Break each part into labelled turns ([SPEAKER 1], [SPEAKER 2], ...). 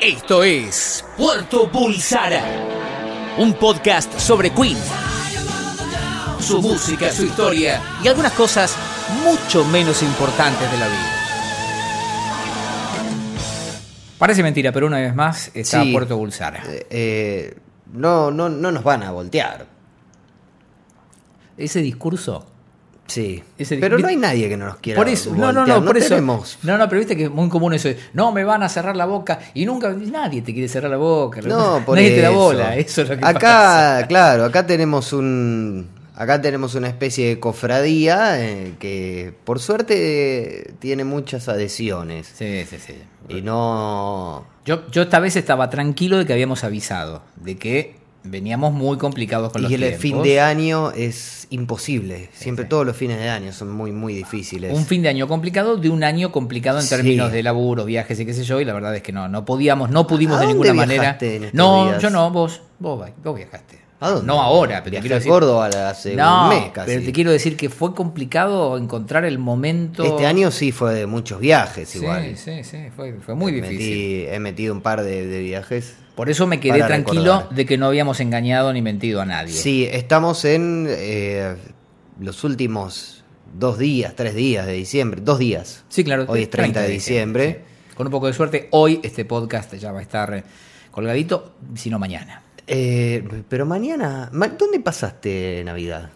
[SPEAKER 1] Esto es Puerto Bulsara, un podcast sobre Queen, su música, su historia y algunas cosas mucho menos importantes de la vida.
[SPEAKER 2] Parece mentira, pero una vez más está
[SPEAKER 3] Sí.
[SPEAKER 2] Puerto Bulsara.
[SPEAKER 3] Eh, eh, no, no, no nos van a voltear.
[SPEAKER 2] Ese discurso.
[SPEAKER 3] Sí.
[SPEAKER 2] Ese-
[SPEAKER 3] pero
[SPEAKER 2] vi-
[SPEAKER 3] no hay nadie que no nos quiera.
[SPEAKER 2] Por eso, no, no,
[SPEAKER 3] voltear,
[SPEAKER 2] no, por eso.
[SPEAKER 3] tenemos-
[SPEAKER 2] No, no, pero viste que es muy común eso. de, No, me van a cerrar la boca y nunca nadie te quiere cerrar la boca.
[SPEAKER 3] No, por
[SPEAKER 2] nadie
[SPEAKER 3] eso.
[SPEAKER 2] te da bola, eso es lo que
[SPEAKER 3] acá,
[SPEAKER 2] pasa.
[SPEAKER 3] claro, acá tenemos un. Acá tenemos una especie de cofradía eh, que por suerte eh, tiene muchas adhesiones.
[SPEAKER 2] Sí, sí, sí.
[SPEAKER 3] Y no.
[SPEAKER 2] Yo, yo esta vez estaba tranquilo de que habíamos avisado, de que veníamos muy complicados con los
[SPEAKER 3] Y el
[SPEAKER 2] tiempos.
[SPEAKER 3] fin de año es imposible. Siempre
[SPEAKER 2] sí.
[SPEAKER 3] todos los fines de año son muy, muy difíciles.
[SPEAKER 2] Un fin de año complicado de un año complicado en
[SPEAKER 3] Sí.
[SPEAKER 2] términos de laburo, viajes y qué sé yo, y la verdad es que no, no podíamos, no pudimos
[SPEAKER 3] ¿A
[SPEAKER 2] de
[SPEAKER 3] dónde
[SPEAKER 2] ninguna manera.
[SPEAKER 3] viajaste en estos
[SPEAKER 2] No,
[SPEAKER 3] días?
[SPEAKER 2] yo no, vos, vos, va- vos viajaste.
[SPEAKER 3] ¿A dónde?
[SPEAKER 2] No ahora, pero te
[SPEAKER 3] Viajé
[SPEAKER 2] quiero
[SPEAKER 3] a
[SPEAKER 2] decir.
[SPEAKER 3] Córdoba hace
[SPEAKER 2] no,
[SPEAKER 3] un mes casi.
[SPEAKER 2] pero te quiero decir que fue complicado encontrar el momento.
[SPEAKER 3] Este año sí fue de muchos viajes
[SPEAKER 2] sí,
[SPEAKER 3] igual.
[SPEAKER 2] sí, sí, fue, fue muy
[SPEAKER 3] Metí-
[SPEAKER 2] difícil.
[SPEAKER 3] he metido un par de, de viajes.
[SPEAKER 2] Por eso me quedé
[SPEAKER 3] Para
[SPEAKER 2] tranquilo
[SPEAKER 3] recordar.
[SPEAKER 2] de que no habíamos engañado ni mentido a nadie.
[SPEAKER 3] Sí, estamos en eh, los últimos dos días, tres días de diciembre. Dos días.
[SPEAKER 2] Sí, claro.
[SPEAKER 3] Hoy es 30 de diciembre.
[SPEAKER 2] sí. Con un poco de suerte, hoy este podcast ya va a estar eh, colgadito, si no mañana.
[SPEAKER 3] Eh, pero mañana, ma- ¿dónde pasaste Navidad?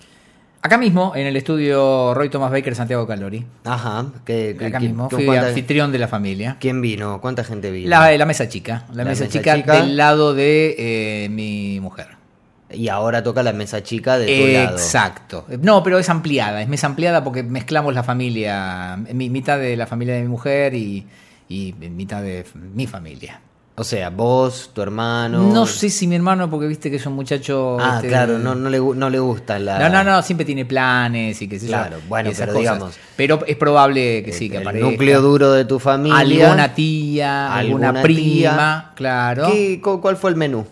[SPEAKER 2] Acá mismo, en el estudio Roy Thomas Baker Santiago Calori.
[SPEAKER 3] Ajá, que
[SPEAKER 2] Acá mismo, fui anfitrión de la familia.
[SPEAKER 3] ¿quién vino? ¿Cuánta gente vino?
[SPEAKER 2] La, la mesa chica. La,
[SPEAKER 3] La
[SPEAKER 2] mesa,
[SPEAKER 3] mesa
[SPEAKER 2] chica,
[SPEAKER 3] chica.
[SPEAKER 2] del lado de eh, mi mujer.
[SPEAKER 3] Y ahora toca la mesa chica de tu lado.
[SPEAKER 2] Exacto. No, pero es ampliada. Es mesa ampliada porque mezclamos la familia. mi- mitad de la familia de mi mujer y, y mitad de f- mi familia.
[SPEAKER 3] O sea, vos, tu hermano.
[SPEAKER 2] No sé si mi hermano, porque viste que es un muchacho.
[SPEAKER 3] Ah,
[SPEAKER 2] este,
[SPEAKER 3] claro, no, no, le, gu- no le gusta la.
[SPEAKER 2] No, no, no, siempre tiene planes y qué sé yo,
[SPEAKER 3] Ah. Claro, bueno,
[SPEAKER 2] y esas
[SPEAKER 3] pero
[SPEAKER 2] cosas.
[SPEAKER 3] digamos- eh,
[SPEAKER 2] Pero es probable que sí, que
[SPEAKER 3] el
[SPEAKER 2] aparezca.
[SPEAKER 3] núcleo duro de tu familia.
[SPEAKER 2] Alguna tía, alguna,
[SPEAKER 3] Alguna
[SPEAKER 2] prima,
[SPEAKER 3] tía.
[SPEAKER 2] claro.
[SPEAKER 3] ¿Qué- cu- ¿Cuál fue el menú?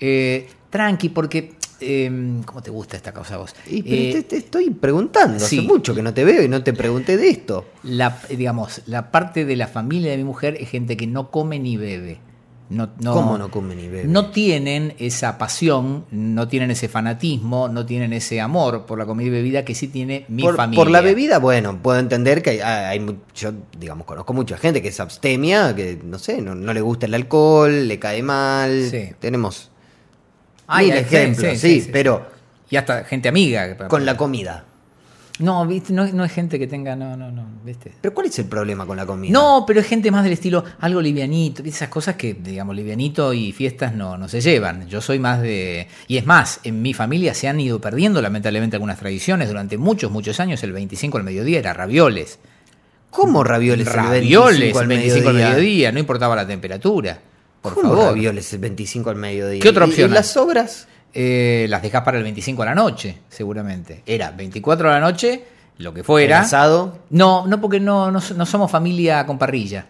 [SPEAKER 2] Eh, tranqui, porque. eh, ¿Cómo te gusta esta causa a vos?
[SPEAKER 3] Y, pero
[SPEAKER 2] Eh,
[SPEAKER 3] te, te estoy preguntando,
[SPEAKER 2] sí.
[SPEAKER 3] hace mucho que no te veo y no te pregunté de esto.
[SPEAKER 2] la, digamos, la parte de la familia de mi mujer es gente que no come ni bebe. No, no,
[SPEAKER 3] ¿Cómo no come ni bebe?
[SPEAKER 2] No tienen esa pasión, no tienen ese fanatismo, no tienen ese amor por la comida y bebida que sí tiene mi
[SPEAKER 3] por,
[SPEAKER 2] familia.
[SPEAKER 3] por la bebida, bueno, puedo entender que hay, hay mu- yo, digamos, conozco mucha gente que es abstemia, que no sé, no, no le gusta el alcohol, le cae mal.
[SPEAKER 2] Sí.
[SPEAKER 3] Tenemos
[SPEAKER 2] Ay,
[SPEAKER 3] mil
[SPEAKER 2] ay, sí,
[SPEAKER 3] ejemplos,
[SPEAKER 2] sí,
[SPEAKER 3] sí,
[SPEAKER 2] sí, sí,
[SPEAKER 3] pero
[SPEAKER 2] Y hasta gente amiga. que-
[SPEAKER 3] con la comida.
[SPEAKER 2] No, viste, no, no es gente que tenga, no, no, no, viste.
[SPEAKER 3] ¿Pero cuál es el problema con la comida?
[SPEAKER 2] No, pero es gente más del estilo algo livianito, esas cosas que, digamos, livianito y fiestas no, no se llevan. Yo soy más de... Y es más, en mi familia se han ido perdiendo lamentablemente algunas tradiciones. Durante muchos, muchos años, el 25 al mediodía era ravioles.
[SPEAKER 3] ¿Cómo ravioles, el
[SPEAKER 2] Ravioles
[SPEAKER 3] 25 al
[SPEAKER 2] el 25 al
[SPEAKER 3] mediodía?
[SPEAKER 2] mediodía, no importaba la temperatura. Por
[SPEAKER 3] ¿Cómo
[SPEAKER 2] favor,
[SPEAKER 3] ravioles el 25 al mediodía?
[SPEAKER 2] ¿Qué otra
[SPEAKER 3] ¿Y-
[SPEAKER 2] opción
[SPEAKER 3] ¿Y
[SPEAKER 2] hay?
[SPEAKER 3] las sobras?
[SPEAKER 2] Eh, las dejás para el 25 a la noche, seguramente. Era 24 a la noche, lo que fuera.
[SPEAKER 3] ¿El asado?
[SPEAKER 2] No, no porque no, no, so- no somos familia con parrilla.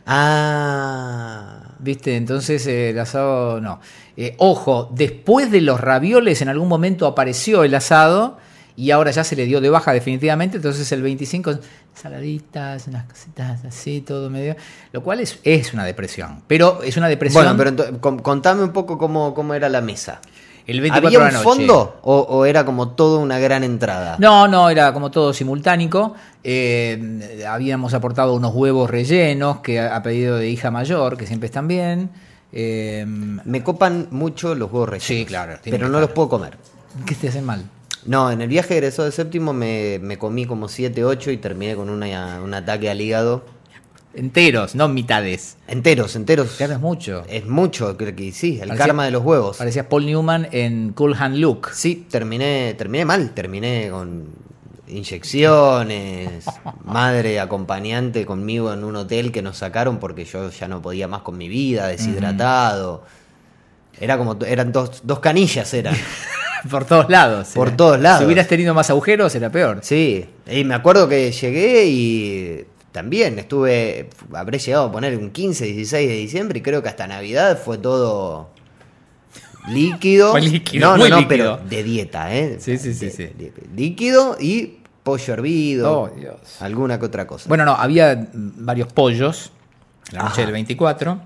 [SPEAKER 3] Ah.
[SPEAKER 2] ¿Viste? Entonces eh, el asado no. Eh, ojo, después de los ravioles en algún momento apareció el asado y ahora ya se le dio de baja definitivamente. Entonces el 25, saladitas, unas cositas así, todo medio. Lo cual es, es una depresión. Pero es una depresión.
[SPEAKER 3] Bueno, pero ento- con- contame un poco cómo, cómo era la mesa.
[SPEAKER 2] el 24
[SPEAKER 3] ¿Había
[SPEAKER 2] de
[SPEAKER 3] un
[SPEAKER 2] la noche.
[SPEAKER 3] fondo o, o era como toda una gran entrada?
[SPEAKER 2] Ah. No, no, era como todo simultánico. Eh, habíamos aportado unos huevos rellenos que a a pedido de hija mayor, que siempre están bien. Eh,
[SPEAKER 3] Me copan mucho los huevos rellenos.
[SPEAKER 2] Sí, claro, tiene
[SPEAKER 3] Pero
[SPEAKER 2] que
[SPEAKER 3] no
[SPEAKER 2] estar.
[SPEAKER 3] los puedo comer.
[SPEAKER 2] ¿Qué te hacen mal?
[SPEAKER 3] No, en el viaje egresado de séptimo me, me comí como 7, 8 y terminé con una- un ataque al hígado.
[SPEAKER 2] Enteros, no mitades.
[SPEAKER 3] Enteros, enteros.
[SPEAKER 2] Te hablas mucho.
[SPEAKER 3] Es mucho, creo que sí, el
[SPEAKER 2] Parecía-
[SPEAKER 3] karma de los huevos.
[SPEAKER 2] Parecías Paul Newman en Cool Hand Luke.
[SPEAKER 3] Sí, terminé, terminé mal, terminé con inyecciones, madre acompañante conmigo en un hotel que nos sacaron porque yo ya no podía más con mi vida, deshidratado. Era como, to- eran dos, dos canillas eran.
[SPEAKER 2] Por todos lados.
[SPEAKER 3] Por
[SPEAKER 2] Era-
[SPEAKER 3] todos lados.
[SPEAKER 2] Si hubieras tenido más agujeros, era peor.
[SPEAKER 3] Sí, y me acuerdo que llegué y también estuve, habré llegado a poner un 15, 16 de diciembre y creo que hasta Navidad fue todo líquido.
[SPEAKER 2] Fue líquido, muy
[SPEAKER 3] no, no,
[SPEAKER 2] líquido.
[SPEAKER 3] pero de dieta, ¿eh?
[SPEAKER 2] Sí, sí, sí,
[SPEAKER 3] De-
[SPEAKER 2] sí.
[SPEAKER 3] de- líquido y pollo hervido,
[SPEAKER 2] Oh, Dios.
[SPEAKER 3] alguna que otra cosa.
[SPEAKER 2] Bueno, no, había mm, varios pollos la noche
[SPEAKER 3] Ajá.
[SPEAKER 2] del 24.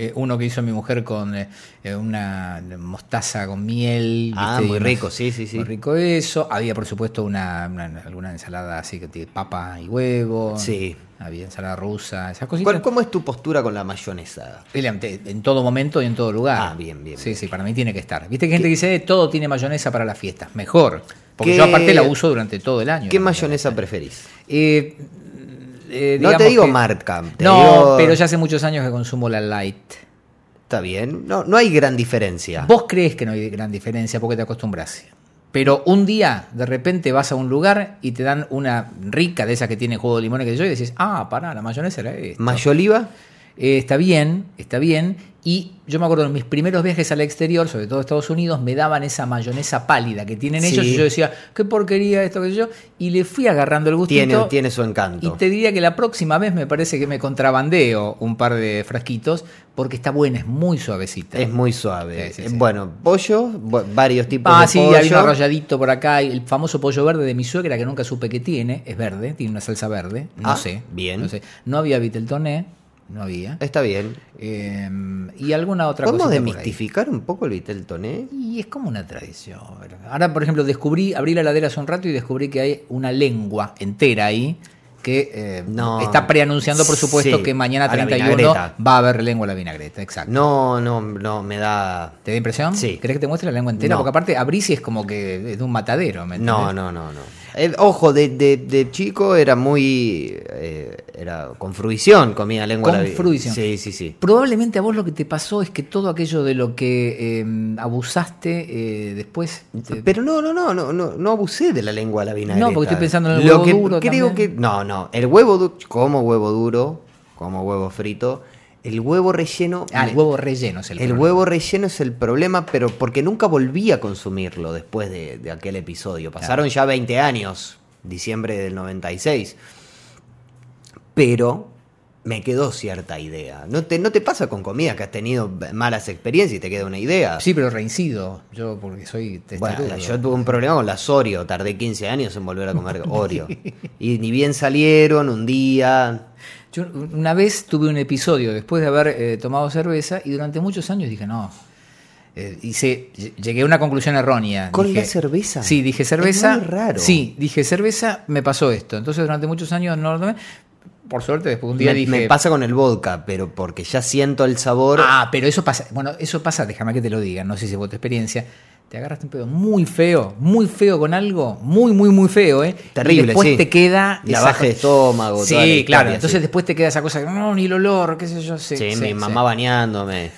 [SPEAKER 2] eh, uno que hizo mi mujer con eh, eh, una mostaza con miel.
[SPEAKER 3] Ah,
[SPEAKER 2] ¿viste? Y
[SPEAKER 3] muy
[SPEAKER 2] unos-
[SPEAKER 3] rico, sí, sí, sí.
[SPEAKER 2] Muy rico eso. Había, por supuesto, una, una- alguna ensalada así que tiene papa y huevo.
[SPEAKER 3] Sí.
[SPEAKER 2] Había ensalada rusa, esas cositas.
[SPEAKER 3] ¿Cuál- ¿Cómo es tu postura con la mayonesa?
[SPEAKER 2] William, te- En todo momento y en todo lugar.
[SPEAKER 3] Ah, bien, bien,
[SPEAKER 2] Sí,
[SPEAKER 3] bien.
[SPEAKER 2] sí, para mí tiene que estar. Viste que hay gente que dice, eh, todo tiene mayonesa para las fiestas. Mejor. Porque
[SPEAKER 3] ¿Qué-
[SPEAKER 2] yo aparte la uso durante todo el año.
[SPEAKER 3] ¿Qué
[SPEAKER 2] la
[SPEAKER 3] mayonesa preferís?
[SPEAKER 2] Eh, eh,
[SPEAKER 3] No
[SPEAKER 2] digamos
[SPEAKER 3] te digo
[SPEAKER 2] que-
[SPEAKER 3] marca. te
[SPEAKER 2] no,
[SPEAKER 3] digo-
[SPEAKER 2] pero ya hace muchos años que consumo la light.
[SPEAKER 3] Está bien. No, no hay gran diferencia.
[SPEAKER 2] Vos crees que no hay gran diferencia porque te acostumbras. Pero un día, de repente, vas a un lugar y te dan una rica de esas que tiene jugo de limón y que yo y decís, ah, pará, la mayonesa era
[SPEAKER 3] Mm.
[SPEAKER 2] esta.
[SPEAKER 3] ¿Mayoliva?
[SPEAKER 2] Eh, está bien, está bien. Y yo me acuerdo en mis primeros viajes al exterior, sobre todo a Estados Unidos, me daban esa mayonesa pálida que tienen ellos.
[SPEAKER 3] Sí.
[SPEAKER 2] Y yo decía, qué porquería esto, que yo. Y le fui agarrando el gustito.
[SPEAKER 3] Tiene, tiene su
[SPEAKER 2] Y
[SPEAKER 3] encanto.
[SPEAKER 2] te diría que la próxima vez me parece que me contrabandeo un par de frasquitos porque está buena, es muy suavecita.
[SPEAKER 3] Es muy suave. Eh,
[SPEAKER 2] Sí, sí, sí.
[SPEAKER 3] Bueno, pollo, bu- varios tipos
[SPEAKER 2] Ah,
[SPEAKER 3] de
[SPEAKER 2] sí,
[SPEAKER 3] pollo.
[SPEAKER 2] hay un arrolladito por acá, el famoso pollo verde de mi suegra que nunca supe que tiene, es verde, tiene una salsa verde, no
[SPEAKER 3] Ah,
[SPEAKER 2] sé.
[SPEAKER 3] bien.
[SPEAKER 2] No, sé. No había Viteltoné, no había.
[SPEAKER 3] Está bien.
[SPEAKER 2] Eh, y alguna otra cosa.
[SPEAKER 3] ¿Podemos demistificar un poco el vitel toné?
[SPEAKER 2] Y es como una tradición. ¿verdad? Ahora, por ejemplo, descubrí, abrí la ladera hace un rato y descubrí que hay una lengua entera ahí que eh,
[SPEAKER 3] No.
[SPEAKER 2] está preanunciando, por supuesto,
[SPEAKER 3] Sí,
[SPEAKER 2] que mañana
[SPEAKER 3] a la
[SPEAKER 2] 31
[SPEAKER 3] vinagreta.
[SPEAKER 2] va a haber lengua a la vinagreta. Exacto.
[SPEAKER 3] No, no, no, me da...
[SPEAKER 2] ¿Te da impresión?
[SPEAKER 3] Sí.
[SPEAKER 2] ¿Querés que te muestre la lengua entera?
[SPEAKER 3] No.
[SPEAKER 2] Porque aparte, abrís y es como que es de un matadero. ¿me
[SPEAKER 3] No,
[SPEAKER 2] entendés?
[SPEAKER 3] no, no, no. Eh, ojo, de, de- de chico era muy... eh, era con fruición comía lengua. a la vi-
[SPEAKER 2] Con fruición.
[SPEAKER 3] Sí, sí, sí.
[SPEAKER 2] Probablemente a vos lo que te pasó es que todo aquello de lo que eh, abusaste eh, después. te-
[SPEAKER 3] Pero no, no, no, no, no, no abusé de la lengua a la vinagreta.
[SPEAKER 2] No, porque estoy pensando en el
[SPEAKER 3] Lo
[SPEAKER 2] huevo
[SPEAKER 3] que
[SPEAKER 2] duro
[SPEAKER 3] Creo
[SPEAKER 2] también.
[SPEAKER 3] que no, no, el huevo duro, como huevo duro, como huevo frito, el huevo relleno,
[SPEAKER 2] Ah, el
[SPEAKER 3] me-
[SPEAKER 2] huevo relleno es el
[SPEAKER 3] el
[SPEAKER 2] problema.
[SPEAKER 3] huevo relleno es el problema, pero porque nunca volví a consumirlo después de, de aquel episodio. Pasaron ya 20 años, diciembre del 96. Pero me quedó cierta idea. No te, no te pasa con comida que has tenido malas experiencias y te queda una idea.
[SPEAKER 2] Sí, pero reincido. Yo, porque soy testarudo.
[SPEAKER 3] Bueno, yo tuve un problema con las Oreo, tardé 15 años en volver a comer Oreo. Y ni bien salieron un día.
[SPEAKER 2] Yo una vez tuve un episodio después de haber eh, tomado cerveza y durante muchos años dije, no. Eh, hice, ll- llegué a una conclusión errónea.
[SPEAKER 3] ¿Con
[SPEAKER 2] Dije-
[SPEAKER 3] la cerveza?
[SPEAKER 2] Sí, dije
[SPEAKER 3] Es
[SPEAKER 2] cerveza.
[SPEAKER 3] muy raro.
[SPEAKER 2] Sí, dije cerveza, me pasó esto. Entonces durante muchos años no lo tomé. Por suerte, después un día
[SPEAKER 3] me,
[SPEAKER 2] dije.
[SPEAKER 3] me pasa con el vodka, pero porque ya siento el sabor.
[SPEAKER 2] Ah, pero eso pasa. Bueno, eso pasa, déjame que te lo diga, no sé si es tu experiencia. Te agarraste un pedo muy feo, muy feo con algo, muy, muy, muy feo, ¿eh?
[SPEAKER 3] Terrible,
[SPEAKER 2] Y después
[SPEAKER 3] sí.
[SPEAKER 2] te queda.
[SPEAKER 3] La
[SPEAKER 2] esa
[SPEAKER 3] baja de
[SPEAKER 2] co-
[SPEAKER 3] estómago,
[SPEAKER 2] Sí,
[SPEAKER 3] toda la historia,
[SPEAKER 2] claro. Entonces
[SPEAKER 3] sí.
[SPEAKER 2] después te queda esa cosa, no, ni el olor, qué sé yo. Sí,
[SPEAKER 3] sí,
[SPEAKER 2] sí,
[SPEAKER 3] mi
[SPEAKER 2] sí.
[SPEAKER 3] mamá bañándome.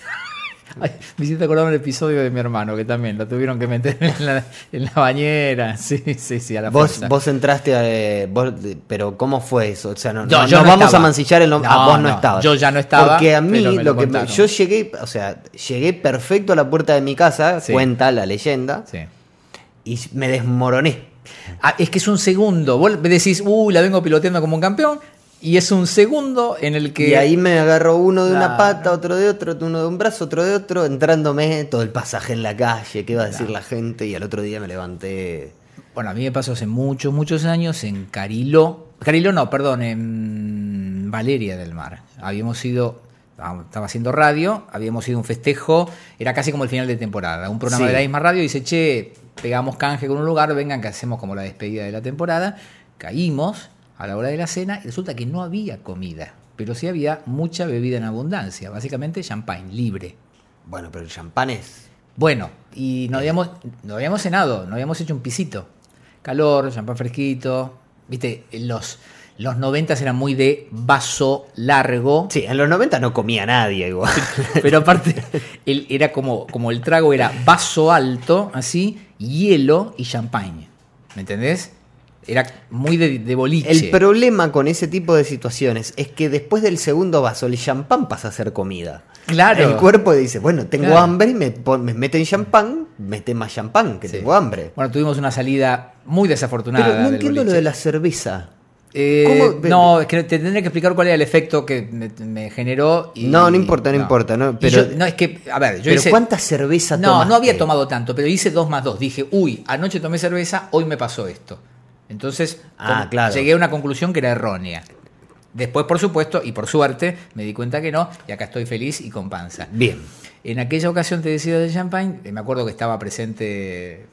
[SPEAKER 2] Ay, me hiciste acordar un episodio de mi hermano que también lo tuvieron que meter en la, en la bañera. Sí, sí, sí, a la
[SPEAKER 3] Vos,
[SPEAKER 2] fuerza.
[SPEAKER 3] vos entraste a. eh, vos- de- pero ¿cómo fue eso? O sea, no,
[SPEAKER 2] No,
[SPEAKER 3] no-
[SPEAKER 2] yo
[SPEAKER 3] no
[SPEAKER 2] no
[SPEAKER 3] vamos
[SPEAKER 2] estaba.
[SPEAKER 3] a mancillar el nombre.
[SPEAKER 2] No,
[SPEAKER 3] vos no,
[SPEAKER 2] no,
[SPEAKER 3] estabas.
[SPEAKER 2] yo ya no estaba,
[SPEAKER 3] Porque a mí
[SPEAKER 2] pero me lo
[SPEAKER 3] lo, que. me-
[SPEAKER 2] contaron.
[SPEAKER 3] yo llegué, o sea, llegué perfecto a la puerta de mi casa,
[SPEAKER 2] Sí.
[SPEAKER 3] cuenta la leyenda,
[SPEAKER 2] Sí.
[SPEAKER 3] y me desmoroné.
[SPEAKER 2] Ah, es que es un segundo. Vos decís, uy, la vengo piloteando como un campeón. Y es un segundo en el que.
[SPEAKER 3] Y ahí me agarró uno de
[SPEAKER 2] Claro.
[SPEAKER 3] una pata, otro de otro, uno de un brazo, otro de otro, entrándome todo el pasaje en la calle, qué iba a decir la gente, y al otro día me levanté.
[SPEAKER 2] Bueno, a mí me pasó hace muchos, muchos años en Cariló. Cariló no, perdón, en Valeria del Mar. Habíamos ido, estábamos- estaba haciendo radio, habíamos ido a un festejo, era casi como el final de temporada. Un programa
[SPEAKER 3] Sí.
[SPEAKER 2] de la misma radio dice, che, pegamos canje con un lugar, vengan que hacemos como la despedida de la temporada. Caímos a la hora de la cena y resulta que no había comida, pero sí había mucha bebida en abundancia, básicamente champagne libre.
[SPEAKER 3] Bueno, pero el champán es.
[SPEAKER 2] Bueno, y no habíamos, no habíamos cenado, no habíamos hecho un pisito. Calor, champán fresquito. Viste, los, los 90 eran muy de vaso largo.
[SPEAKER 3] Sí, en los 90 no comía nadie igual.
[SPEAKER 2] Pero aparte, el- era como, como el trago era vaso alto, así, hielo y champagne. ¿Me entendés? Era muy de, de boliche.
[SPEAKER 3] El problema con ese tipo de situaciones es que después del segundo vaso, el champán pasa a ser comida.
[SPEAKER 2] Claro.
[SPEAKER 3] El cuerpo dice, bueno, tengo
[SPEAKER 2] Claro.
[SPEAKER 3] hambre, me, pon- me meten champán, mete más champán, que
[SPEAKER 2] Sí.
[SPEAKER 3] tengo hambre.
[SPEAKER 2] Bueno, tuvimos una salida muy desafortunada.
[SPEAKER 3] pero no
[SPEAKER 2] del
[SPEAKER 3] entiendo lo
[SPEAKER 2] boliche.
[SPEAKER 3] de la cerveza.
[SPEAKER 2] Eh,
[SPEAKER 3] ¿Cómo?
[SPEAKER 2] no, es que te tendré que explicar cuál era el efecto que me, me generó. y-
[SPEAKER 3] No, no importa, no importa, no,
[SPEAKER 2] Y
[SPEAKER 3] pero-
[SPEAKER 2] yo- no, es que, a ver, yo
[SPEAKER 3] pero
[SPEAKER 2] hice-
[SPEAKER 3] ¿cuánta cerveza
[SPEAKER 2] No, no había
[SPEAKER 3] tomaste?
[SPEAKER 2] tomado tanto, pero hice dos más dos. Dije, uy, anoche tomé cerveza, hoy me pasó esto. Entonces,
[SPEAKER 3] Ah,
[SPEAKER 2] con-
[SPEAKER 3] claro.
[SPEAKER 2] llegué a una conclusión que era errónea. Después, por supuesto, y por suerte, me di cuenta que no, y acá estoy feliz y con panza.
[SPEAKER 3] Bien.
[SPEAKER 2] En aquella ocasión te decía de Champagne, eh, me acuerdo que estaba presente, eh,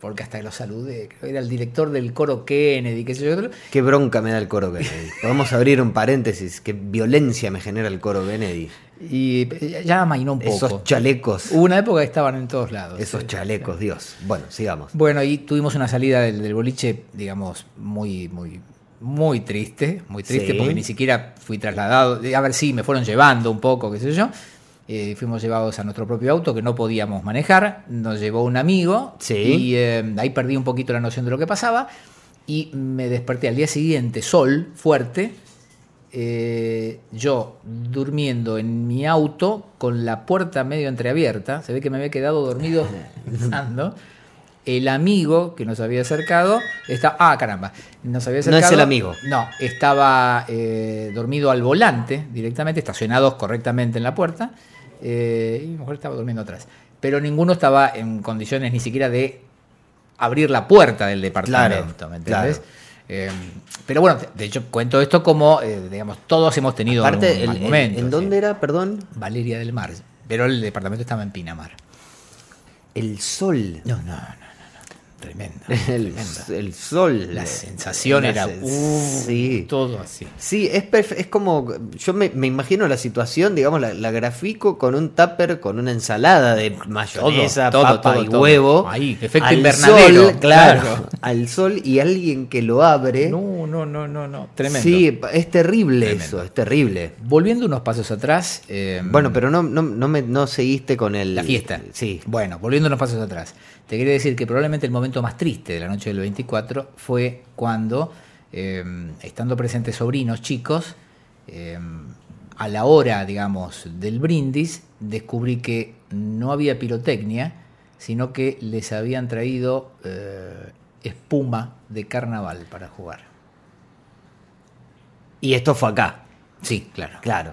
[SPEAKER 2] porque hasta lo saludé, creo que era el director del coro Kennedy, qué sé yo, otro,
[SPEAKER 3] Qué bronca me da el coro Kennedy. Podemos abrir un paréntesis. Qué violencia me genera el coro Kennedy.
[SPEAKER 2] y eh, ya amainó un poco. Uh,
[SPEAKER 3] Esos chalecos.
[SPEAKER 2] Hubo una época que estaban en todos lados.
[SPEAKER 3] Esos
[SPEAKER 2] eh.
[SPEAKER 3] chalecos, Dios. Bueno, sigamos.
[SPEAKER 2] Bueno, y tuvimos una salida del, del boliche, digamos, muy, muy, muy triste, muy triste,
[SPEAKER 3] Sí.
[SPEAKER 2] porque ni siquiera fui trasladado. A ver, sí, me fueron llevando un poco, qué sé yo. Eh, fuimos llevados a nuestro propio auto que no podíamos manejar. Nos llevó un amigo
[SPEAKER 3] Sí.
[SPEAKER 2] y eh, ahí perdí un poquito la noción de lo que pasaba. Y me desperté al día siguiente, sol fuerte. eh, yo durmiendo en mi auto con la puerta medio entreabierta, se ve que me había quedado dormido ando. El amigo que nos había acercado está. Ah, caramba. Nos había
[SPEAKER 3] No es
[SPEAKER 2] acercado.
[SPEAKER 3] el amigo.
[SPEAKER 2] No, estaba eh, dormido al volante directamente, estacionados correctamente en la puerta. eh, y mi mujer estaba durmiendo atrás. Pero ninguno estaba en condiciones ni siquiera de abrir la puerta del departamento,
[SPEAKER 3] Claro,
[SPEAKER 2] ¿me entendés?
[SPEAKER 3] claro.
[SPEAKER 2] Eh, pero bueno, de hecho cuento esto como, eh, digamos, todos hemos tenido
[SPEAKER 3] Aparte,
[SPEAKER 2] algún mal
[SPEAKER 3] el- el-
[SPEAKER 2] momento.
[SPEAKER 3] ¿en
[SPEAKER 2] sí.
[SPEAKER 3] dónde era? Perdón.
[SPEAKER 2] Valeria del Mar. Pero el departamento estaba en Pinamar.
[SPEAKER 3] El sol.
[SPEAKER 2] No, no, no, no, no. Tremenda.
[SPEAKER 3] El,
[SPEAKER 2] tremenda.
[SPEAKER 3] el sol.
[SPEAKER 2] La sensación
[SPEAKER 3] La
[SPEAKER 2] era
[SPEAKER 3] sen-
[SPEAKER 2] uh,
[SPEAKER 3] sí.
[SPEAKER 2] todo así.
[SPEAKER 3] Sí, es, perf- es como. Yo me, me imagino la situación, digamos, la, la grafico con un tupper, con una ensalada de mayonesa,
[SPEAKER 2] todo,
[SPEAKER 3] papa
[SPEAKER 2] todo,
[SPEAKER 3] y
[SPEAKER 2] todo.
[SPEAKER 3] huevo.
[SPEAKER 2] Ahí, efecto
[SPEAKER 3] al
[SPEAKER 2] invernadero,
[SPEAKER 3] sol, claro,
[SPEAKER 2] claro.
[SPEAKER 3] Al sol y alguien que lo abre.
[SPEAKER 2] No, no, no, no, no. Tremendo.
[SPEAKER 3] Sí, pa- es terrible
[SPEAKER 2] Tremendo.
[SPEAKER 3] eso, es terrible.
[SPEAKER 2] Volviendo unos pasos atrás. eh,
[SPEAKER 3] Bueno, pero no, no, no, me, no seguiste con el.
[SPEAKER 2] La fiesta.
[SPEAKER 3] Sí.
[SPEAKER 2] Bueno, volviendo unos pasos atrás. Te quería decir que probablemente el momento más triste de la noche del 24 fue cuando, eh, estando presentes sobrinos chicos, eh, a la hora, digamos, del brindis, descubrí que no había pirotecnia, sino que les habían traído eh, espuma de carnaval para jugar.
[SPEAKER 3] Y esto fue acá,
[SPEAKER 2] Sí, claro.
[SPEAKER 3] claro.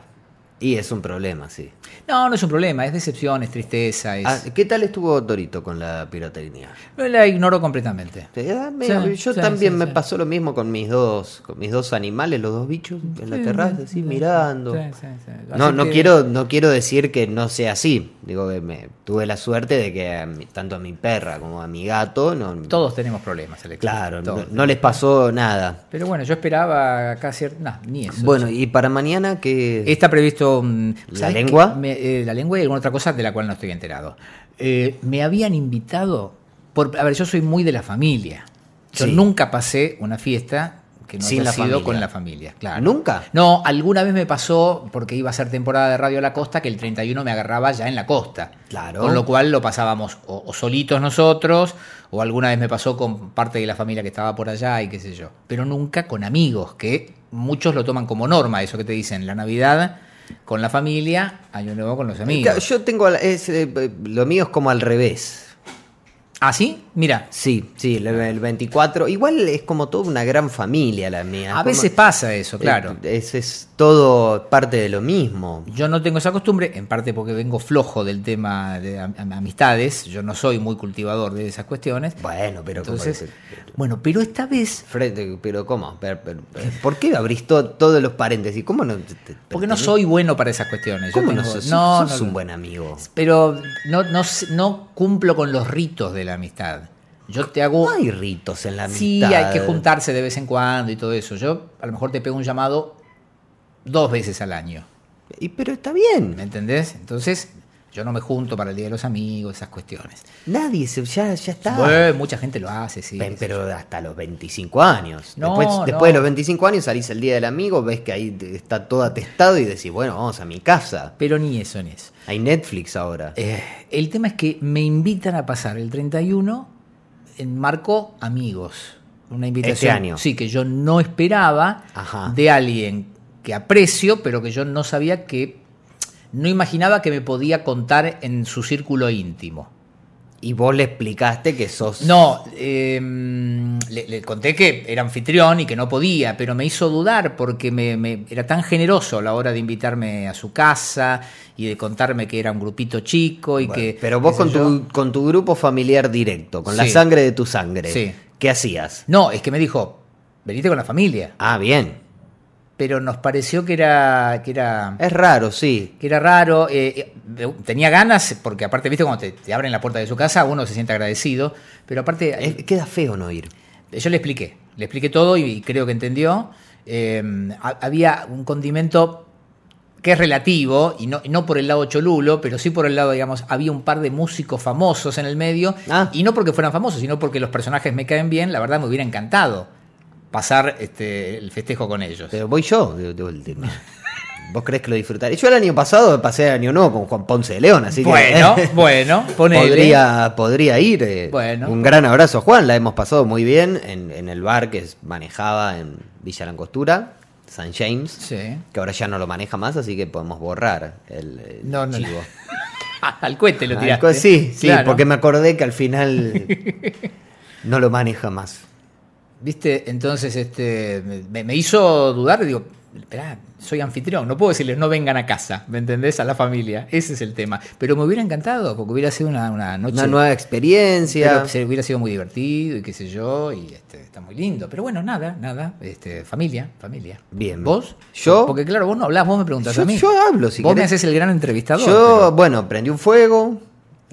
[SPEAKER 3] Y es un problema, sí.
[SPEAKER 2] No, no es un problema, es decepción, es tristeza, es...
[SPEAKER 3] Ah, ¿Qué tal estuvo Torito con la pirotecnia?
[SPEAKER 2] La ignoro completamente.
[SPEAKER 3] Ah, mira,
[SPEAKER 2] Sí,
[SPEAKER 3] yo
[SPEAKER 2] sí,
[SPEAKER 3] también
[SPEAKER 2] sí,
[SPEAKER 3] me
[SPEAKER 2] sí.
[SPEAKER 3] pasó lo mismo con mis dos, con mis dos animales, los dos bichos en la
[SPEAKER 2] Sí,
[SPEAKER 3] terraza,
[SPEAKER 2] sí,
[SPEAKER 3] así
[SPEAKER 2] sí,
[SPEAKER 3] mirando.
[SPEAKER 2] sí, sí, sí.
[SPEAKER 3] No,
[SPEAKER 2] Así
[SPEAKER 3] no
[SPEAKER 2] que-
[SPEAKER 3] quiero, no quiero decir que no sea así. Digo que me, tuve la suerte de que a mi- tanto a mi perra como a mi gato, no,
[SPEAKER 2] Todos tenemos problemas, Alex.
[SPEAKER 3] claro, no,
[SPEAKER 2] Todos.
[SPEAKER 3] no les pasó nada.
[SPEAKER 2] Pero bueno, yo esperaba casi. No, ni eso.
[SPEAKER 3] Bueno, y para mañana que
[SPEAKER 2] Está previsto. mm,
[SPEAKER 3] ¿La
[SPEAKER 2] ¿sabes qué?
[SPEAKER 3] lengua?
[SPEAKER 2] Me- eh, la lengua y alguna otra cosa de la cual no estoy enterado. Eh, me habían invitado. Por, a ver, yo soy muy de la familia. Yo
[SPEAKER 3] Sí.
[SPEAKER 2] nunca pasé una fiesta que no
[SPEAKER 3] Sin
[SPEAKER 2] haya
[SPEAKER 3] la
[SPEAKER 2] sido
[SPEAKER 3] familia.
[SPEAKER 2] con la familia. Claro.
[SPEAKER 3] Ah, ¿Nunca?
[SPEAKER 2] No, alguna vez me pasó, porque iba a ser temporada de Radio La Costa, que el 31 me agarraba ya en la costa.
[SPEAKER 3] Claro.
[SPEAKER 2] Con lo cual lo pasábamos o, o solitos nosotros, o alguna vez me pasó con parte de la familia que estaba por allá y qué sé yo. Pero nunca con amigos, que muchos lo toman como norma, eso que te dicen, la Navidad con la familia, Año Nuevo con los
[SPEAKER 3] Claro,
[SPEAKER 2] amigos.
[SPEAKER 3] yo tengo al- es, eh, lo mío es como al revés.
[SPEAKER 2] ¿Ah, sí? Mira,
[SPEAKER 3] Sí, sí, el,
[SPEAKER 2] Ah.
[SPEAKER 3] el 24. Igual es como toda una gran familia la mía.
[SPEAKER 2] a
[SPEAKER 3] como- eh,
[SPEAKER 2] veces pasa eso, claro.
[SPEAKER 3] Es, es todo parte de lo mismo.
[SPEAKER 2] Yo no tengo esa costumbre, en parte porque vengo flojo del tema de am- am- amistades, yo no soy muy cultivador de esas cuestiones.
[SPEAKER 3] Bueno, pero como
[SPEAKER 2] Entonces,
[SPEAKER 3] que-
[SPEAKER 2] bueno, pero esta vez,
[SPEAKER 3] Fred, pero ¿cómo? Pero- pero- pero, ¿Por qué abrís to- todos los paréntesis? ¿Cómo no? te- te-
[SPEAKER 2] porque no
[SPEAKER 3] te-
[SPEAKER 2] soy bueno para esas cuestiones. yo
[SPEAKER 3] ¿Cómo no
[SPEAKER 2] tengo-
[SPEAKER 3] sos?
[SPEAKER 2] no,
[SPEAKER 3] sos
[SPEAKER 2] no,
[SPEAKER 3] un
[SPEAKER 2] no.
[SPEAKER 3] buen amigo.
[SPEAKER 2] Pero no, no, sé- no cumplo con los ritos de la amistad. Yo te hago...
[SPEAKER 3] No hay ritos en la amistad.
[SPEAKER 2] sí, hay que juntarse de vez en cuando y todo eso. Yo a lo mejor te pego un llamado dos veces al año.
[SPEAKER 3] Y, pero está
[SPEAKER 2] ¿Me
[SPEAKER 3] bien.
[SPEAKER 2] entendés? Entonces, yo no me junto para el Día de los Amigos, esas cuestiones.
[SPEAKER 3] Nadie se. Ya, ya está.
[SPEAKER 2] Bueno, mucha gente lo hace, sí.
[SPEAKER 3] Ven,
[SPEAKER 2] sí,
[SPEAKER 3] pero hasta los 25 años.
[SPEAKER 2] No,
[SPEAKER 3] después
[SPEAKER 2] no.
[SPEAKER 3] después de los 25 años salís el día del amigo, ves que ahí te- está todo atestado y decís, bueno, vamos a mi casa.
[SPEAKER 2] Pero ni eso ni eso.
[SPEAKER 3] Hay Netflix ahora.
[SPEAKER 2] Eh, el tema es que me invitan a pasar el 31 en marco amigos. Una invitación.
[SPEAKER 3] Este año.
[SPEAKER 2] Sí, que yo no esperaba
[SPEAKER 3] Ajá.
[SPEAKER 2] de alguien que aprecio, pero que yo no sabía que. No imaginaba que me podía contar en su círculo íntimo.
[SPEAKER 3] Y vos le explicaste que sos.
[SPEAKER 2] No, eh, le, le conté que era anfitrión y que no podía, pero me hizo dudar porque me, me- era tan generoso a la hora de invitarme a su casa y de contarme que era un grupito chico y
[SPEAKER 3] Bueno,
[SPEAKER 2] que...
[SPEAKER 3] pero vos
[SPEAKER 2] qué
[SPEAKER 3] con
[SPEAKER 2] sé yo.
[SPEAKER 3] tu, con tu grupo familiar directo, con la
[SPEAKER 2] Sí.
[SPEAKER 3] sangre de tu sangre.
[SPEAKER 2] Sí.
[SPEAKER 3] ¿Qué hacías?
[SPEAKER 2] No, es que me dijo, venite con la familia.
[SPEAKER 3] Ah, bien.
[SPEAKER 2] pero nos pareció que era, que era,
[SPEAKER 3] Es raro, sí.
[SPEAKER 2] que era raro. eh, eh, tenía ganas, porque aparte, viste, cuando te, te abren la puerta de su casa, uno se siente agradecido, pero aparte...
[SPEAKER 3] Es- queda feo no ir.
[SPEAKER 2] Yo le expliqué, le expliqué todo y, creo que entendió. Eh, ha- había un condimento que es relativo, y no, y no por el lado cholulo, pero sí por el lado, digamos, había un par de músicos famosos en el medio,
[SPEAKER 3] Ah.
[SPEAKER 2] y no porque fueran famosos, sino porque los personajes me caen bien, la verdad me hubiera encantado pasar este, el festejo con ellos.
[SPEAKER 3] Pero voy yo, de, de última. ¿Vos creés que lo disfrutaré? Yo el año pasado pasé año nuevo con Juan Ponce de León, así que.
[SPEAKER 2] bueno, bueno, ponele.
[SPEAKER 3] podría, podría ir. eh.
[SPEAKER 2] Bueno.
[SPEAKER 3] Un gran abrazo, Juan. La hemos pasado muy bien en, en el bar que es- manejaba en Villa Langostura, San James.
[SPEAKER 2] Sí.
[SPEAKER 3] Que ahora ya no lo maneja más, así que podemos borrar el, el
[SPEAKER 2] No, no,
[SPEAKER 3] chivo.
[SPEAKER 2] Ah, al cohete lo
[SPEAKER 3] Ah,
[SPEAKER 2] tiraste.
[SPEAKER 3] co- Sí, sí,
[SPEAKER 2] Claro.
[SPEAKER 3] porque me acordé que al final no lo maneja más.
[SPEAKER 2] Viste, entonces este me, me hizo dudar, digo, esperá, soy anfitrión, no puedo decirles no vengan a casa, ¿me entendés? A la familia, ese es el tema. Pero me hubiera encantado, porque hubiera sido una, una noche.
[SPEAKER 3] Una nueva experiencia.
[SPEAKER 2] pero se- hubiera sido muy divertido y qué sé yo, y este, está muy lindo. Pero bueno, nada, nada, este, familia, familia.
[SPEAKER 3] Bien.
[SPEAKER 2] ¿Vos?
[SPEAKER 3] Yo-
[SPEAKER 2] Porque claro, vos no hablás, vos me preguntás
[SPEAKER 3] Yo-
[SPEAKER 2] a mí.
[SPEAKER 3] yo hablo, si
[SPEAKER 2] Vos me
[SPEAKER 3] querés.
[SPEAKER 2] haces el gran entrevistador.
[SPEAKER 3] Yo,
[SPEAKER 2] pero-
[SPEAKER 3] bueno, prendí un fuego.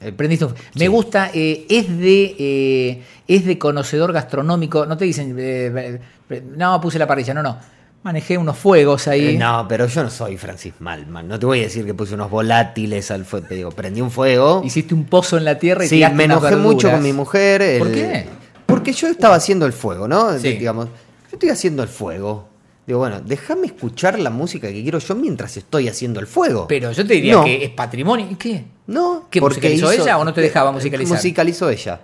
[SPEAKER 2] eh, prendiste un- Me gusta, eh, es de eh, es de conocedor gastronómico. No te dicen, eh, eh, no, puse la parrilla, no, no. Manejé unos fuegos ahí.
[SPEAKER 3] Eh, No, pero yo no soy Francis Malman. No te voy a decir que puse unos volátiles al fuego. Te digo, prendí un fuego.
[SPEAKER 2] Hiciste un pozo en la tierra y
[SPEAKER 3] Sí,
[SPEAKER 2] tiraste
[SPEAKER 3] me
[SPEAKER 2] unas
[SPEAKER 3] enojé
[SPEAKER 2] verduras.
[SPEAKER 3] mucho con mi mujer. el-
[SPEAKER 2] ¿Por qué?
[SPEAKER 3] Porque yo estaba haciendo el fuego, ¿no?
[SPEAKER 2] Sí.
[SPEAKER 3] Digamos, yo estoy haciendo el fuego. Digo, bueno, déjame escuchar la música que quiero yo mientras estoy haciendo el fuego.
[SPEAKER 2] Pero yo te diría
[SPEAKER 3] No.
[SPEAKER 2] que es patrimonio. ¿Y qué?
[SPEAKER 3] No,
[SPEAKER 2] ¿Qué, musicalizó ella o no te dejaba
[SPEAKER 3] eh,
[SPEAKER 2] musicalizar?
[SPEAKER 3] Musicalizó ella.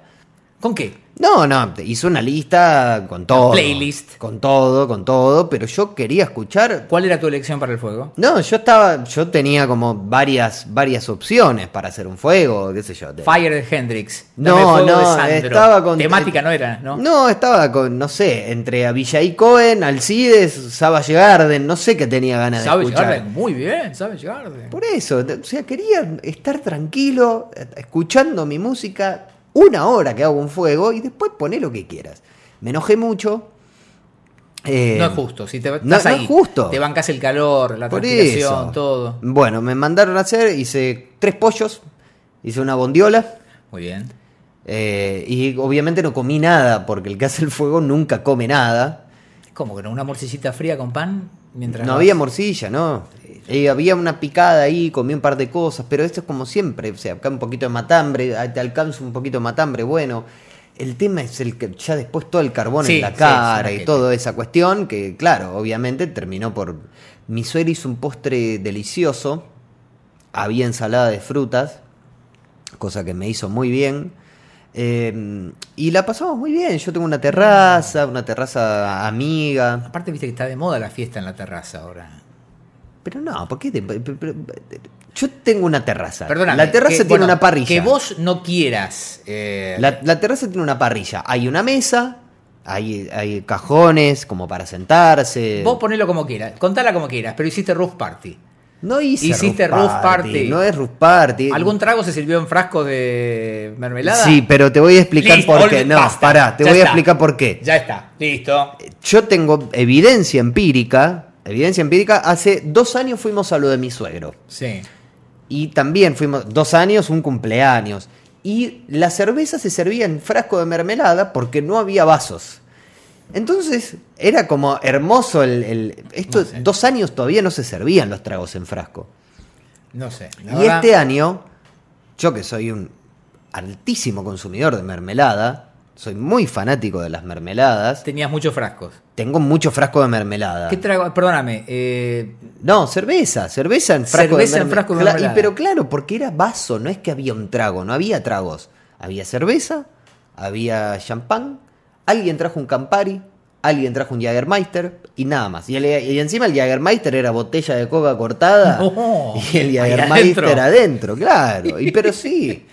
[SPEAKER 2] ¿Con qué?
[SPEAKER 3] No, no, hizo una lista con todo.
[SPEAKER 2] playlist.
[SPEAKER 3] Con todo, con todo, pero yo quería escuchar.
[SPEAKER 2] ¿Cuál era tu elección para el fuego?
[SPEAKER 3] No, yo estaba, yo tenía como varias, varias opciones para hacer un fuego, qué sé yo. de-
[SPEAKER 2] Fire de Hendrix. Dame
[SPEAKER 3] No,
[SPEAKER 2] fuego de
[SPEAKER 3] no,
[SPEAKER 2] Sandro.
[SPEAKER 3] estaba con
[SPEAKER 2] Temática no era, ¿no?
[SPEAKER 3] estaba con, no sé, entre Avillay Cohen, Alcides, Savage Garden, no sé qué tenía ganas de
[SPEAKER 2] Sabe
[SPEAKER 3] escuchar.
[SPEAKER 2] llegar muy bien, sabe llegar.
[SPEAKER 3] Por eso, o sea, quería estar tranquilo, eh, escuchando mi música, una hora que hago un fuego y después poné lo que quieras. Me enojé mucho. eh,
[SPEAKER 2] No es justo, si te
[SPEAKER 3] no-
[SPEAKER 2] estás
[SPEAKER 3] no
[SPEAKER 2] ahí,
[SPEAKER 3] es justo.
[SPEAKER 2] te bancas el calor, la
[SPEAKER 3] Por
[SPEAKER 2] transpiración,
[SPEAKER 3] eso.
[SPEAKER 2] todo.
[SPEAKER 3] Bueno, me mandaron a hacer, hice tres pollos, hice una bondiola.
[SPEAKER 2] Muy bien.
[SPEAKER 3] eh, y obviamente no comí nada, porque el que hace el fuego nunca come nada.
[SPEAKER 2] ¿Cómo que no? ¿Una morcillita fría con pan? Mientras
[SPEAKER 3] No
[SPEAKER 2] vas-
[SPEAKER 3] había morcilla, ¿no? Eh, había una picada ahí, comí un par de cosas, pero esto es como siempre. O sea, acá un poquito de matambre, ah, te alcanza un poquito de matambre, bueno. El tema es el que ya después todo el carbón
[SPEAKER 2] Sí,
[SPEAKER 3] en la
[SPEAKER 2] sí, es
[SPEAKER 3] cara
[SPEAKER 2] una
[SPEAKER 3] y
[SPEAKER 2] jeta.
[SPEAKER 3] toda esa cuestión, que claro, obviamente terminó por... Mi suegra hizo un postre delicioso, había ensalada de frutas, cosa que me hizo muy bien. eh, y la pasamos muy bien, yo tengo una terraza, una terraza amiga.
[SPEAKER 2] Aparte, viste que está de moda la fiesta en la terraza ahora.
[SPEAKER 3] Pero no, ¿por qué? te- pe- pe- pe- yo tengo una terraza.
[SPEAKER 2] Perdona.
[SPEAKER 3] La terraza tiene una parrilla.
[SPEAKER 2] Que vos no quieras. eh,
[SPEAKER 3] La, la terraza tiene una parrilla. Hay una mesa, hay, hay cajones como para sentarse.
[SPEAKER 2] Vos ponelo como quieras, contala como quieras, pero hiciste roof party.
[SPEAKER 3] no hice
[SPEAKER 2] hiciste
[SPEAKER 3] roof
[SPEAKER 2] roof party.
[SPEAKER 3] No es roof party.
[SPEAKER 2] ¿Algún trago se sirvió en frasco de mermelada?
[SPEAKER 3] Eh, Sí, pero te voy a explicar
[SPEAKER 2] Listo,
[SPEAKER 3] por qué.
[SPEAKER 2] olvi-
[SPEAKER 3] No,
[SPEAKER 2] basta.
[SPEAKER 3] pará, te
[SPEAKER 2] Ya
[SPEAKER 3] voy
[SPEAKER 2] está.
[SPEAKER 3] a explicar por qué.
[SPEAKER 2] Ya está, listo.
[SPEAKER 3] Yo tengo evidencia empírica. Evidencia empírica. Hace dos años fuimos a lo de mi suegro.
[SPEAKER 2] Sí.
[SPEAKER 3] Y también fuimos dos años, un cumpleaños. Y la cerveza se servía en frasco de mermelada porque no había vasos. Entonces era como hermoso el... el- esto,
[SPEAKER 2] No sé.
[SPEAKER 3] Dos años todavía no se servían los tragos en frasco.
[SPEAKER 2] No sé. la
[SPEAKER 3] y
[SPEAKER 2] verdad-
[SPEAKER 3] este año, yo que soy un altísimo consumidor de mermelada, soy muy fanático de las mermeladas,
[SPEAKER 2] Tenías muchos frascos.
[SPEAKER 3] tengo mucho frasco de mermelada.
[SPEAKER 2] ¿Qué trago? Perdóname. eh,
[SPEAKER 3] No, cerveza, cerveza en frasco
[SPEAKER 2] Cerveza
[SPEAKER 3] de
[SPEAKER 2] en
[SPEAKER 3] merme-
[SPEAKER 2] frasco de
[SPEAKER 3] Cla-
[SPEAKER 2] mermelada.
[SPEAKER 3] y Pero claro, porque era vaso, no es que había un trago, no había tragos. Había cerveza, había champán, alguien trajo un Campari, alguien trajo un Jägermeister y nada más. Y, el- y encima el Jägermeister era botella de coca cortada
[SPEAKER 2] No,
[SPEAKER 3] y el
[SPEAKER 2] ahí
[SPEAKER 3] Jägermeister
[SPEAKER 2] adentro.
[SPEAKER 3] adentro. claro. Y pero sí,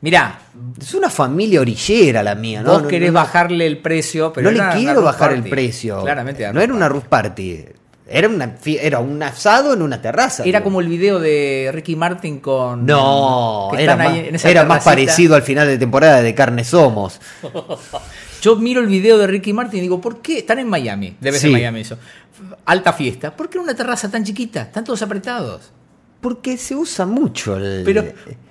[SPEAKER 2] mirá,
[SPEAKER 3] es una familia orillera la mía, ¿no?
[SPEAKER 2] vos
[SPEAKER 3] No-
[SPEAKER 2] querés
[SPEAKER 3] no-
[SPEAKER 2] bajarle el precio, pero
[SPEAKER 3] no le
[SPEAKER 2] era una
[SPEAKER 3] quiero
[SPEAKER 2] roof
[SPEAKER 3] bajar el
[SPEAKER 2] party.
[SPEAKER 3] precio.
[SPEAKER 2] Claramente.
[SPEAKER 3] no era una
[SPEAKER 2] roof
[SPEAKER 3] roof party. Era, una, fie- era un asado en una terraza.
[SPEAKER 2] party. Era
[SPEAKER 3] digo.
[SPEAKER 2] como el video de Ricky Martin con.
[SPEAKER 3] No,
[SPEAKER 2] que
[SPEAKER 3] era,
[SPEAKER 2] están
[SPEAKER 3] más,
[SPEAKER 2] ahí en esa
[SPEAKER 3] era más
[SPEAKER 2] terracita.
[SPEAKER 3] parecido al final de temporada de Carne Somos.
[SPEAKER 2] Yo miro el video de Ricky Martin y digo, ¿por qué? Están en Miami, debe ser
[SPEAKER 3] Sí.
[SPEAKER 2] Miami eso. Alta fiesta. ¿Por qué en una terraza tan chiquita? Están todos apretados.
[SPEAKER 3] Porque se usa mucho el.
[SPEAKER 2] Pero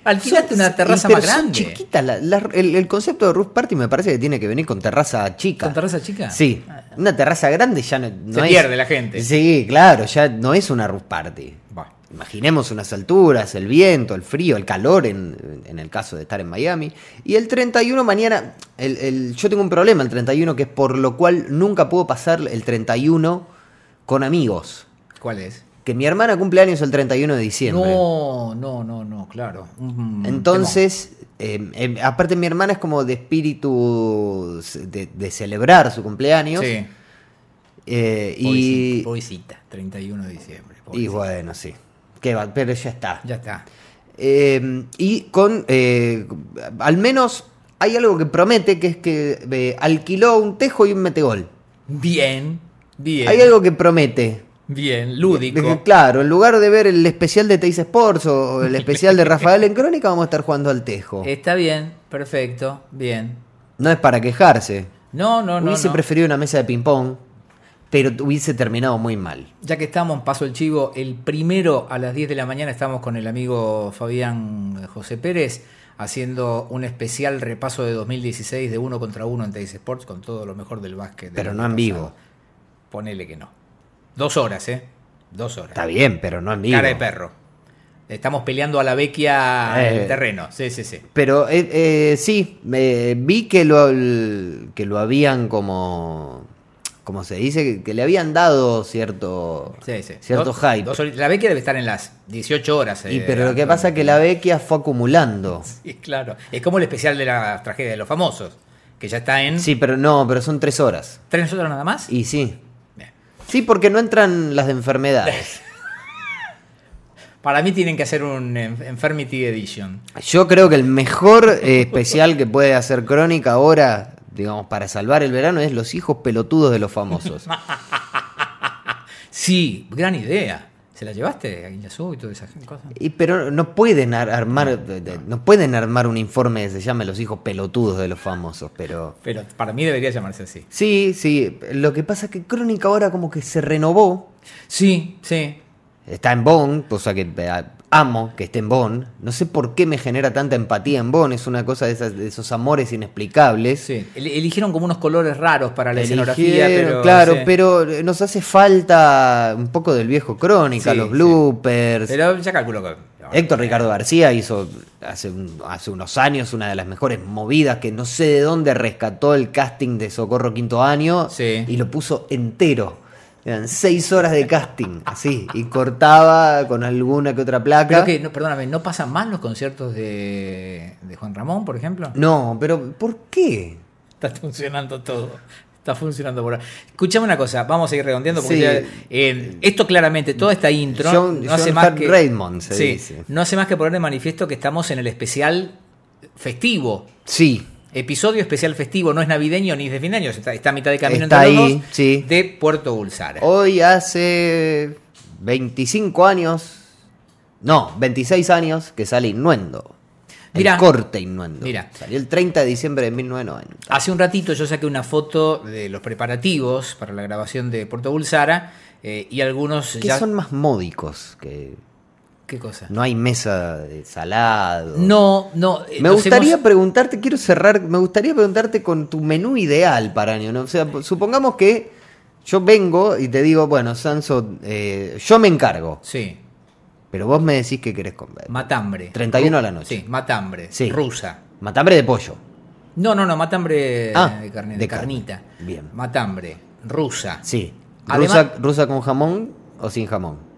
[SPEAKER 2] alquilate
[SPEAKER 3] Son-
[SPEAKER 2] una terraza
[SPEAKER 3] pero
[SPEAKER 2] más
[SPEAKER 3] son
[SPEAKER 2] grande.
[SPEAKER 3] chiquitas, la- la- el, el concepto de roof party me parece que tiene que venir con terraza chica.
[SPEAKER 2] ¿Con terraza Ah. chica?
[SPEAKER 3] Sí. Una terraza grande ya no, no
[SPEAKER 2] Se
[SPEAKER 3] es-
[SPEAKER 2] pierde la gente.
[SPEAKER 3] Sí, claro, ya no es una roof party.
[SPEAKER 2] Bueno.
[SPEAKER 3] Imaginemos unas alturas, el viento, el frío, el calor en, en el caso de estar en Miami. Y el 31 mañana, el, el- yo tengo un problema el 31 que es por lo cual nunca puedo pasar el 31 con amigos.
[SPEAKER 2] ¿Cuál es?
[SPEAKER 3] Que mi hermana cumple años el 31 de diciembre.
[SPEAKER 2] No, no, no, no, claro. Mm, Un
[SPEAKER 3] Entonces, eh, eh, aparte mi hermana es como de espíritu de, de celebrar su
[SPEAKER 2] temón.
[SPEAKER 3] cumpleaños.
[SPEAKER 2] Sí.
[SPEAKER 3] Eh,
[SPEAKER 2] Y...
[SPEAKER 3] y,
[SPEAKER 2] Pobrecita, 31 de diciembre.
[SPEAKER 3] y
[SPEAKER 2] pobrecita.
[SPEAKER 3] bueno, sí. Que va, pero ya está.
[SPEAKER 2] Ya está.
[SPEAKER 3] Eh, y con, eh, al menos hay algo que promete, que es que eh, alquiló un tejo y un metegol.
[SPEAKER 2] Bien, bien.
[SPEAKER 3] Hay algo que promete.
[SPEAKER 2] Bien,
[SPEAKER 3] De
[SPEAKER 2] lúdico.
[SPEAKER 3] que, claro, en lugar de ver el especial de Teis Sports o el especial de Rafael en Crónica, vamos a estar jugando al tejo.
[SPEAKER 2] Está bien, perfecto, bien.
[SPEAKER 3] No es para quejarse.
[SPEAKER 2] No, no, no.
[SPEAKER 3] hubiese
[SPEAKER 2] no.
[SPEAKER 3] preferido una mesa de ping-pong, pero hubiese terminado muy mal.
[SPEAKER 2] Ya que estamos, paso el chivo, el primero a las 10 de la mañana estamos con el amigo Fabián José Pérez haciendo un especial repaso de 2016 de uno contra uno en Teis Sports con todo lo mejor del básquet. del
[SPEAKER 3] Pero
[SPEAKER 2] año
[SPEAKER 3] no en
[SPEAKER 2] pasado.
[SPEAKER 3] vivo.
[SPEAKER 2] Ponele que no. Dos horas, ¿eh? Dos horas.
[SPEAKER 3] Está bien, pero no en vivo.
[SPEAKER 2] Cara de perro. Estamos peleando a la vecchia en el
[SPEAKER 3] Eh.
[SPEAKER 2] terreno. Sí, sí, sí.
[SPEAKER 3] Pero eh, eh, sí, me vi que lo, el- que lo habían como... Como se dice, que- que le habían dado cierto,
[SPEAKER 2] Sí, sí.
[SPEAKER 3] cierto
[SPEAKER 2] Dos-
[SPEAKER 3] hype.
[SPEAKER 2] dos horitas. la Vecchia debe estar en las 18 horas.
[SPEAKER 3] y,
[SPEAKER 2] eh,
[SPEAKER 3] pero lo que pasa es que la Vecchia fue acumulando.
[SPEAKER 2] Sí, claro. Es como el especial de la tragedia de los famosos, que ya está en...
[SPEAKER 3] Sí, pero no, pero son tres horas.
[SPEAKER 2] ¿Tres horas nada más?
[SPEAKER 3] Y sí.
[SPEAKER 2] Bien.
[SPEAKER 3] Sí, porque no entran las de enfermedades.
[SPEAKER 2] Para mí tienen que hacer un en- Enfermity Edition.
[SPEAKER 3] Yo creo que el mejor eh, especial que puede hacer Crónica ahora, digamos, para salvar el verano es Los hijos pelotudos de los famosos.
[SPEAKER 2] Sí, gran idea. ¿Se la llevaste a Guiñazú y todas esas cosas?
[SPEAKER 3] Y, pero no pueden ar- armar de- de- no pueden armar un informe que se llame Los hijos pelotudos de los famosos, pero
[SPEAKER 2] Pero para mí debería llamarse así.
[SPEAKER 3] Sí, sí, lo que pasa es que Crónica ahora como que se renovó.
[SPEAKER 2] Sí, sí.
[SPEAKER 3] Está en Bonn, cosa que eh, amo que esté en Bonn. No sé por qué me genera tanta empatía en Bonn, es una cosa de, esas- de esos amores inexplicables.
[SPEAKER 2] sí. El- Eligieron como unos colores raros para la escenografía.
[SPEAKER 3] Eligieron,
[SPEAKER 2] Pero,
[SPEAKER 3] claro,
[SPEAKER 2] sí.
[SPEAKER 3] pero nos hace falta un poco del viejo Crónica,
[SPEAKER 2] Sí,
[SPEAKER 3] los
[SPEAKER 2] sí.
[SPEAKER 3] bloopers.
[SPEAKER 2] Pero ya calculo que...
[SPEAKER 3] Héctor Ricardo García hizo hace, un- hace unos años una de las mejores movidas que no sé de dónde rescató el casting de Socorro Quinto Año
[SPEAKER 2] Sí.
[SPEAKER 3] y lo puso entero. Eran seis horas de casting, así, y cortaba con alguna que otra placa.
[SPEAKER 2] Creo que, no, perdóname, ¿no pasan más los conciertos de, de Juan Ramón, por ejemplo?
[SPEAKER 3] No, pero ¿por qué?
[SPEAKER 2] Está funcionando todo. Está funcionando por ahora. Escuchame una cosa, vamos a ir redondeando porque
[SPEAKER 3] Sí.
[SPEAKER 2] ya, eh, esto claramente, toda esta intro
[SPEAKER 3] John-
[SPEAKER 2] no hace
[SPEAKER 3] John
[SPEAKER 2] más
[SPEAKER 3] Hart
[SPEAKER 2] que
[SPEAKER 3] Raymond, se
[SPEAKER 2] Sí,
[SPEAKER 3] dice.
[SPEAKER 2] no hace más que poner de manifiesto que estamos en el especial festivo.
[SPEAKER 3] Sí,
[SPEAKER 2] Episodio especial festivo, no es navideño ni es de fin de año, está, está a mitad de camino
[SPEAKER 3] Está
[SPEAKER 2] entre los
[SPEAKER 3] ahí,
[SPEAKER 2] dos,
[SPEAKER 3] sí. Oh.
[SPEAKER 2] de Puerto Bulsara.
[SPEAKER 3] Hoy hace 25 años, no, 26 años que sale Innuendo. El
[SPEAKER 2] Mirá.
[SPEAKER 3] corte Innuendo.
[SPEAKER 2] Mirá.
[SPEAKER 3] Salió el 30 de diciembre de 1990.
[SPEAKER 2] Hace un ratito yo saqué una foto de los preparativos para la grabación de Puerto Bulsara eh, y algunos
[SPEAKER 3] Que
[SPEAKER 2] ya...
[SPEAKER 3] son más módicos, que
[SPEAKER 2] ¿Qué cosa?
[SPEAKER 3] no hay mesa de salado.
[SPEAKER 2] No, no. eh,
[SPEAKER 3] Me
[SPEAKER 2] los
[SPEAKER 3] gustaría
[SPEAKER 2] hemos-
[SPEAKER 3] preguntarte, quiero cerrar, me gustaría preguntarte con tu menú ideal para año, ¿no? O sea, supongamos que yo vengo y te digo, bueno, Sanso, eh, yo me encargo,
[SPEAKER 2] Sí,
[SPEAKER 3] pero vos me decís qué querés comer.
[SPEAKER 2] matambre.
[SPEAKER 3] 31 a la noche.
[SPEAKER 2] Sí, matambre.
[SPEAKER 3] Sí.
[SPEAKER 2] Rusa.
[SPEAKER 3] Matambre de pollo.
[SPEAKER 2] No, no, no, matambre eh,
[SPEAKER 3] Ah,
[SPEAKER 2] de, carne,
[SPEAKER 3] de
[SPEAKER 2] de
[SPEAKER 3] carne.
[SPEAKER 2] carnita.
[SPEAKER 3] Bien.
[SPEAKER 2] Matambre. Rusa.
[SPEAKER 3] Sí.
[SPEAKER 2] Además-
[SPEAKER 3] rusa, rusa con jamón o sin jamón?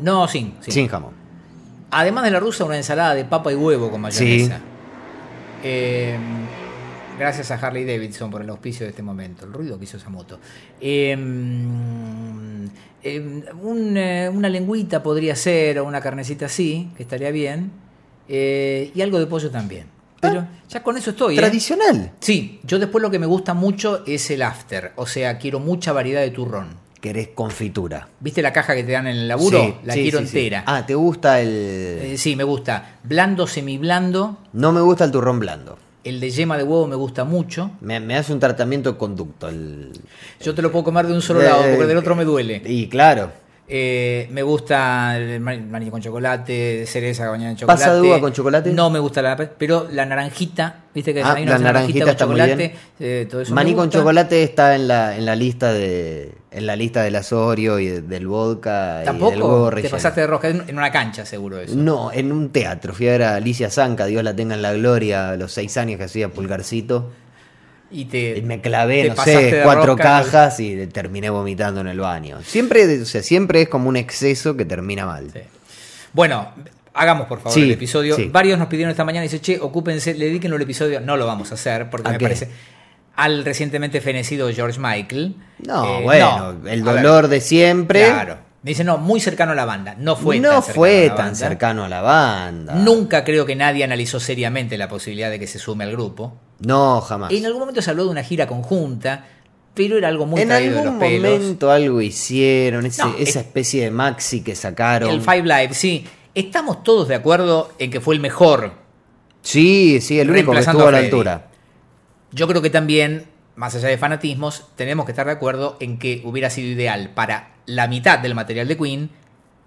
[SPEAKER 2] No, sin, sin.
[SPEAKER 3] Sin jamón.
[SPEAKER 2] Además de la rusa, una ensalada de papa y huevo con mayonesa. Eh, gracias a Harley Davidson por el auspicio de este momento, el ruido que hizo esa moto. Eh, eh, un, eh, una lengüita podría ser, o una carnecita así, que estaría bien. Eh, y algo de pollo también.
[SPEAKER 3] Ah.
[SPEAKER 2] Pero ya con eso estoy. ¿eh?
[SPEAKER 3] Tradicional.
[SPEAKER 2] Sí, yo después lo que me gusta mucho es el after, o sea, quiero mucha variedad de turrón.
[SPEAKER 3] Querés confitura.
[SPEAKER 2] ¿Viste la caja que te dan en el laburo?
[SPEAKER 3] Sí,
[SPEAKER 2] la
[SPEAKER 3] sí,
[SPEAKER 2] quiero
[SPEAKER 3] sí, sí.
[SPEAKER 2] entera.
[SPEAKER 3] Ah, ¿te gusta el...?
[SPEAKER 2] Eh, sí, me gusta. Blando, semiblando.
[SPEAKER 3] No me gusta el turrón blando.
[SPEAKER 2] El de yema de huevo me gusta mucho.
[SPEAKER 3] Me, me hace un tratamiento de conducto. el-
[SPEAKER 2] Yo te lo puedo comer de un
[SPEAKER 3] Eh,
[SPEAKER 2] solo lado, porque del otro me duele.
[SPEAKER 3] Y claro,
[SPEAKER 2] Eh, me gusta el ma- maní con chocolate, cereza bañada en chocolate.
[SPEAKER 3] ¿Pasa de uva con chocolate?
[SPEAKER 2] No me gusta la pero la naranjita, viste que
[SPEAKER 3] Ah,
[SPEAKER 2] hay una
[SPEAKER 3] la
[SPEAKER 2] naranjita,
[SPEAKER 3] naranjita
[SPEAKER 2] con
[SPEAKER 3] está muy
[SPEAKER 2] chocolate, eh, todo eso me
[SPEAKER 3] Maní con
[SPEAKER 2] gusta.
[SPEAKER 3] chocolate está en la, en la lista de en la lista del asorio y de- del vodka y del huevo
[SPEAKER 2] Tampoco te
[SPEAKER 3] relleno.
[SPEAKER 2] pasaste de rosca en en una cancha seguro eso.
[SPEAKER 3] No, en un teatro. Fui a ver a Alicia Zanca, Dios la tenga en la gloria, a los seis años que hacía Pulgarcito.
[SPEAKER 2] Y te
[SPEAKER 3] Y Eh, me clavé,
[SPEAKER 2] te
[SPEAKER 3] no
[SPEAKER 2] pasaste
[SPEAKER 3] sé,
[SPEAKER 2] de
[SPEAKER 3] cuatro
[SPEAKER 2] rosca.
[SPEAKER 3] cajas y terminé vomitando en el baño. Siempre, o sea, siempre es como un exceso que termina mal.
[SPEAKER 2] Sí. Bueno, hagamos por favor
[SPEAKER 3] Sí,
[SPEAKER 2] el episodio.
[SPEAKER 3] sí.
[SPEAKER 2] Varios nos pidieron esta mañana, dice, che, ocúpense, le dediquen el episodio. No lo vamos a hacer, porque
[SPEAKER 3] ¿A
[SPEAKER 2] me
[SPEAKER 3] qué?
[SPEAKER 2] parece al recientemente fenecido George Michael.
[SPEAKER 3] No,
[SPEAKER 2] Eh,
[SPEAKER 3] bueno,
[SPEAKER 2] no.
[SPEAKER 3] el
[SPEAKER 2] A ver,
[SPEAKER 3] dolor de siempre.
[SPEAKER 2] Claro. Dice, no, muy cercano a la banda. No fue
[SPEAKER 3] no
[SPEAKER 2] tan cercano a
[SPEAKER 3] fue
[SPEAKER 2] la
[SPEAKER 3] tan
[SPEAKER 2] banda.
[SPEAKER 3] cercano a la banda.
[SPEAKER 2] Nunca creo que nadie analizó seriamente la posibilidad de que se sume al grupo.
[SPEAKER 3] No, jamás.
[SPEAKER 2] En algún momento se habló de una gira conjunta, pero era algo muy
[SPEAKER 3] en
[SPEAKER 2] traído de
[SPEAKER 3] algún
[SPEAKER 2] los pelos.
[SPEAKER 3] momento algo hicieron, ese-
[SPEAKER 2] No,
[SPEAKER 3] esa
[SPEAKER 2] es-
[SPEAKER 3] especie de maxi que sacaron.
[SPEAKER 2] El Five Live, sí. Estamos todos de acuerdo en que fue el mejor.
[SPEAKER 3] sí, sí, el único que
[SPEAKER 2] Reemplazando
[SPEAKER 3] estuvo
[SPEAKER 2] a
[SPEAKER 3] a la
[SPEAKER 2] Freddy.
[SPEAKER 3] altura.
[SPEAKER 2] Yo creo que también, más allá de fanatismos, tenemos que estar de acuerdo en que hubiera sido ideal para la mitad del material de Queen,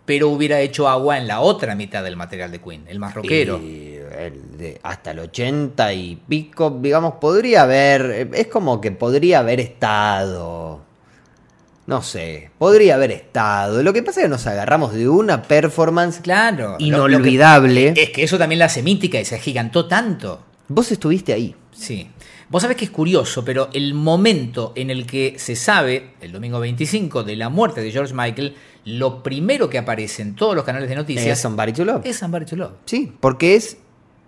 [SPEAKER 2] pero hubiera hecho agua en la otra mitad del material de Queen, el más rockero.
[SPEAKER 3] Y el de- hasta el 80 y pico, digamos, podría haber, es como que podría haber estado. No sé, podría haber estado. Lo que pasa es que nos agarramos de una performance
[SPEAKER 2] Claro. lo- lo que- eh,
[SPEAKER 3] inolvidable.
[SPEAKER 2] es que eso también la hace mítica y se agigantó tanto.
[SPEAKER 3] Vos estuviste ahí.
[SPEAKER 2] Sí. Vos sabés que es curioso, pero el momento en el que se sabe, el domingo 25, de la muerte de George Michael, lo primero que aparece en todos los canales de
[SPEAKER 3] Eh,
[SPEAKER 2] noticias
[SPEAKER 3] Somebody to Love.
[SPEAKER 2] es Somebody to Love.
[SPEAKER 3] Sí, porque es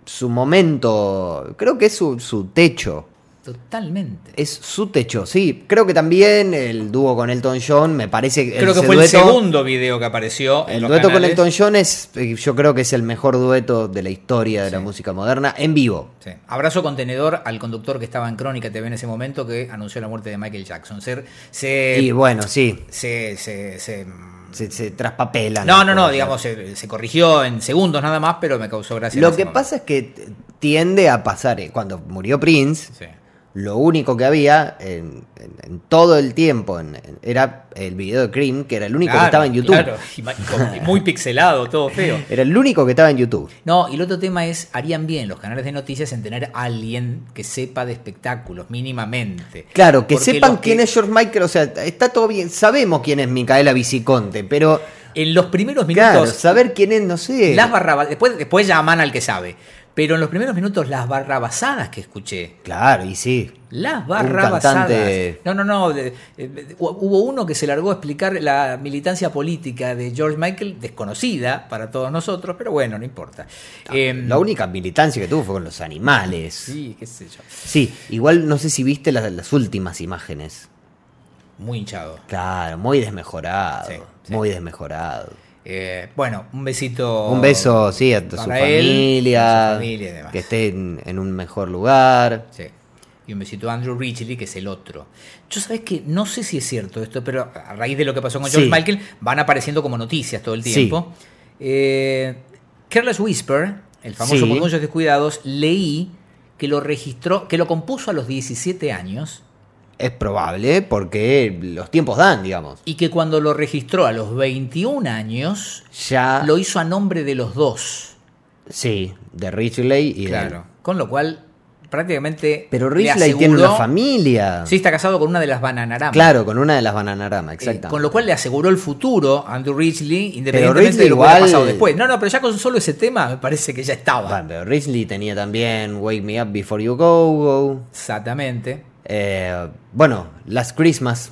[SPEAKER 3] su momento, creo que es su- su techo.
[SPEAKER 2] Totalmente.
[SPEAKER 3] Es su techo, sí. Creo que también el dúo con Elton John, me parece
[SPEAKER 2] Creo que
[SPEAKER 3] ese
[SPEAKER 2] fue el
[SPEAKER 3] dueto-
[SPEAKER 2] segundo video que apareció. en
[SPEAKER 3] El
[SPEAKER 2] los
[SPEAKER 3] dueto con
[SPEAKER 2] canales.
[SPEAKER 3] Elton John es, eh, yo creo que es el mejor dueto de la historia de la
[SPEAKER 2] Sí.
[SPEAKER 3] música moderna en vivo.
[SPEAKER 2] Sí. Abrazo contenedor al conductor que estaba en Crónica TV en ese momento que anunció la muerte de Michael Jackson. Se. se-
[SPEAKER 3] y bueno, sí,
[SPEAKER 2] se- se- se-
[SPEAKER 3] se, se traspapelan.
[SPEAKER 2] no, no,
[SPEAKER 3] las
[SPEAKER 2] no,
[SPEAKER 3] cosas.
[SPEAKER 2] digamos, se, se corrigió en segundos nada más, pero me causó gracia. en
[SPEAKER 3] Lo
[SPEAKER 2] ese
[SPEAKER 3] que
[SPEAKER 2] momento.
[SPEAKER 3] pasa es que t- tiende a pasar, eh, cuando murió Prince,
[SPEAKER 2] Sí.
[SPEAKER 3] lo único que había en, en- en todo el tiempo en- en- era el video de Cream, que era el único que
[SPEAKER 2] Claro,
[SPEAKER 3] estaba en YouTube.
[SPEAKER 2] claro. Y ma- y con- y muy pixelado, todo feo.
[SPEAKER 3] Era el único que estaba en YouTube.
[SPEAKER 2] No, y el otro tema es, harían bien los canales de noticias en tener a alguien que sepa de espectáculos, mínimamente.
[SPEAKER 3] Claro, que
[SPEAKER 2] Porque
[SPEAKER 3] sepan
[SPEAKER 2] los que-
[SPEAKER 3] quién es George Michael, o sea, está todo bien, sabemos quién es Micaela Viciconte, pero
[SPEAKER 2] En los primeros minutos,
[SPEAKER 3] claro, saber quién es, no sé.
[SPEAKER 2] Las barrabasadas. Después, después llaman al que sabe. Pero en los primeros minutos, las barrabasadas que escuché.
[SPEAKER 3] Claro, y sí.
[SPEAKER 2] Las barrabasadas.
[SPEAKER 3] cantante-
[SPEAKER 2] No, no, no. de- eh, de- hu- hubo uno que se largó a explicar la militancia política de George Michael, desconocida para todos nosotros, pero bueno, no importa. Em,
[SPEAKER 3] Ah, La única militancia que tuvo fue con los animales. Sí,
[SPEAKER 2] Sí, qué sé yo.
[SPEAKER 3] igual no sé si viste las, las últimas imágenes.
[SPEAKER 2] Muy hinchado.
[SPEAKER 3] Claro, muy desmejorado.
[SPEAKER 2] Sí, sí.
[SPEAKER 3] Muy desmejorado.
[SPEAKER 2] Eh, bueno, un besito.
[SPEAKER 3] Un beso, sí, a su
[SPEAKER 2] para él,
[SPEAKER 3] familia.
[SPEAKER 2] a su familia y demás.
[SPEAKER 3] que esté en, en un mejor lugar.
[SPEAKER 2] Sí. Y un besito a Andrew Ridgely, que es el otro. Yo sabes que no sé si es cierto esto, pero a raíz de lo que pasó con George
[SPEAKER 3] Sí.
[SPEAKER 2] Michael, van apareciendo como noticias todo el tiempo. Eh, Careless Whisper, el famoso
[SPEAKER 3] Sí.
[SPEAKER 2] por muchos descuidados, leí que lo registró, que lo compuso a los 17 años
[SPEAKER 3] Es probable, porque los tiempos dan, digamos.
[SPEAKER 2] y que cuando lo registró a los 21 años,
[SPEAKER 3] Ya.
[SPEAKER 2] lo hizo a nombre de los dos.
[SPEAKER 3] Sí, de Ridgely y de-
[SPEAKER 2] Con lo cual, prácticamente.
[SPEAKER 3] Pero
[SPEAKER 2] le
[SPEAKER 3] Ridgely tiene una
[SPEAKER 2] aseguró-
[SPEAKER 3] familia.
[SPEAKER 2] Sí, está casado con una de las bananaramas.
[SPEAKER 3] Claro, con una de las Bananarama,
[SPEAKER 2] Eh,
[SPEAKER 3] exactamente.
[SPEAKER 2] con lo cual le aseguró el futuro a Andrew Ridgely, independientemente
[SPEAKER 3] Ridgely
[SPEAKER 2] de lo que hubiera
[SPEAKER 3] igual-
[SPEAKER 2] pasado después. No, no, pero ya con solo ese tema me parece que ya estaba.
[SPEAKER 3] Bueno, pero Risley tenía también Wake Me Up Before You Go. Go.
[SPEAKER 2] Exactamente.
[SPEAKER 3] Eh, bueno, Last Christmas.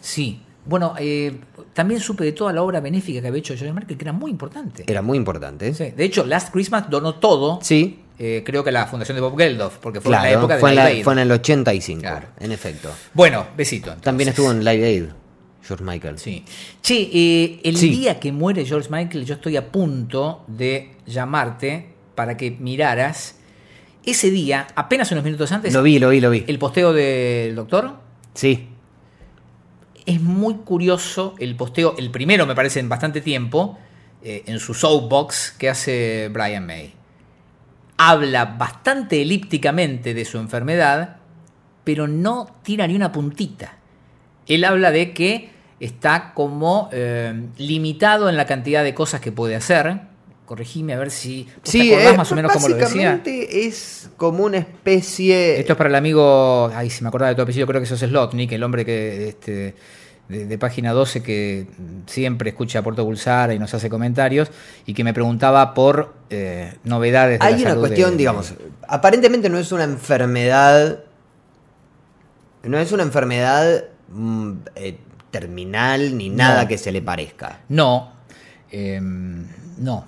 [SPEAKER 2] Sí. Bueno, eh, también supe de toda la obra benéfica que había hecho George Michael, que era muy importante.
[SPEAKER 3] Era muy importante.
[SPEAKER 2] Sí. De hecho, Last Christmas donó todo,
[SPEAKER 3] Eh. Sí,
[SPEAKER 2] eh, creo que a la fundación de Bob Geldof, porque fue
[SPEAKER 3] claro.
[SPEAKER 2] en la época de
[SPEAKER 3] fue, en
[SPEAKER 2] Live
[SPEAKER 3] la-
[SPEAKER 2] Aid.
[SPEAKER 3] fue en el 85,
[SPEAKER 2] Claro.
[SPEAKER 3] en efecto.
[SPEAKER 2] Bueno, besito. entonces.
[SPEAKER 3] También estuvo en Live Aid, George Michael.
[SPEAKER 2] Sí. Che, eh, el
[SPEAKER 3] Sí.
[SPEAKER 2] día que muere George Michael, yo estoy a punto de llamarte para que miraras. Ese día, apenas unos minutos antes,
[SPEAKER 3] Lo vi, lo vi, lo vi.
[SPEAKER 2] el posteo del doctor.
[SPEAKER 3] Sí,
[SPEAKER 2] Es muy curioso el posteo, el primero me parece en bastante tiempo, eh, en su soapbox que hace Brian May. habla bastante elípticamente de su enfermedad, pero no tira ni una puntita. Él habla de que está como eh, limitado en la cantidad de cosas que puede hacer. Corregime a ver si ¿vos te
[SPEAKER 3] Sí,
[SPEAKER 2] acordás
[SPEAKER 3] eh,
[SPEAKER 2] más o menos cómo lo decía.
[SPEAKER 3] básicamente es como una especie.
[SPEAKER 2] Esto es para el amigo. Ay, si me acordaba de tu apellido, creo que sos Slotnik, el hombre que este, de, de página 12 que mm, siempre escucha a Puerto Bulsara y nos hace comentarios y que me preguntaba por eh, novedades de la
[SPEAKER 3] Hay una
[SPEAKER 2] salud de-
[SPEAKER 3] cuestión,
[SPEAKER 2] de-
[SPEAKER 3] digamos, aparentemente no es una enfermedad, no es una enfermedad mm, eh, terminal ni nada
[SPEAKER 2] No.
[SPEAKER 3] que se le parezca.
[SPEAKER 2] No, em, no.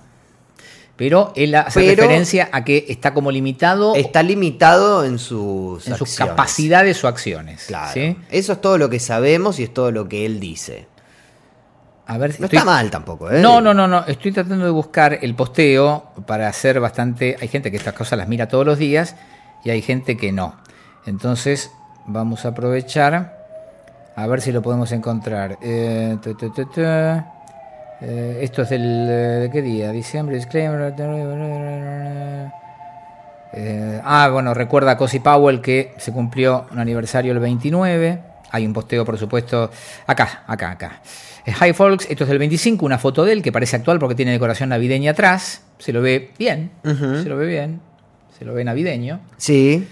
[SPEAKER 2] Pero él hace
[SPEAKER 3] Pero-
[SPEAKER 2] referencia a que está como limitado
[SPEAKER 3] Está limitado en sus,
[SPEAKER 2] en sus
[SPEAKER 3] acciones.
[SPEAKER 2] capacidades o acciones.
[SPEAKER 3] Claro.
[SPEAKER 2] ¿sí?
[SPEAKER 3] Eso es todo lo que sabemos y es todo lo que él dice.
[SPEAKER 2] A ver, si
[SPEAKER 3] No
[SPEAKER 2] estoy-
[SPEAKER 3] está mal tampoco, ¿eh?
[SPEAKER 2] No, no, no, no. Estoy tratando de buscar el posteo para hacer bastante. Hay gente que estas cosas las mira todos los días y hay gente que no. Entonces, vamos a aprovechar a ver si lo podemos encontrar. Eh, tu, tu, tu, tu. Eh, esto es del. eh, ¿De qué día? Diciembre, disclaimer. Eh, ah, bueno, recuerda a Cosi Powell que se cumplió un aniversario el 29. Hay un posteo, por supuesto, acá, acá, acá. Eh, Hi Folks, esto es del 25, una foto de él que parece actual porque tiene decoración navideña atrás. Se lo ve bien,
[SPEAKER 3] Ujú.
[SPEAKER 2] se lo ve bien, se lo ve navideño.
[SPEAKER 3] Sí.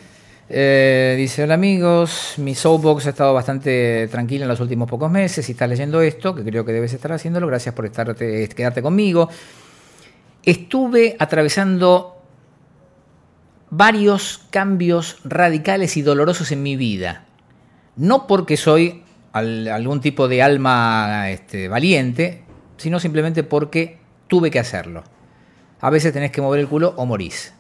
[SPEAKER 2] Eh, dice, hola amigos, mi soapbox ha estado bastante tranquila en los últimos pocos meses. Si estás leyendo esto, que creo que debes estar haciéndolo, gracias por estarte, quedarte conmigo. Estuve atravesando varios cambios radicales y dolorosos en mi vida. No porque soy al- algún tipo de alma este, valiente, sino simplemente porque tuve que hacerlo. A veces tenés que mover el culo o morís.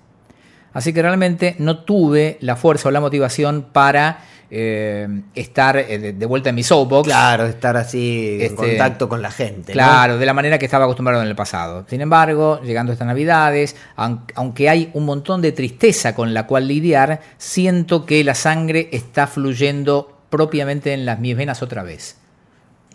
[SPEAKER 2] Así que realmente no tuve la fuerza o la motivación para eh, estar eh, de, de vuelta en mi soapbox.
[SPEAKER 3] Claro, estar así en
[SPEAKER 2] Este,
[SPEAKER 3] contacto con la gente. ¿no?
[SPEAKER 2] Claro, de la manera que estaba acostumbrado en el pasado. Sin embargo, llegando a estas navidades, aun- aunque hay un montón de tristeza con la cual lidiar, siento que la sangre está fluyendo propiamente en las mis venas otra vez.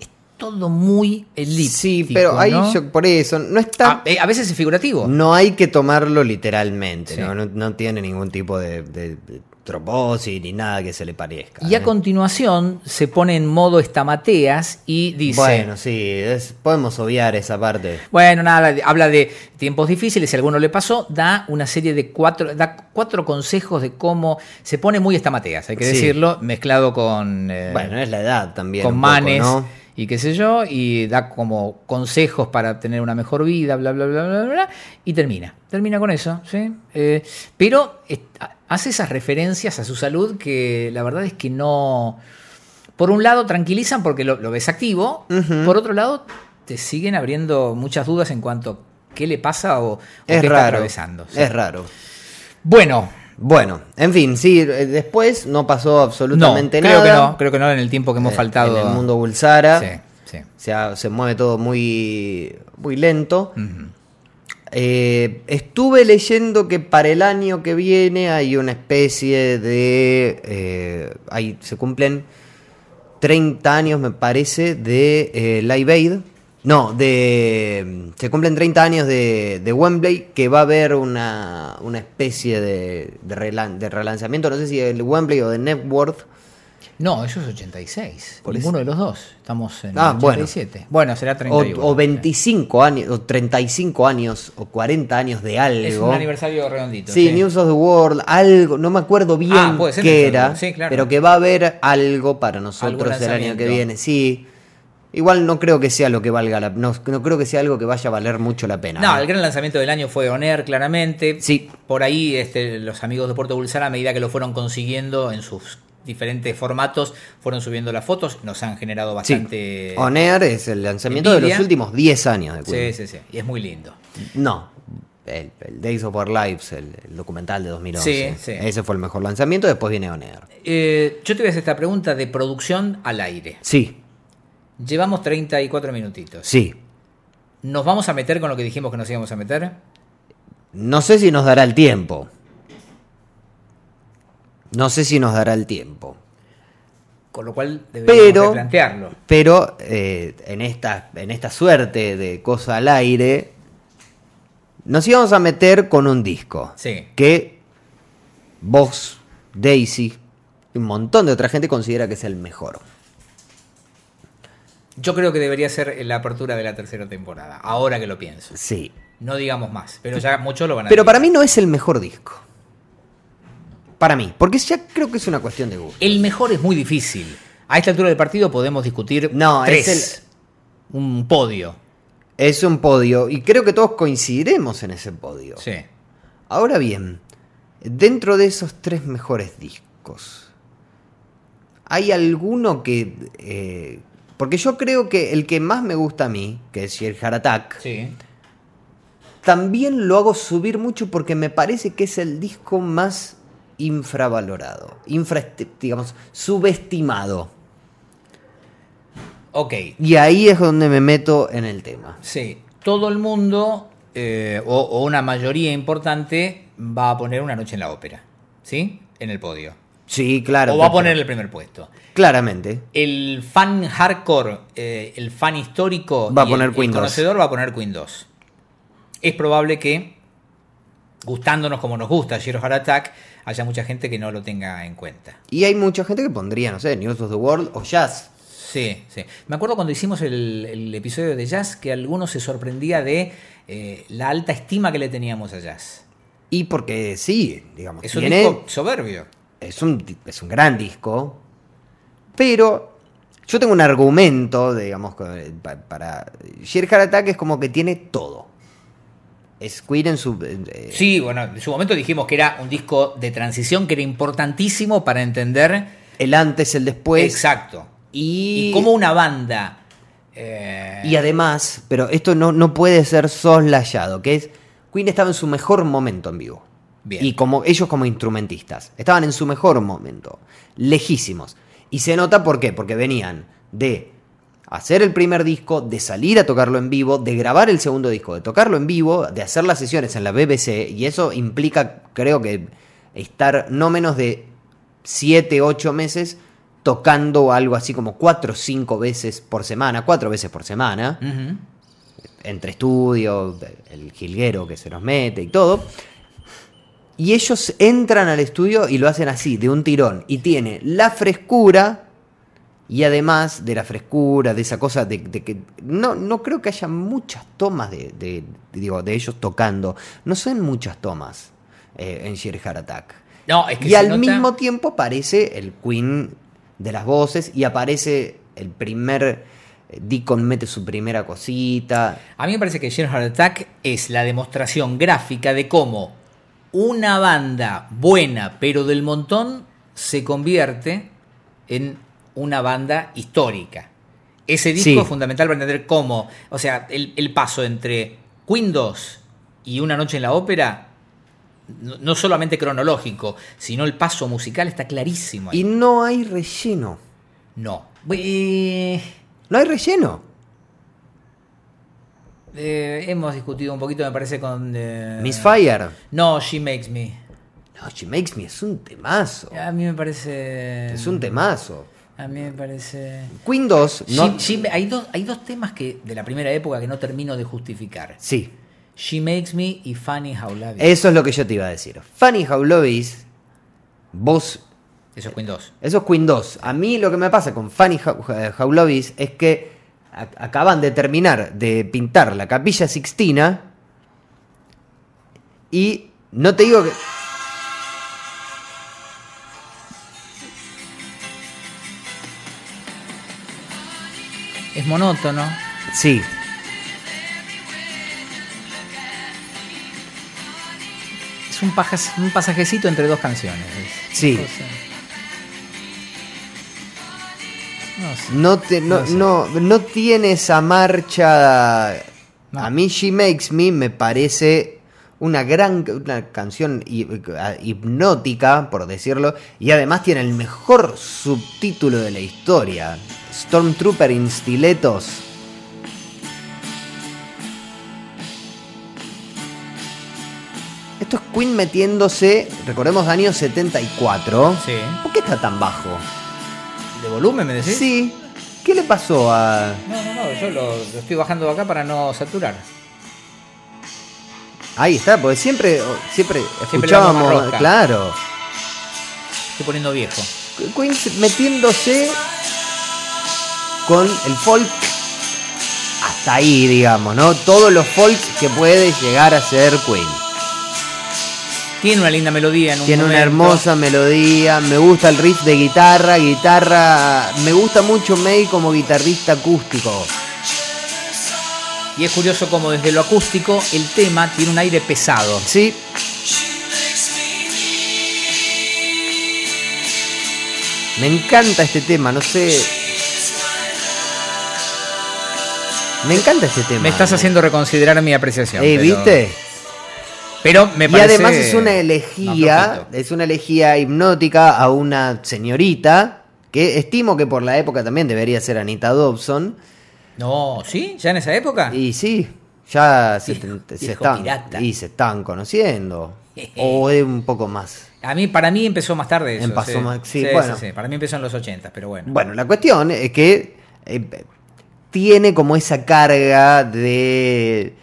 [SPEAKER 2] Es todo muy elíptico.
[SPEAKER 3] Sí, pero ahí
[SPEAKER 2] ¿no?
[SPEAKER 3] yo- por eso no está.
[SPEAKER 2] a, eh, a veces es figurativo.
[SPEAKER 3] No hay que tomarlo literalmente,
[SPEAKER 2] Sí.
[SPEAKER 3] ¿no? No, no tiene ningún tipo de, de- de propósito ni nada que se le parezca.
[SPEAKER 2] Y a
[SPEAKER 3] ¿eh?
[SPEAKER 2] continuación se pone en modo estamateas y dice.
[SPEAKER 3] Bueno, sí, es- podemos obviar esa parte. Eh,
[SPEAKER 2] Bueno, nada, habla de tiempos difíciles, si alguno le pasó, da una serie de cuatro, da cuatro consejos de cómo se pone muy estamateas, hay que
[SPEAKER 3] Sí.
[SPEAKER 2] decirlo, mezclado con, eh,
[SPEAKER 3] Bueno, es la edad también.
[SPEAKER 2] con
[SPEAKER 3] un poco,
[SPEAKER 2] manes
[SPEAKER 3] ¿no?
[SPEAKER 2] y qué sé yo, y da como consejos para tener una mejor vida, bla, bla, bla, bla, bla, y termina, termina con eso, ¿sí? Eh, pero eh, hace esas referencias a su salud que la verdad es que no... Por un lado tranquilizan porque lo, lo ves activo, por otro lado te siguen abriendo muchas dudas en cuanto a qué le pasa o, o qué
[SPEAKER 3] Es
[SPEAKER 2] está
[SPEAKER 3] raro.
[SPEAKER 2] atravesando. ¿sí?
[SPEAKER 3] Es raro.
[SPEAKER 2] Bueno,
[SPEAKER 3] Bueno, en fin, sí, eh, después no pasó
[SPEAKER 2] no,
[SPEAKER 3] absolutamente
[SPEAKER 2] creo que
[SPEAKER 3] nada.
[SPEAKER 2] no, creo que no en el tiempo que hemos
[SPEAKER 3] Eh,
[SPEAKER 2] faltado.
[SPEAKER 3] En el mundo Bulsara.
[SPEAKER 2] Sí, sí.
[SPEAKER 3] Se, ha- se mueve todo muy, muy lento.
[SPEAKER 2] Mm.
[SPEAKER 3] Eh, estuve leyendo que para el año que viene hay una especie de... eh, hay- se cumplen 30 años, me parece, de eh, Live Aid. No, de... Se cumplen 30 años de, de Wembley, que va a haber una, una especie de, de, relan- de relanzamiento, no sé si el Wembley o de Networth.
[SPEAKER 2] No, eso es 86.
[SPEAKER 3] Por
[SPEAKER 2] Ninguno
[SPEAKER 3] eso.
[SPEAKER 2] de los dos. Estamos en
[SPEAKER 3] Ah, bueno.
[SPEAKER 2] 87. Bueno, será
[SPEAKER 3] O,
[SPEAKER 2] 31.
[SPEAKER 3] o 25 años, o 35 años, o 40 años de algo.
[SPEAKER 2] Es un aniversario redondito.
[SPEAKER 3] Sí, News of the World, algo, no me acuerdo bien
[SPEAKER 2] Ah, puede ser
[SPEAKER 3] qué
[SPEAKER 2] News of the
[SPEAKER 3] era,
[SPEAKER 2] World, sí, claro.
[SPEAKER 3] pero que va a haber algo para
[SPEAKER 2] Algún
[SPEAKER 3] nosotros el año
[SPEAKER 2] lanzamiento.
[SPEAKER 3] que viene, sí. Igual no creo que sea lo que valga la no, no creo que sea algo que vaya a valer mucho la pena.
[SPEAKER 2] No,
[SPEAKER 3] ¿eh?
[SPEAKER 2] el gran lanzamiento del año fue On Air, claramente.
[SPEAKER 3] Sí.
[SPEAKER 2] Por ahí este, los amigos de Puerto Bulsara, a medida que lo fueron consiguiendo en sus diferentes formatos, fueron subiendo las fotos. Nos han generado
[SPEAKER 3] Sí. Oh,
[SPEAKER 2] bastante...
[SPEAKER 3] On Air es el lanzamiento de los
[SPEAKER 2] envidia.
[SPEAKER 3] últimos 10 años de
[SPEAKER 2] Sí,
[SPEAKER 3] Queen.
[SPEAKER 2] sí, sí. Y es muy lindo.
[SPEAKER 3] No, el, el Days of Our Lives, el, el documental de 2011.
[SPEAKER 2] Sí, sí.
[SPEAKER 3] Ese fue el mejor lanzamiento, después viene On Air.
[SPEAKER 2] Eh, yo te voy a hacer esta pregunta de producción al aire.
[SPEAKER 3] Sí,
[SPEAKER 2] Llevamos 34 minutitos.
[SPEAKER 3] sí.
[SPEAKER 2] ¿Nos vamos a meter con lo que dijimos que nos íbamos a meter?
[SPEAKER 3] No sé si nos dará el tiempo. No sé si nos dará el tiempo.
[SPEAKER 2] Con lo cual deberíamos
[SPEAKER 3] Pero-
[SPEAKER 2] de plantearlo.
[SPEAKER 3] Pero eh, en, esta, en esta suerte de cosa al aire, Nos íbamos a meter con un disco.
[SPEAKER 2] Sí.
[SPEAKER 3] Que vos, Daisy, y un montón de otra gente considera que es el mejor.
[SPEAKER 2] Yo creo que debería ser la apertura de la tercera temporada, ahora que lo pienso.
[SPEAKER 3] Sí.
[SPEAKER 2] No digamos más, pero ya muchos lo van a
[SPEAKER 3] Pero
[SPEAKER 2] decir.
[SPEAKER 3] para mí no es el mejor disco. Para mí. Porque ya creo que es una cuestión de gusto.
[SPEAKER 2] El mejor es muy difícil. A esta altura del partido podemos discutir
[SPEAKER 3] No,
[SPEAKER 2] tres.
[SPEAKER 3] es
[SPEAKER 2] Un podio.
[SPEAKER 3] Es un podio. Y creo que todos coincidiremos en ese podio.
[SPEAKER 2] Sí.
[SPEAKER 3] Ahora bien, dentro de esos tres mejores discos, ¿hay alguno que... eh, porque yo creo que el que más me gusta a mí, que es el Heart Attack,
[SPEAKER 2] Sí.
[SPEAKER 3] también lo hago subir mucho porque me parece que es el disco más infravalorado, infra, digamos, subestimado.
[SPEAKER 2] Ok.
[SPEAKER 3] Y ahí es donde me meto en el tema.
[SPEAKER 2] Sí. Todo el mundo, eh, o, o una mayoría importante, va a poner una noche en la ópera. ¿Sí? En el podio.
[SPEAKER 3] Sí, claro.
[SPEAKER 2] o va a
[SPEAKER 3] pero-
[SPEAKER 2] poner en el primer puesto.
[SPEAKER 3] Claramente.
[SPEAKER 2] El fan hardcore, eh, el fan histórico,
[SPEAKER 3] Va a
[SPEAKER 2] y
[SPEAKER 3] poner
[SPEAKER 2] el, el
[SPEAKER 3] Queen 2.
[SPEAKER 2] conocedor va a poner Queen 2. Es probable que, gustándonos como nos gusta Zero Heart Attack, haya mucha gente que no lo tenga en cuenta.
[SPEAKER 3] Y hay mucha gente que pondría, no sé, News of the World o Jazz.
[SPEAKER 2] Sí, sí. Me acuerdo cuando hicimos el, el episodio de Jazz que algunos se sorprendía de eh, la alta estima que le teníamos a Jazz.
[SPEAKER 3] Y porque sí, digamos,
[SPEAKER 2] Es un
[SPEAKER 3] tiene-
[SPEAKER 2] disco soberbio.
[SPEAKER 3] es, un, di- es un gran disco, pero yo tengo un argumento, digamos, con- pa- para... Sheer Heart Attack es como que tiene todo. Es Queen en su... eh,
[SPEAKER 2] Sí, bueno, en su momento dijimos que era un disco de transición que era importantísimo para entender
[SPEAKER 3] El antes, el después.
[SPEAKER 2] Exacto.
[SPEAKER 3] Y,
[SPEAKER 2] Y como una banda. eh,
[SPEAKER 3] y además, pero esto no, no puede ser soslayado, que es... Queen estaba en su mejor momento en vivo.
[SPEAKER 2] Bien.
[SPEAKER 3] Y como ellos como instrumentistas. Estaban en su mejor momento. Lejísimos. Y se nota por qué. Porque venían de hacer el primer disco, de salir a tocarlo en vivo, de grabar el segundo disco, de tocarlo en vivo, de hacer las sesiones en la BBC. Y eso implica, creo que, estar no menos de 7, 8 meses tocando algo así como 4 o 5 veces por semana, 4 veces por semana
[SPEAKER 2] Ujú.
[SPEAKER 3] entre estudios, el jilguero que se nos mete y todo. Y ellos entran al estudio y lo hacen así, de un tirón. Y tiene la frescura. Y además de la frescura, de esa cosa de, de que. No, no creo que haya muchas tomas de, de- de- digo, de ellos tocando. No son muchas tomas eh, en Sheer Heart Attack.
[SPEAKER 2] No, es que
[SPEAKER 3] y
[SPEAKER 2] se
[SPEAKER 3] al
[SPEAKER 2] nota-
[SPEAKER 3] mismo tiempo aparece el Queen de las voces. Y aparece el primer. eh, Deacon mete su primera cosita.
[SPEAKER 2] A mí me parece que General Heart Attack es la demostración gráfica de cómo una banda buena, pero del montón, se convierte en una banda histórica. Ese disco
[SPEAKER 3] Sí.
[SPEAKER 2] es fundamental para entender cómo, o sea, el, el paso entre Queen 2 y Una Noche en la Ópera, no, no solamente cronológico, sino el paso musical está clarísimo. ahí.
[SPEAKER 3] Y no hay relleno.
[SPEAKER 2] No. Eh,
[SPEAKER 3] No hay relleno.
[SPEAKER 2] eh, hemos discutido un poquito, me parece, con... eh,
[SPEAKER 3] Miss Fire.
[SPEAKER 2] No, She Makes Me.
[SPEAKER 3] No, She Makes Me es un temazo.
[SPEAKER 2] A mí me parece...
[SPEAKER 3] Es un temazo.
[SPEAKER 2] A mí me parece...
[SPEAKER 3] Queen 2. No...
[SPEAKER 2] She- She Ma- hay, dos, hay dos temas que de la primera época que no termino de justificar.
[SPEAKER 3] Sí.
[SPEAKER 2] She Makes Me y Funny How Love Is.
[SPEAKER 3] Eso es lo que yo te iba a decir. Fanny Howlovis, vos.
[SPEAKER 2] Eso es Queen 2.
[SPEAKER 3] Eso es Queen 2. A mí lo que me pasa con eh, Fanny Howlovis es que a- acaban de terminar de pintar la capilla Sixtina. Y no te digo que.
[SPEAKER 2] Es monótono.
[SPEAKER 3] Sí.
[SPEAKER 2] Es un, pajas- un pasajecito entre dos canciones. Es
[SPEAKER 3] Sí.
[SPEAKER 2] una cosa- No sé.
[SPEAKER 3] No, te- no,
[SPEAKER 2] No sé.
[SPEAKER 3] no, no tiene esa marcha.
[SPEAKER 2] No.
[SPEAKER 3] A mí She Makes Me me parece una gran una canción hi- ah, hipnótica, por decirlo, y además tiene el mejor subtítulo de la historia, Stormtrooper in Stiletos. Esto es Queen metiéndose, recordemos, año 74.
[SPEAKER 2] Sí.
[SPEAKER 3] ¿Por qué está tan bajo?
[SPEAKER 2] ¿De volumen me decís?
[SPEAKER 3] Sí. ¿Qué le pasó a.?
[SPEAKER 2] No, no, no, yo lo, lo estoy bajando acá para no saturar.
[SPEAKER 3] Ahí está, porque siempre, oh, siempre
[SPEAKER 2] Siempre la misma
[SPEAKER 3] escuchábamos,
[SPEAKER 2] rosca.
[SPEAKER 3] claro,
[SPEAKER 2] Estoy poniendo viejo.
[SPEAKER 3] Queen metiéndose con el folk hasta ahí, digamos, ¿no? Todos los folk que puede llegar a ser Queen.
[SPEAKER 2] Tiene una linda melodía en un
[SPEAKER 3] Tiene una
[SPEAKER 2] momento.
[SPEAKER 3] hermosa melodía, me gusta el riff de guitarra, guitarra, me gusta mucho May como guitarrista acústico.
[SPEAKER 2] Y es curioso como desde lo acústico el tema tiene un aire pesado.
[SPEAKER 3] Sí, me encanta este tema, no sé. Me encanta este tema.
[SPEAKER 2] Me estás haciendo reconsiderar mi apreciación.
[SPEAKER 3] Ey,
[SPEAKER 2] pero-
[SPEAKER 3] Eh, ¿viste?
[SPEAKER 2] Pero me
[SPEAKER 3] Y
[SPEAKER 2] parece...
[SPEAKER 3] además es una
[SPEAKER 2] No,
[SPEAKER 3] elegía,
[SPEAKER 2] flojito.
[SPEAKER 3] es una elegía hipnótica a una señorita que estimo que por la época también debería ser Anita Dobson.
[SPEAKER 2] No, ¿sí? ¿Ya en esa época?
[SPEAKER 3] Y sí, ya se,
[SPEAKER 2] Viejo-
[SPEAKER 3] se
[SPEAKER 2] viejo
[SPEAKER 3] están
[SPEAKER 2] Ah. pirata.
[SPEAKER 3] y se están conociendo o de un poco más.
[SPEAKER 2] A mí, para mí empezó más tarde eso.
[SPEAKER 3] Empezó
[SPEAKER 2] sí.
[SPEAKER 3] más- sí, bueno.
[SPEAKER 2] Para mí empezó en los 80, pero bueno.
[SPEAKER 3] Bueno, la cuestión es que eh, tiene como esa carga de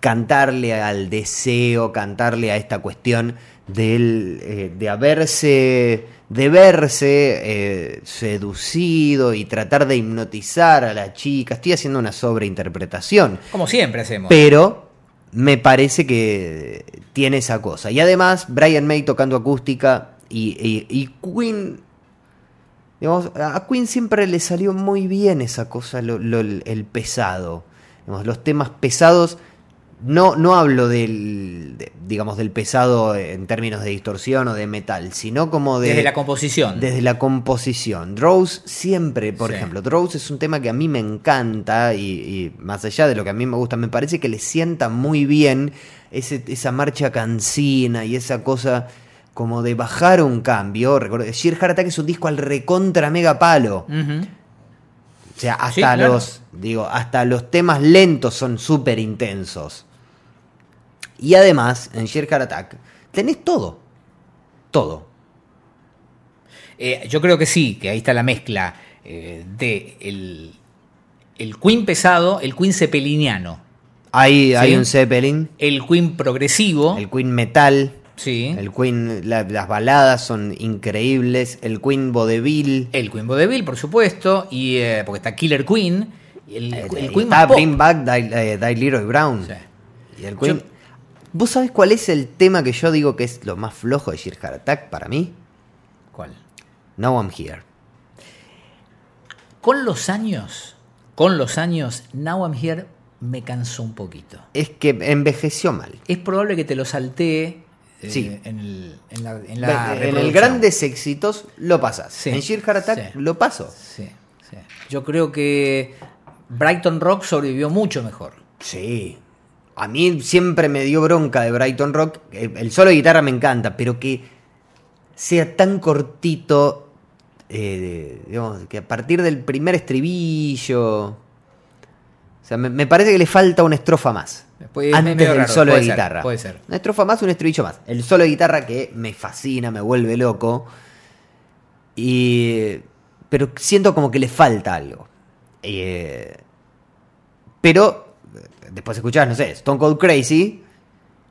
[SPEAKER 3] cantarle al deseo, cantarle a esta cuestión del, eh, de haberse, de verse eh, seducido y tratar de hipnotizar a la chica. Estoy haciendo una sobreinterpretación,
[SPEAKER 2] Como siempre hacemos.
[SPEAKER 3] pero me parece que tiene esa cosa. Y además, Brian May tocando acústica y, y- y Queen. digamos, a Queen siempre le salió muy bien esa cosa, lo- lo- el pesado. Digamos, los temas pesados. No, no hablo del, de- digamos, del pesado en términos de distorsión o de metal, sino como de,
[SPEAKER 2] desde la composición.
[SPEAKER 3] desde la composición. Drows siempre, por
[SPEAKER 2] Sí.
[SPEAKER 3] ejemplo, Drows es un tema que a mí me encanta y, y más allá de lo que a mí me gusta, me parece que le sienta muy bien ese- esa marcha cansina y esa cosa como de bajar un cambio. Recuerdo, Sheer Heart Attack es un disco al recontra mega palo.
[SPEAKER 2] Ujú.
[SPEAKER 3] O sea, hasta
[SPEAKER 2] Mm. Sí, claro.
[SPEAKER 3] los. Digo, hasta los temas lentos son súper intensos. Y además, en Sheer Heart Attack, tenés todo. Todo.
[SPEAKER 2] Eh, yo creo que sí, que ahí está la mezcla eh, de el, el Queen pesado, el Queen cepeliniano,
[SPEAKER 3] Ahí hay
[SPEAKER 2] Sí.
[SPEAKER 3] un Zeppelin.
[SPEAKER 2] el Queen progresivo,
[SPEAKER 3] El Queen Metal.
[SPEAKER 2] sí, el,
[SPEAKER 3] El Queen. la- las baladas son increíbles. El Queen Vodevil.
[SPEAKER 2] Queen Vaudeville, por supuesto, y eh, porque está Killer Queen, y el, el Queen
[SPEAKER 3] eh, está
[SPEAKER 2] más pop.
[SPEAKER 3] Bring Back Die, eh, Die Leroy Brown.
[SPEAKER 2] Sí.
[SPEAKER 3] Y el Queen.
[SPEAKER 2] Yo-
[SPEAKER 3] ¿Vos sabés cuál es el tema que yo digo que es lo más flojo de Sheer Heart Attack para mí?
[SPEAKER 2] ¿Cuál?
[SPEAKER 3] Now I'm Here.
[SPEAKER 2] Con los años, con los años, Now I'm Here me cansó un poquito.
[SPEAKER 3] Es que envejeció mal.
[SPEAKER 2] Es probable que te lo saltee eh,
[SPEAKER 3] Sí.
[SPEAKER 2] en, el, en la, en
[SPEAKER 3] Ve-
[SPEAKER 2] la
[SPEAKER 3] en el
[SPEAKER 2] reproducción.
[SPEAKER 3] Grandes Éxitos lo pasas.
[SPEAKER 2] Sí.
[SPEAKER 3] En Sheer Heart Attack
[SPEAKER 2] Sí.
[SPEAKER 3] lo paso.
[SPEAKER 2] Sí, sí. Yo creo que Brighton Rock sobrevivió mucho mejor.
[SPEAKER 3] Sí. A mí siempre me dio bronca de Brighton Rock. El el solo de guitarra me encanta, pero que sea tan cortito. eh, digamos, que a partir del primer estribillo. O sea, me, me parece que le falta una estrofa más.
[SPEAKER 2] Puede- es
[SPEAKER 3] antes
[SPEAKER 2] Eh, medio
[SPEAKER 3] del
[SPEAKER 2] raro,
[SPEAKER 3] solo de
[SPEAKER 2] puede ser,
[SPEAKER 3] guitarra.
[SPEAKER 2] puede ser.
[SPEAKER 3] Una estrofa más, un estribillo más. El solo de guitarra que me fascina, me vuelve loco. Y. Pero siento como que le falta algo. Eh, pero. eh, Después escuchás, no sé, Stone Cold Crazy.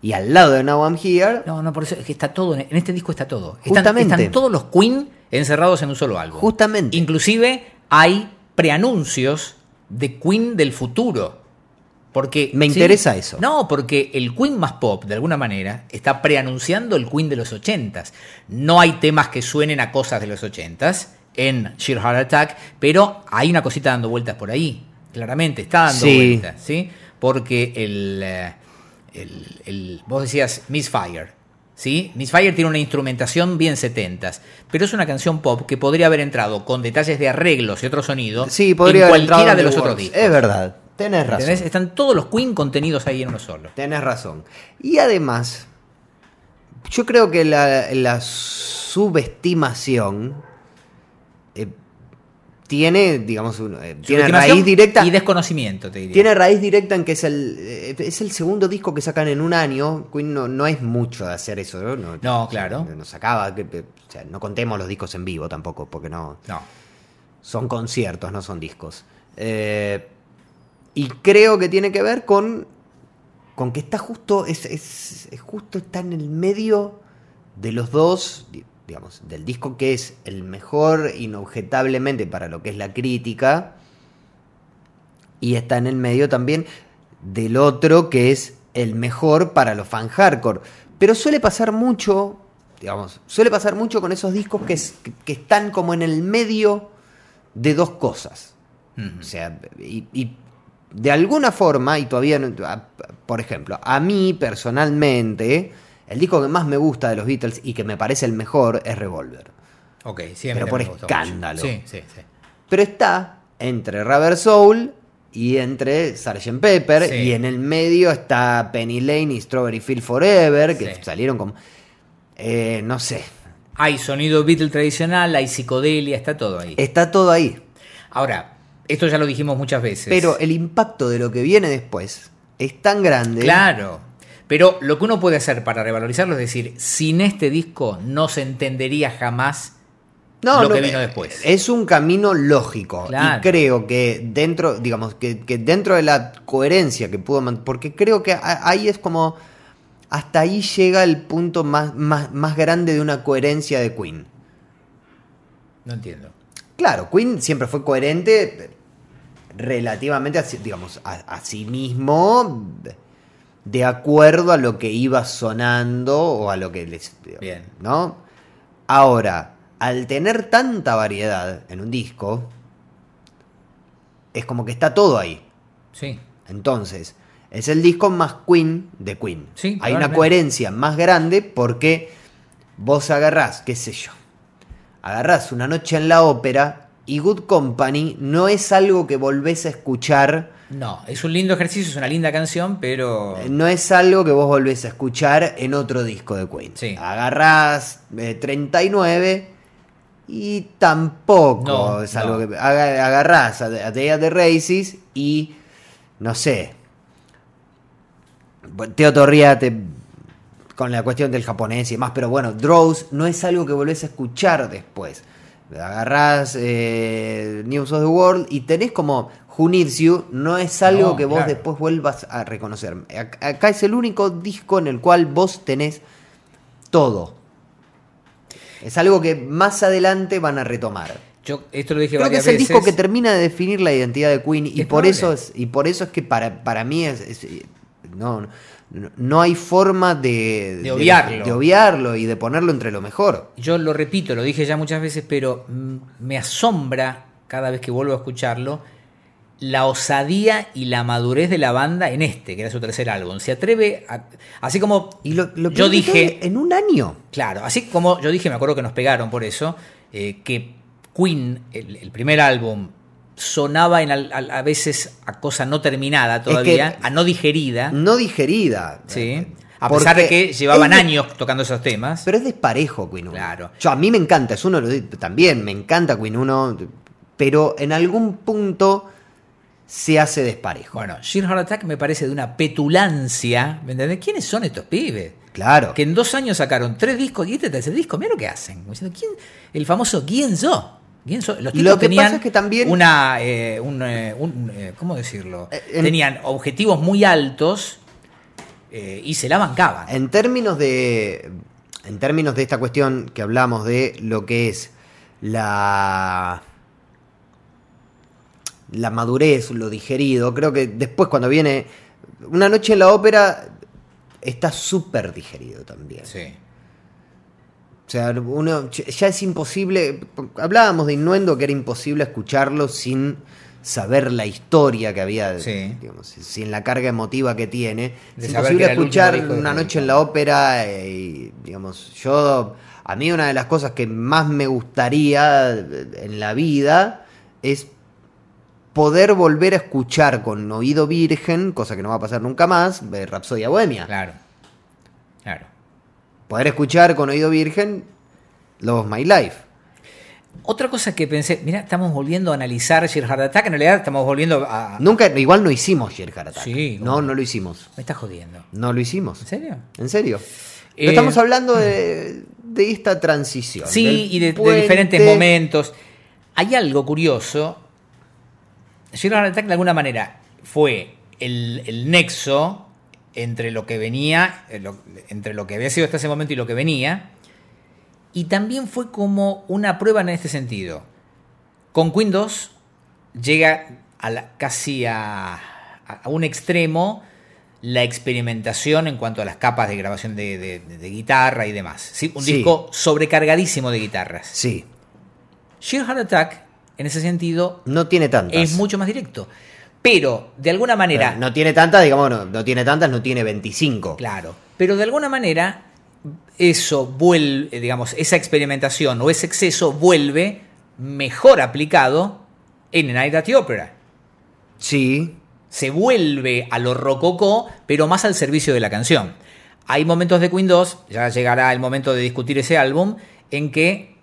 [SPEAKER 3] Y al lado de Now I'm Here.
[SPEAKER 2] No, no, por eso es que está todo, en en este disco está todo. Están,
[SPEAKER 3] Justamente.
[SPEAKER 2] están todos los Queen encerrados en un solo álbum.
[SPEAKER 3] Justamente.
[SPEAKER 2] Inclusive hay preanuncios de Queen del futuro. Porque,
[SPEAKER 3] Me interesa eso.
[SPEAKER 2] No, porque el Queen más pop, de alguna manera, está preanunciando el Queen de los ochentas. No hay temas que suenen a cosas de los ochentas en Sheer Heart Attack, pero hay una cosita dando vueltas por ahí. Claramente, está dando
[SPEAKER 3] Sí.
[SPEAKER 2] vueltas, ¿sí? Porque el, eh, el- el- Vos decías Misfire, ¿sí? Misfire tiene una instrumentación bien setentas, pero es una canción pop que podría haber entrado con detalles de arreglos y otro sonido
[SPEAKER 3] Sí, podría
[SPEAKER 2] en
[SPEAKER 3] haber
[SPEAKER 2] cualquiera
[SPEAKER 3] entrado
[SPEAKER 2] de
[SPEAKER 3] en
[SPEAKER 2] los
[SPEAKER 3] The
[SPEAKER 2] otros
[SPEAKER 3] Works.
[SPEAKER 2] discos.
[SPEAKER 3] Es verdad. Tenés razón.
[SPEAKER 2] ¿Entendés? Están todos los Queen contenidos ahí en uno solo.
[SPEAKER 3] Tenés razón. Y además, yo creo que la, la subestimación eh, tiene, digamos, un- eh, tiene
[SPEAKER 2] Subestimación
[SPEAKER 3] raíz directa.
[SPEAKER 2] Y desconocimiento, te diría.
[SPEAKER 3] Tiene raíz directa en que es el, eh, es el segundo disco que sacan en un año. Queen no, no es mucho de hacer eso, ¿no? No,
[SPEAKER 2] No, claro.
[SPEAKER 3] No sacaba. que- que- o sea, no contemos los discos en vivo tampoco, porque no
[SPEAKER 2] No.
[SPEAKER 3] son conciertos, no son discos. Eh, y creo que tiene que ver con Con que está justo, es, es- es justo está en el medio de los dos, di- digamos, del disco que es el mejor inobjetablemente para lo que es la crítica, y está en el medio también del otro que es el mejor para los fan hardcore. Pero suele pasar mucho, digamos, suele pasar mucho con esos discos que, es- que- que están como en el medio de dos cosas.
[SPEAKER 2] Mm. Mm-hmm.
[SPEAKER 3] O sea, y, y de alguna forma, y todavía, no- a- por ejemplo, a mí personalmente, el disco que más me gusta de los Beatles y que me parece el mejor es Revolver.
[SPEAKER 2] Ok, siempre.
[SPEAKER 3] Pero por
[SPEAKER 2] me gustó mucho.
[SPEAKER 3] escándalo.
[SPEAKER 2] Sí, sí, sí.
[SPEAKER 3] Pero está entre Rubber Soul y entre Sgt. Pepper.
[SPEAKER 2] Sí.
[SPEAKER 3] Y en el medio está Penny Lane y Strawberry Field Forever, que
[SPEAKER 2] Sí.
[SPEAKER 3] salieron como... eh, no sé.
[SPEAKER 2] Hay sonido Beatle tradicional, hay psicodelia, está todo ahí.
[SPEAKER 3] Está todo ahí.
[SPEAKER 2] Ahora, esto ya lo dijimos muchas veces.
[SPEAKER 3] Pero el impacto de lo que viene después es tan grande.
[SPEAKER 2] Claro. Pero lo que uno puede hacer para revalorizarlo es decir, sin este disco no se entendería jamás
[SPEAKER 3] No,
[SPEAKER 2] lo
[SPEAKER 3] no,
[SPEAKER 2] que vino
[SPEAKER 3] eh,
[SPEAKER 2] después.
[SPEAKER 3] Es un camino lógico.
[SPEAKER 2] Claro.
[SPEAKER 3] Y creo que dentro, digamos, que, que dentro de la coherencia que pudo mantener. Porque creo que a- ahí es como. Hasta ahí llega el punto más, más, más grande de una coherencia de Queen.
[SPEAKER 2] No entiendo.
[SPEAKER 3] Claro, Queen siempre fue coherente relativamente a, sí- digamos, a, a sí mismo, de acuerdo a lo que iba sonando o a lo que les...
[SPEAKER 2] Bien.
[SPEAKER 3] ¿No? Ahora, al tener tanta variedad en un disco, es como que está todo ahí.
[SPEAKER 2] Sí.
[SPEAKER 3] Entonces, es el disco más Queen de Queen.
[SPEAKER 2] Sí,
[SPEAKER 3] Hay una
[SPEAKER 2] probablemente.
[SPEAKER 3] coherencia más grande porque vos agarrás, qué sé yo, agarrás una noche en la ópera y Good Company no es algo que volvés a escuchar,
[SPEAKER 2] No, es un lindo ejercicio, es una linda canción, pero...
[SPEAKER 3] eh, no es algo que vos volvés a escuchar en otro disco de Queen.
[SPEAKER 2] Sí.
[SPEAKER 3] Agarrás eh, 39 y tampoco
[SPEAKER 2] No,
[SPEAKER 3] es algo
[SPEAKER 2] no.
[SPEAKER 3] que aga- agarrás a, a Day at the Races y no sé. Bueno, Teo Torriate con la cuestión del japonés y demás, pero bueno, Drows no es algo que volvés a escuchar después. Agarrás eh, News of the World y tenés como Who Needs You, no es algo
[SPEAKER 2] No,
[SPEAKER 3] que vos
[SPEAKER 2] claro.
[SPEAKER 3] después vuelvas a reconocer. Ac- Acá es el único disco en el cual vos tenés todo. Es algo que más adelante van a retomar.
[SPEAKER 2] Yo esto lo dije
[SPEAKER 3] Creo que
[SPEAKER 2] varias
[SPEAKER 3] es el
[SPEAKER 2] veces.
[SPEAKER 3] disco que termina de definir la identidad de Queen y
[SPEAKER 2] Es
[SPEAKER 3] por
[SPEAKER 2] probable.
[SPEAKER 3] eso es, y por eso es que para, para mí es, es- no, no- no hay forma de,
[SPEAKER 2] De obviarlo.
[SPEAKER 3] de obviarlo y de ponerlo entre lo mejor.
[SPEAKER 2] Yo lo repito, lo dije ya muchas veces, pero mm, me asombra cada vez que vuelvo a escucharlo la osadía y la madurez de la banda en este, que era su tercer álbum. Se atreve a... Así como
[SPEAKER 3] Y lo, lo
[SPEAKER 2] yo
[SPEAKER 3] peor de
[SPEAKER 2] dije...
[SPEAKER 3] todo, en un año.
[SPEAKER 2] Claro, así como yo dije, me acuerdo que nos pegaron por eso, eh, que Queen, el, el primer álbum, sonaba en al- al- a veces a cosa no terminada todavía, a no digerida,
[SPEAKER 3] No digerida.
[SPEAKER 2] ¿Ah?
[SPEAKER 3] Eh,
[SPEAKER 2] ¿sí? A pesar de que
[SPEAKER 3] Mm. Porque
[SPEAKER 2] llevaban
[SPEAKER 3] es-
[SPEAKER 2] años tocando esos temas.
[SPEAKER 3] Pero es desparejo Queen 1.
[SPEAKER 2] Claro.
[SPEAKER 3] Yo, a mí me encanta, es uno de los- también, me encanta Queen 1, pero en algún punto se hace desparejo.
[SPEAKER 2] Bueno, Sheer Heart Attack me parece de una petulancia, ¿me entendés? ¿Quiénes son estos pibes?
[SPEAKER 3] Claro.
[SPEAKER 2] Que en dos años sacaron tres discos y este tercer disco, mira lo que hacen. Como diciendo, ¿quién- el famoso ¿Quién yo? ¿Quién sos? Los
[SPEAKER 3] Lo
[SPEAKER 2] tipos
[SPEAKER 3] que
[SPEAKER 2] tenían
[SPEAKER 3] pasa es que también-
[SPEAKER 2] una, eh, un, eh, un, eh, ¿cómo decirlo?
[SPEAKER 3] Eh, en-
[SPEAKER 2] Tenían objetivos muy altos eh, y se la bancaban.
[SPEAKER 3] En términos de. En términos de esta cuestión que hablamos de lo que es la. La madurez, lo digerido. Creo que después, cuando viene. Una noche en la ópera. Está súper digerido también.
[SPEAKER 2] Sí.
[SPEAKER 3] O sea, uno ya es imposible. Hablábamos de Innuendo que era imposible escucharlo sin saber la historia que había,
[SPEAKER 2] Sí.
[SPEAKER 3] digamos, sin la carga emotiva que tiene.
[SPEAKER 2] De saber que
[SPEAKER 3] es imposible
[SPEAKER 2] era el
[SPEAKER 3] escuchar
[SPEAKER 2] último disco de
[SPEAKER 3] una
[SPEAKER 2] Queen.
[SPEAKER 3] noche en la ópera eh, y, digamos, yo a mí una de las cosas que más me gustaría en la vida es poder volver a escuchar con oído virgen, cosa que no va a pasar nunca más, eh, Rapsodia Bohemia
[SPEAKER 2] Claro. Claro.
[SPEAKER 3] poder escuchar con oído virgen Love of My Life.
[SPEAKER 2] Otra cosa que pensé, mira, estamos volviendo a analizar Sheer Heart Attack, en realidad estamos volviendo a...
[SPEAKER 3] Nunca, igual no hicimos Sheer Heart Attack.
[SPEAKER 2] Sí,
[SPEAKER 3] no,
[SPEAKER 2] ¿cómo?
[SPEAKER 3] no lo hicimos.
[SPEAKER 2] Me estás jodiendo.
[SPEAKER 3] No lo hicimos.
[SPEAKER 2] ¿En serio?
[SPEAKER 3] En serio.
[SPEAKER 2] Eh,
[SPEAKER 3] Pero estamos hablando de, de esta transición.
[SPEAKER 2] Sí,
[SPEAKER 3] del
[SPEAKER 2] y de, de
[SPEAKER 3] puente.
[SPEAKER 2] diferentes momentos. Hay algo curioso. General Attack de alguna manera fue el, el nexo entre lo que venía, eh, lo- entre lo que había sido hasta ese momento y lo que venía. Y también fue como una prueba en este sentido. Con Queen 2 llega a la- casi a, a un extremo la experimentación en cuanto a las capas de grabación de, de- de- de guitarra y demás. ¿sí? Un
[SPEAKER 3] Sí.
[SPEAKER 2] disco sobrecargadísimo de guitarras.
[SPEAKER 3] Sí,
[SPEAKER 2] Sheer Heart Attack, en ese sentido,
[SPEAKER 3] no tiene tantas.
[SPEAKER 2] es mucho más directo. Pero, de alguna manera,
[SPEAKER 3] Pero No tiene tantas, digamos, no, no tiene tantas, no tiene 25.
[SPEAKER 2] claro, pero de alguna manera, eso vuelve, digamos, esa experimentación o ese exceso vuelve mejor aplicado en A Night at the Opera.
[SPEAKER 3] Sí,
[SPEAKER 2] Se vuelve a lo rococó, pero más al servicio de la canción. Hay momentos de Queen 2, ya llegará el momento de discutir ese álbum, en que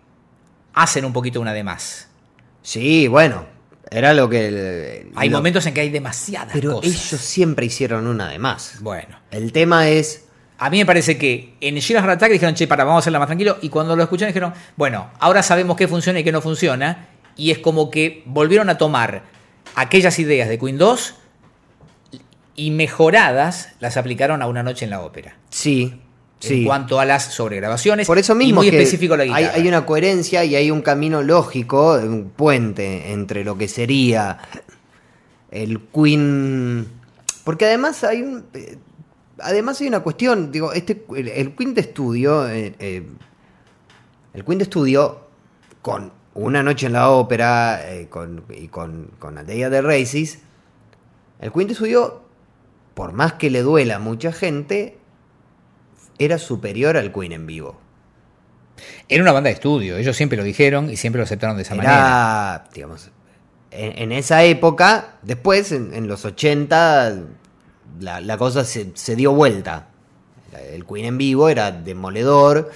[SPEAKER 2] hacen un poquito una de más.
[SPEAKER 3] sí, bueno. Era lo que. el-
[SPEAKER 2] Hay
[SPEAKER 3] lo-
[SPEAKER 2] momentos en que hay demasiadas
[SPEAKER 3] Pero
[SPEAKER 2] cosas.
[SPEAKER 3] ellos siempre hicieron una de más.
[SPEAKER 2] Bueno.
[SPEAKER 3] El tema es.
[SPEAKER 2] A mí me parece que en Sheila Heart Attack dijeron, che, para, vamos a hacerla más tranquilo. Y cuando lo escucharon dijeron, bueno, ahora sabemos qué funciona y qué no funciona. Y es como que volvieron a tomar aquellas ideas de Queen 2 y mejoradas las aplicaron a Una Noche en la Ópera.
[SPEAKER 3] Sí, sí.
[SPEAKER 2] En cuanto a las sobregrabaciones.
[SPEAKER 3] Por eso mismo
[SPEAKER 2] Y muy
[SPEAKER 3] que
[SPEAKER 2] específico la
[SPEAKER 3] hay-
[SPEAKER 2] guitarra.
[SPEAKER 3] Hay, una coherencia y hay un camino lógico, un puente entre lo que sería el Queen. Porque además hay un. eh, Además hay una cuestión, digo, este, el, el Queen de estudio, eh, eh, el Queen de estudio con Una Noche en la Ópera eh, con, y con, con Aldea de Races, el Queen de estudio, por más que le duela a mucha gente, era superior al Queen en vivo.
[SPEAKER 2] Era una banda de estudio. Ellos siempre lo dijeron y siempre lo aceptaron de esa manera.
[SPEAKER 3] Era, digamos, en, en esa época, después, en, en los 80, la, la cosa se, se dio vuelta. El Queen en vivo era demoledor,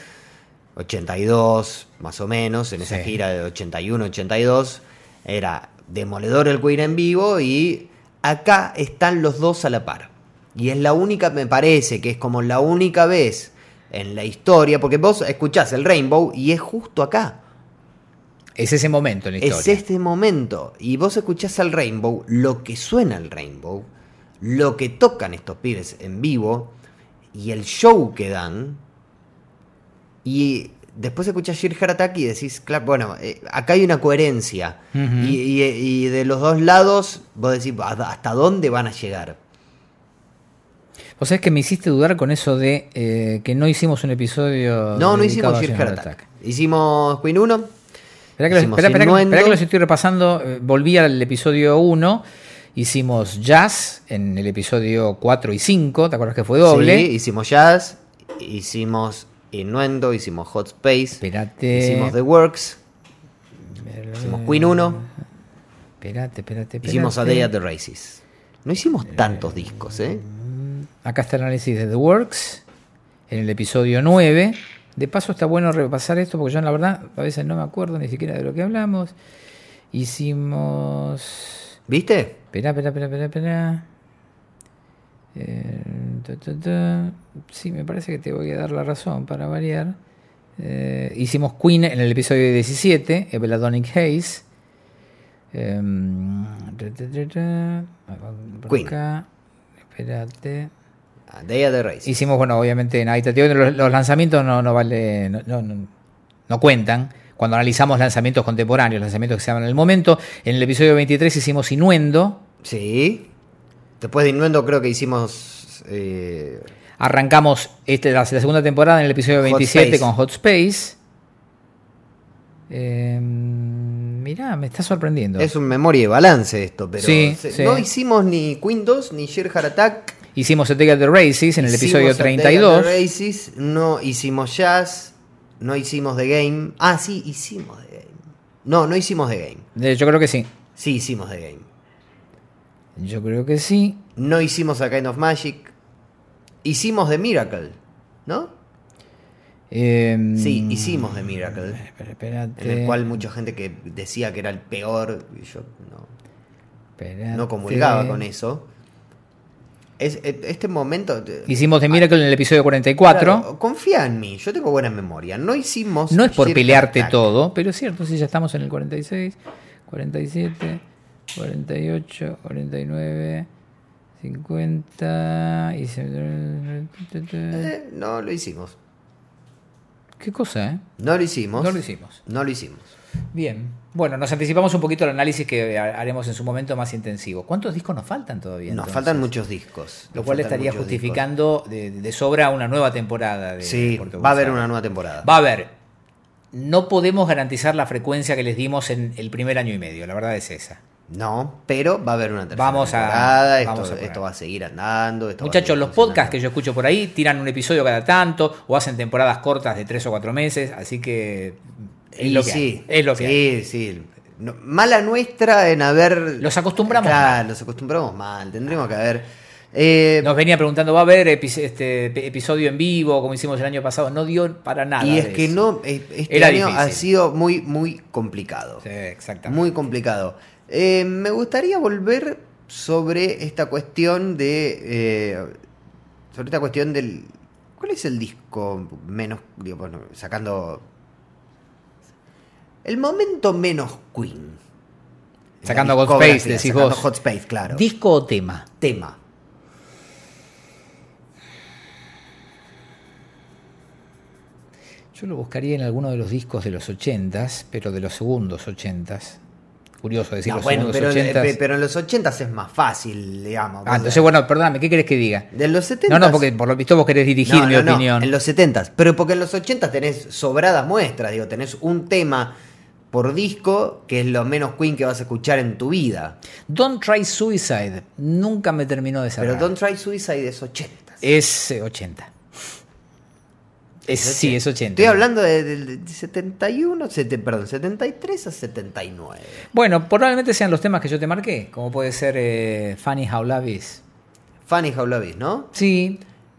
[SPEAKER 3] 82 más o menos, en esa
[SPEAKER 2] Sí.
[SPEAKER 3] gira de 81-82, era demoledor el Queen en vivo y acá están los dos a la par. Y es la única, me parece, que es como la única vez en la historia, porque vos escuchás el Rainbow y es justo acá.
[SPEAKER 2] Es ese momento en la
[SPEAKER 3] Es
[SPEAKER 2] historia.
[SPEAKER 3] este momento. Y vos escuchás al Rainbow, lo que suena al Rainbow, lo que tocan estos pibes en vivo y el show que dan. Y después escuchás Sheer Heart Attack y decís, claro, bueno, eh, acá hay una coherencia.
[SPEAKER 2] Ujú.
[SPEAKER 3] y, y- y de los dos lados, vos decís, ¿hasta hasta dónde van a llegar?
[SPEAKER 2] O sea, es que me hiciste dudar con eso de eh, que no hicimos un episodio.
[SPEAKER 3] No, no
[SPEAKER 2] dedicado
[SPEAKER 3] hicimos
[SPEAKER 2] a
[SPEAKER 3] Sheer
[SPEAKER 2] Sheila
[SPEAKER 3] Heart Attack. Hicimos Queen 1.
[SPEAKER 2] Esperá que, lo-
[SPEAKER 3] Hicimos
[SPEAKER 2] esperá, esperá que-
[SPEAKER 3] Innuendo.
[SPEAKER 2] esperá que los estoy repasando. Eh, Volví al episodio 1. Hicimos jazz en el episodio 4 y 5. ¿Te acuerdas que fue doble?
[SPEAKER 3] Sí, hicimos Jazz. Hicimos Innuendo. Hicimos Hot Space.
[SPEAKER 2] Esperate.
[SPEAKER 3] Hicimos The Works. Hicimos Queen 1.
[SPEAKER 2] Eh, Esperate, esperate, esperate.
[SPEAKER 3] Hicimos A Day at the Races. No hicimos tantos discos, ¿eh?
[SPEAKER 2] Acá está el análisis de The Works. En el episodio 9. De paso está bueno repasar esto porque yo la verdad a veces no me acuerdo ni siquiera de lo que hablamos. Hicimos...
[SPEAKER 3] ¿Viste?
[SPEAKER 2] Esperá, esperá, esperá, esperá, esperá. Eh, ta, ta, ta. Sí, me parece que te voy a dar la razón para variar. Eh, hicimos Queen en el episodio 17, Eveladonic Hayes. Em,
[SPEAKER 3] Queen.
[SPEAKER 2] Espérate.
[SPEAKER 3] A Day at the Races.
[SPEAKER 2] Hicimos, bueno, obviamente en Habitat de Oro, los, los lanzamientos no, no vale, no, no- no- no cuentan. Cuando analizamos lanzamientos contemporáneos, lanzamientos que se llaman en el momento. En el episodio 23 hicimos Inuendo.
[SPEAKER 3] Sí. Después de Innuendo creo que hicimos... eh,
[SPEAKER 2] Arrancamos este, la, la segunda temporada en el episodio
[SPEAKER 3] Hot
[SPEAKER 2] 27
[SPEAKER 3] Space.
[SPEAKER 2] con Hot Space. Eh, Em, mirá, me está sorprendiendo.
[SPEAKER 3] es un memoria de balance esto, pero
[SPEAKER 2] Sí,
[SPEAKER 3] se-
[SPEAKER 2] sí.
[SPEAKER 3] no hicimos ni Queen 2 ni Sheer Heart Attack.
[SPEAKER 2] Hicimos The Take at the Races en el
[SPEAKER 3] Hicimos
[SPEAKER 2] episodio
[SPEAKER 3] A Day at the
[SPEAKER 2] 32.
[SPEAKER 3] Races, no hicimos Jazz, no hicimos The Game. Ah, sí, hicimos The Game. No, no hicimos The Game.
[SPEAKER 2] Eh, Yo creo que sí.
[SPEAKER 3] Sí, hicimos The Game.
[SPEAKER 2] Yo creo que sí.
[SPEAKER 3] No hicimos A Kind of Magic. Hicimos The Miracle, ¿no?
[SPEAKER 2] Eh,
[SPEAKER 3] Sí, hicimos The Miracle.
[SPEAKER 2] espera, espérate.
[SPEAKER 3] En el cual mucha gente que decía que era el peor, y yo no,
[SPEAKER 2] Espérate.
[SPEAKER 3] no comulgaba con eso. Es, e- este momento... te-
[SPEAKER 2] Hicimos The Miracle en el episodio 44.
[SPEAKER 3] Ah. claro, confía en mí, yo tengo buena memoria. No hicimos...
[SPEAKER 2] No es por
[SPEAKER 3] Circle
[SPEAKER 2] pelearte
[SPEAKER 3] Attack.
[SPEAKER 2] todo, pero es cierto, si ya estamos en el 46, 47, 48, 49, 50 y se...
[SPEAKER 3] Eh, no lo hicimos.
[SPEAKER 2] ¿Qué cosa, eh?
[SPEAKER 3] No lo hicimos.
[SPEAKER 2] No lo hicimos.
[SPEAKER 3] No lo hicimos.
[SPEAKER 2] Bien. Bueno, nos anticipamos un poquito al análisis que ha- haremos en su momento más intensivo. ¿Cuántos discos nos faltan todavía?
[SPEAKER 3] Nos
[SPEAKER 2] entonces?
[SPEAKER 3] faltan muchos discos.
[SPEAKER 2] Lo
[SPEAKER 3] Nos
[SPEAKER 2] cual
[SPEAKER 3] faltan
[SPEAKER 2] estaría
[SPEAKER 3] muchos
[SPEAKER 2] justificando de, de sobra una nueva temporada de
[SPEAKER 3] discos. Sí,
[SPEAKER 2] Puerto
[SPEAKER 3] va a haber
[SPEAKER 2] Gonzalo.
[SPEAKER 3] una nueva temporada.
[SPEAKER 2] Va a haber. No podemos garantizar la frecuencia que les dimos en el primer año y medio, la verdad es esa.
[SPEAKER 3] No, pero va a haber una tercera
[SPEAKER 2] Vamos a-
[SPEAKER 3] temporada. esto,
[SPEAKER 2] vamos a poner.
[SPEAKER 3] esto va a seguir andando. esto va a
[SPEAKER 2] Muchachos,
[SPEAKER 3] seguir
[SPEAKER 2] los podcasts
[SPEAKER 3] funcionando.
[SPEAKER 2] que yo escucho por ahí tiran un episodio cada tanto o hacen temporadas cortas de tres o cuatro meses, así que es
[SPEAKER 3] Y
[SPEAKER 2] lo que
[SPEAKER 3] sí,
[SPEAKER 2] hay, es lo que hay.
[SPEAKER 3] Sí, sí. No, mala nuestra en haber.
[SPEAKER 2] Los acostumbramos Ah.
[SPEAKER 3] Claro, los acostumbramos mal. Tendremos que haber. eh,
[SPEAKER 2] Nos venía preguntando, ¿va a haber epi- este, pe- episodio en vivo como hicimos el año pasado? No dio para nada.
[SPEAKER 3] y es
[SPEAKER 2] de
[SPEAKER 3] que
[SPEAKER 2] eso.
[SPEAKER 3] no. es- Este
[SPEAKER 2] Era
[SPEAKER 3] año ha
[SPEAKER 2] difícil.
[SPEAKER 3] sido muy, muy complicado.
[SPEAKER 2] Sí, exactamente.
[SPEAKER 3] Muy complicado. Eh, me gustaría volver sobre esta cuestión de. eh, sobre esta cuestión del. ¿Cuál es el disco menos. digo, bueno, sacando. El momento menos Queen.
[SPEAKER 2] Sacando
[SPEAKER 3] La
[SPEAKER 2] Hot Space,
[SPEAKER 3] discografía,
[SPEAKER 2] decís
[SPEAKER 3] sacando
[SPEAKER 2] vos.
[SPEAKER 3] Hot Space, claro.
[SPEAKER 2] ¿Disco o tema?
[SPEAKER 3] tema.
[SPEAKER 2] Yo lo buscaría en alguno de los discos de los 80s, pero de los segundos 80s. Curioso decir
[SPEAKER 3] No,
[SPEAKER 2] los
[SPEAKER 3] Ah, bueno,
[SPEAKER 2] segundos
[SPEAKER 3] pero,
[SPEAKER 2] 80s.
[SPEAKER 3] eh, pero en los 80 es más fácil, digamos.
[SPEAKER 2] ah, entonces, bueno, perdóname, ¿qué querés que diga?
[SPEAKER 3] de los 70
[SPEAKER 2] No, no, porque por lo visto vos querés dirigir
[SPEAKER 3] No,
[SPEAKER 2] mi
[SPEAKER 3] no, no,
[SPEAKER 2] opinión.
[SPEAKER 3] en los 70 Pero porque en los 80 tenés sobradas muestras, digo, tenés un tema por disco que es lo menos Queen que vas a escuchar en tu vida.
[SPEAKER 2] Don't Try Suicide nunca me terminó de
[SPEAKER 3] Pero
[SPEAKER 2] cerrar.
[SPEAKER 3] Don't Try Suicide es 80.
[SPEAKER 2] Es eh, 80. Es, sí, es 80.
[SPEAKER 3] Estoy hablando de, de- de 71, sete- perdón, 73 a 79.
[SPEAKER 2] Bueno, probablemente sean los temas que yo te marqué, como puede ser eh, Funny How Love Is.
[SPEAKER 3] Funny How Love Is, ¿no?
[SPEAKER 2] Sí.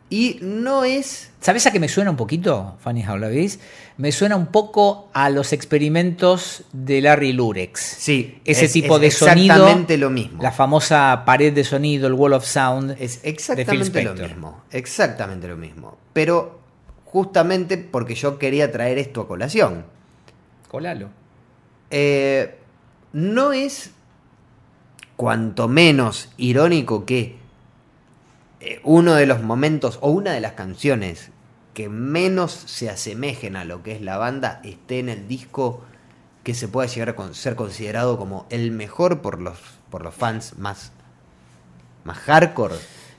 [SPEAKER 3] Y no es...
[SPEAKER 2] ¿Sabes a qué me suena un poquito, Funny How Love Is? Me suena un poco a los experimentos de Larry Lurex.
[SPEAKER 3] Sí,
[SPEAKER 2] Ese
[SPEAKER 3] es-
[SPEAKER 2] tipo
[SPEAKER 3] es
[SPEAKER 2] de sonido.
[SPEAKER 3] exactamente lo mismo.
[SPEAKER 2] La famosa pared de sonido, el wall of sound. eh,
[SPEAKER 3] Es
[SPEAKER 2] de
[SPEAKER 3] exactamente
[SPEAKER 2] Phil
[SPEAKER 3] lo
[SPEAKER 2] Spector.
[SPEAKER 3] mismo. Exactamente lo mismo. Pero justamente porque yo quería traer esto a colación.
[SPEAKER 2] Colalo.
[SPEAKER 3] Eh, no es cuanto menos irónico que eh, uno de los momentos o una de las canciones que menos se asemejen a lo que es la banda esté en el disco que se pueda llegar a con- ser considerado como el mejor por los, por los fans más, más hardcore,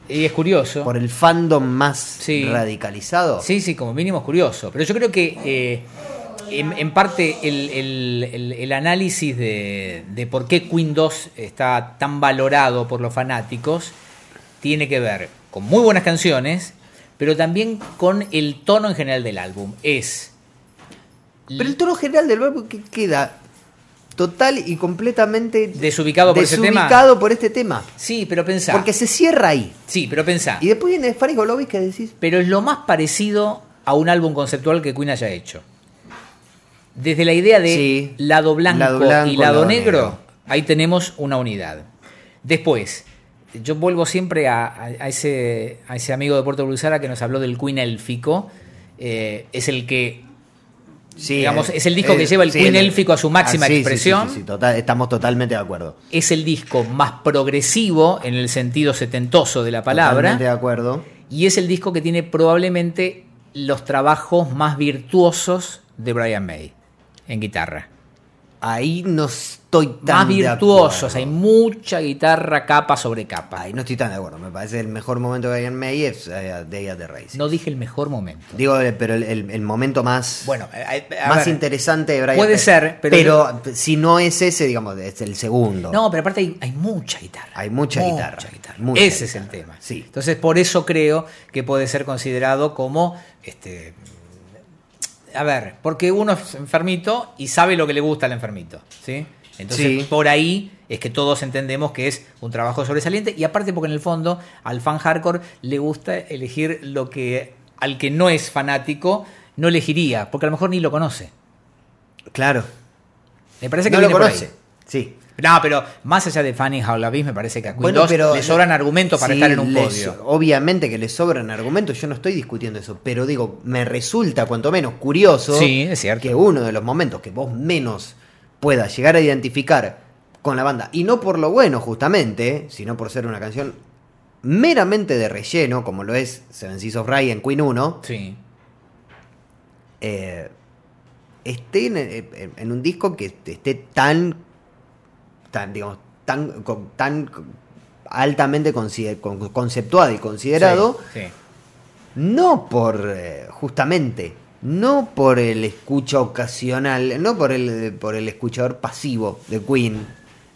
[SPEAKER 2] Y es curioso.
[SPEAKER 3] por el fandom más
[SPEAKER 2] Sí.
[SPEAKER 3] radicalizado.
[SPEAKER 2] Sí, sí, como mínimo es curioso. Pero yo creo que eh, en, en parte el, el- el- el análisis de, de por qué Queen 2 está tan valorado por los fanáticos tiene que ver con muy buenas canciones, pero también con el tono en general del álbum. Es.
[SPEAKER 3] Pero el tono general del verbo que queda total y completamente
[SPEAKER 2] Desubicado por ese tema.
[SPEAKER 3] desubicado por este tema.
[SPEAKER 2] Sí, pero pensá.
[SPEAKER 3] Porque se cierra ahí.
[SPEAKER 2] Sí, pero pensá.
[SPEAKER 3] Y después viene Faris Golovich que decís,
[SPEAKER 2] pero es lo más parecido a un álbum conceptual que Queen haya hecho. Desde la idea de
[SPEAKER 3] Sí.
[SPEAKER 2] lado, blanco
[SPEAKER 3] Lado blanco,
[SPEAKER 2] y lado,
[SPEAKER 3] lado
[SPEAKER 2] negro,
[SPEAKER 3] negro.
[SPEAKER 2] ahí tenemos una unidad. Después, yo vuelvo siempre a, a- a ese, a ese amigo de Puerto Brusara que nos habló del Queen élfico. eh, es el que
[SPEAKER 3] sí,
[SPEAKER 2] Digamos,
[SPEAKER 3] eh,
[SPEAKER 2] es el disco que
[SPEAKER 3] eh,
[SPEAKER 2] lleva el
[SPEAKER 3] sí,
[SPEAKER 2] Queen
[SPEAKER 3] el-
[SPEAKER 2] élfico a su máxima
[SPEAKER 3] Ah, sí, sí,
[SPEAKER 2] expresión.
[SPEAKER 3] sí, sí, sí, total- estamos totalmente de acuerdo.
[SPEAKER 2] Es el disco más progresivo en el sentido setentoso de la palabra.
[SPEAKER 3] Totalmente de acuerdo.
[SPEAKER 2] Y es el disco que tiene probablemente los trabajos más virtuosos de Brian May en guitarra.
[SPEAKER 3] Ahí no estoy tan
[SPEAKER 2] Más
[SPEAKER 3] de
[SPEAKER 2] virtuosos,
[SPEAKER 3] acuerdo.
[SPEAKER 2] hay mucha guitarra capa sobre capa.
[SPEAKER 3] Ahí no estoy tan de acuerdo. Me parece el mejor momento de Iron May es eh, Day at the Race.
[SPEAKER 2] No dije el mejor momento.
[SPEAKER 3] Digo, eh, pero el, el- el momento más
[SPEAKER 2] Bueno, eh, eh, a
[SPEAKER 3] más
[SPEAKER 2] ver.
[SPEAKER 3] interesante de Brian
[SPEAKER 2] Puede
[SPEAKER 3] May.
[SPEAKER 2] ser, pero-
[SPEAKER 3] eh, si no es ese, digamos, es el segundo.
[SPEAKER 2] No, pero aparte hay, hay mucha guitarra.
[SPEAKER 3] Hay mucha guitarra, mucha
[SPEAKER 2] Ese es el
[SPEAKER 3] guitarra,
[SPEAKER 2] tema.
[SPEAKER 3] sí.
[SPEAKER 2] Entonces, por eso creo que puede ser considerado como. Este, a ver, porque uno es enfermito y sabe lo que le gusta al enfermito. ¿sí? Entonces,
[SPEAKER 3] Sí.
[SPEAKER 2] por ahí es que todos entendemos que es un trabajo sobresaliente. Y aparte, porque en el fondo, al fan hardcore le gusta elegir lo que al que no es fanático no elegiría, porque a lo mejor ni lo conoce.
[SPEAKER 3] Claro.
[SPEAKER 2] Me parece que
[SPEAKER 3] no lo
[SPEAKER 2] viene por ahí.
[SPEAKER 3] conoce. Sí.
[SPEAKER 2] No, pero más allá de Fanny How Love Is, me parece que a Queen
[SPEAKER 3] Bueno,
[SPEAKER 2] 2
[SPEAKER 3] pero-
[SPEAKER 2] le sobran argumentos para
[SPEAKER 3] Sí,
[SPEAKER 2] estar en un
[SPEAKER 3] les-
[SPEAKER 2] podio.
[SPEAKER 3] Obviamente que le sobran argumentos, yo no estoy discutiendo eso, pero digo, me resulta cuanto menos curioso
[SPEAKER 2] Sí, es cierto.
[SPEAKER 3] que uno de los momentos que vos menos puedas llegar a identificar con la banda, y no por lo bueno justamente, sino por ser una canción meramente de relleno, como lo es Seven Seas of Rye en Queen 1,
[SPEAKER 2] Sí.
[SPEAKER 3] eh, esté en, eh, en- en un disco que esté tan, tan, digamos, tan, con- tan altamente consider- con- conceptuado y considerado,
[SPEAKER 2] Sí, sí.
[SPEAKER 3] no por, eh, justamente, no por el escucha ocasional, no por el, por el escuchador pasivo de Queen,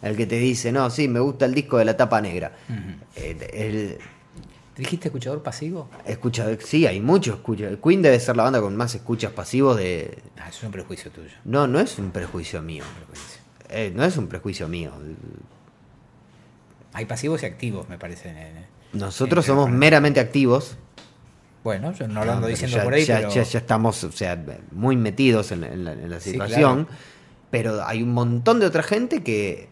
[SPEAKER 3] el que te dice, no, sí, me gusta el disco de la tapa negra. Eh, el,
[SPEAKER 2] ¿Dijiste escuchador pasivo?
[SPEAKER 3] Escucha, sí, hay muchos escuchas. Queen debe ser la banda con más escuchas pasivos de.
[SPEAKER 2] Ah, eso es un prejuicio tuyo.
[SPEAKER 3] No, no es un prejuicio mío. Eh, no es un prejuicio mío.
[SPEAKER 2] Hay pasivos y activos, me parece. en- ¿eh? en-
[SPEAKER 3] Nosotros
[SPEAKER 2] en-
[SPEAKER 3] somos meramente activos.
[SPEAKER 2] Bueno, yo no lo ando
[SPEAKER 3] Ah, Pero
[SPEAKER 2] diciendo
[SPEAKER 3] ya,
[SPEAKER 2] por ahí,
[SPEAKER 3] ya-
[SPEAKER 2] pero...
[SPEAKER 3] ya- ya estamos, o sea, muy metidos en, la- en la, en la
[SPEAKER 2] Sí,
[SPEAKER 3] situación. Pero hay un montón de otra gente que.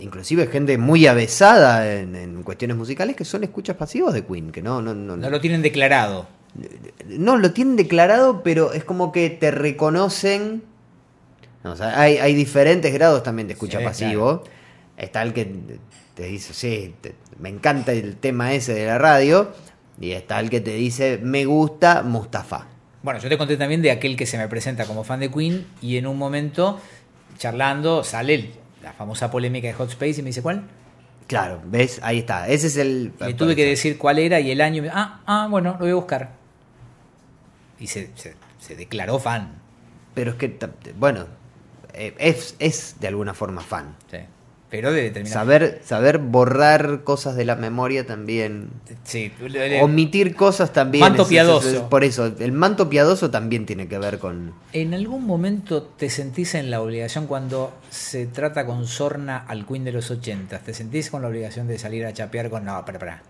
[SPEAKER 3] Inclusive gente muy avesada en, en cuestiones musicales que son escuchas pasivos de Queen, que no, no, no,
[SPEAKER 2] No lo tienen declarado.
[SPEAKER 3] No, lo tienen declarado, pero es como que te reconocen. No, o sea, hay, hay diferentes grados también de escucha
[SPEAKER 2] Sí,
[SPEAKER 3] pasivo. Está el que te dice, sí, te- me encanta el tema ese de la radio. Y está el que te dice, me gusta Mustafa.
[SPEAKER 2] Bueno, yo te conté también de aquel que se me presenta como fan de Queen y en un momento, charlando, sale el- la famosa polémica de Hot Space y me dice, ¿cuál?
[SPEAKER 3] Claro, ¿ves? Ahí está. Ese es el.
[SPEAKER 2] Le tuve que decir cuál era y el año. y me- Ah, ah, bueno, lo voy a buscar. Y se, se- se declaró fan.
[SPEAKER 3] Pero es que, ta- bueno, eh, es, es de alguna forma fan.
[SPEAKER 2] sí. Pero de determinado.
[SPEAKER 3] Saber, saber borrar cosas de la memoria también.
[SPEAKER 2] Sí, le- le-
[SPEAKER 3] Omitir cosas también.
[SPEAKER 2] Manto
[SPEAKER 3] es- es- es-
[SPEAKER 2] piadoso.
[SPEAKER 3] es por eso, el manto piadoso también tiene que ver con.
[SPEAKER 2] ¿En algún momento te sentís en la obligación cuando se trata con sorna al Queen de los 80? ¿Te sentís con la obligación de salir a chapear con. No, para, para.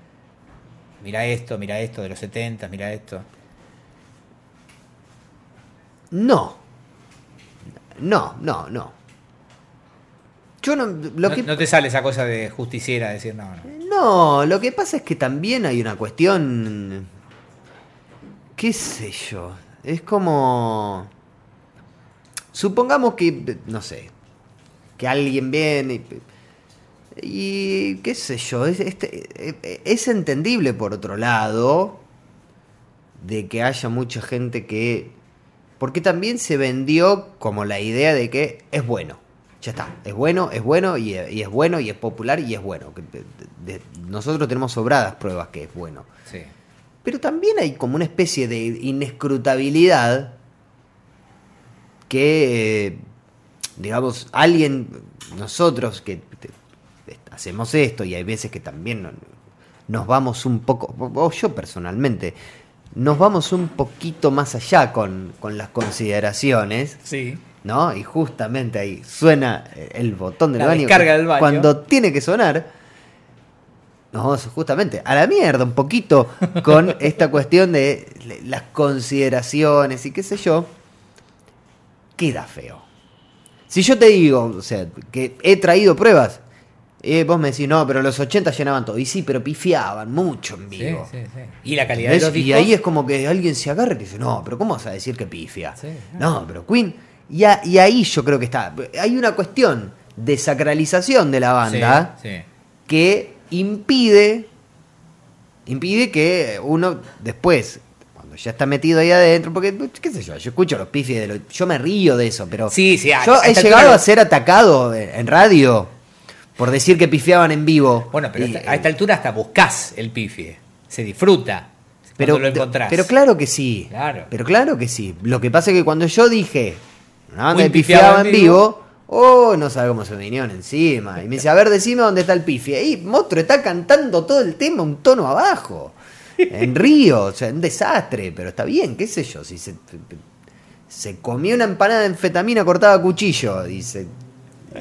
[SPEAKER 2] Mira esto, mira esto de los 70, mira esto.
[SPEAKER 3] No. No, no, no. Yo no. Lo
[SPEAKER 2] no,
[SPEAKER 3] que,
[SPEAKER 2] no te sale esa cosa de justiciera decir no, no.
[SPEAKER 3] no, lo que pasa es que también hay una cuestión. ¿Qué sé yo? Es como. Supongamos que. No sé. Que alguien viene y. Y qué sé yo, es, este- es entendible por otro lado de que haya mucha gente que... Porque también se vendió como la idea de que es bueno. Ya está, es bueno, es bueno y, y es bueno y es popular y es bueno. Que- de- de- nosotros tenemos sobradas pruebas que es bueno.
[SPEAKER 2] Sí.
[SPEAKER 3] Pero también hay como una especie de inescrutabilidad que, eh, digamos, alguien, nosotros que te- te- hacemos esto y hay veces que también no- nos vamos un poco, o yo personalmente, nos vamos un poquito más allá con, con las consideraciones.
[SPEAKER 2] Sí.
[SPEAKER 3] ¿no? Y justamente ahí suena eh, el botón del
[SPEAKER 2] La
[SPEAKER 3] baño,
[SPEAKER 2] descarga del baño.
[SPEAKER 3] Cuando tiene que sonar, nos vamos justamente a la mierda un poquito con esta cuestión de le- las consideraciones y qué sé yo. Queda feo. Si yo te digo, o sea, que he traído pruebas, eh, vos me decís, no, pero los 80 llenaban todo. Y sí, pero pifiaban mucho en
[SPEAKER 2] Sí,
[SPEAKER 3] vivo.
[SPEAKER 2] sí, sí. Y la calidad
[SPEAKER 3] ¿Ves?
[SPEAKER 2] de los discos.
[SPEAKER 3] Y ahí es como que alguien se agarra y dice, no, pero ¿cómo vas a decir que pifia?
[SPEAKER 2] Sí, claro.
[SPEAKER 3] no, pero Queen. Y, a- y ahí yo creo que está. Hay una cuestión de sacralización de la banda
[SPEAKER 2] Sí, sí.
[SPEAKER 3] que impide, impide que uno después, cuando ya está metido ahí adentro, porque qué sé yo, yo escucho los pifis, de los- yo me río de eso, pero
[SPEAKER 2] Sí, sí, a-
[SPEAKER 3] yo
[SPEAKER 2] a
[SPEAKER 3] he
[SPEAKER 2] esta
[SPEAKER 3] llegado
[SPEAKER 2] altura-
[SPEAKER 3] a ser atacado en en radio por decir que pifiaban en vivo.
[SPEAKER 2] Bueno, pero
[SPEAKER 3] Y, eh,
[SPEAKER 2] hasta- a esta altura hasta buscás el pifie. Se disfruta.
[SPEAKER 3] Pero,
[SPEAKER 2] Pero lo encontrás.
[SPEAKER 3] pero claro que sí.
[SPEAKER 2] Claro.
[SPEAKER 3] Pero claro que sí. Lo que pasa es que cuando yo dije, no, me
[SPEAKER 2] Queen
[SPEAKER 3] pifiaba en vivo, oh, no sabe cómo se me vinieron encima. Y me dice, a ver, decime dónde está el pifia. Y Motro está cantando todo el tema un tono abajo. En río, o sea, un desastre, pero está bien, qué sé yo. Si se, se comió una empanada de anfetamina cortada a cuchillo y, se-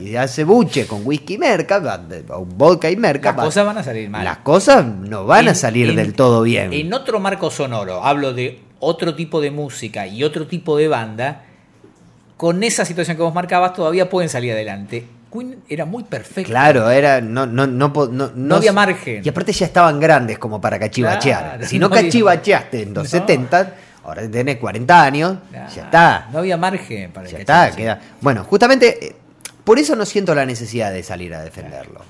[SPEAKER 3] y hace buche con whisky y merca, va- o vodka y merca,
[SPEAKER 2] Las
[SPEAKER 3] va-
[SPEAKER 2] cosas van a salir mal.
[SPEAKER 3] las cosas no van a
[SPEAKER 2] En-
[SPEAKER 3] salir
[SPEAKER 2] en-
[SPEAKER 3] del todo bien.
[SPEAKER 2] En otro marco sonoro, hablo de otro tipo de música y otro tipo de banda, con esa situación que vos marcabas todavía pueden salir adelante. Queen era muy perfecto.
[SPEAKER 3] Claro, era no no no po- no,
[SPEAKER 2] había margen.
[SPEAKER 3] Y aparte ya estaban grandes como para cachivachear.
[SPEAKER 2] Claro,
[SPEAKER 3] si no,
[SPEAKER 2] no había-
[SPEAKER 3] cachivacheaste en los
[SPEAKER 2] No.
[SPEAKER 3] 70, ahora tenés 40 años,
[SPEAKER 2] Claro,
[SPEAKER 3] ya está.
[SPEAKER 2] Ah, No había margen para
[SPEAKER 3] ya
[SPEAKER 2] que-
[SPEAKER 3] está, queda. Bueno, justamente eh, por eso no siento la necesidad de salir a defenderlo. ¿Vos,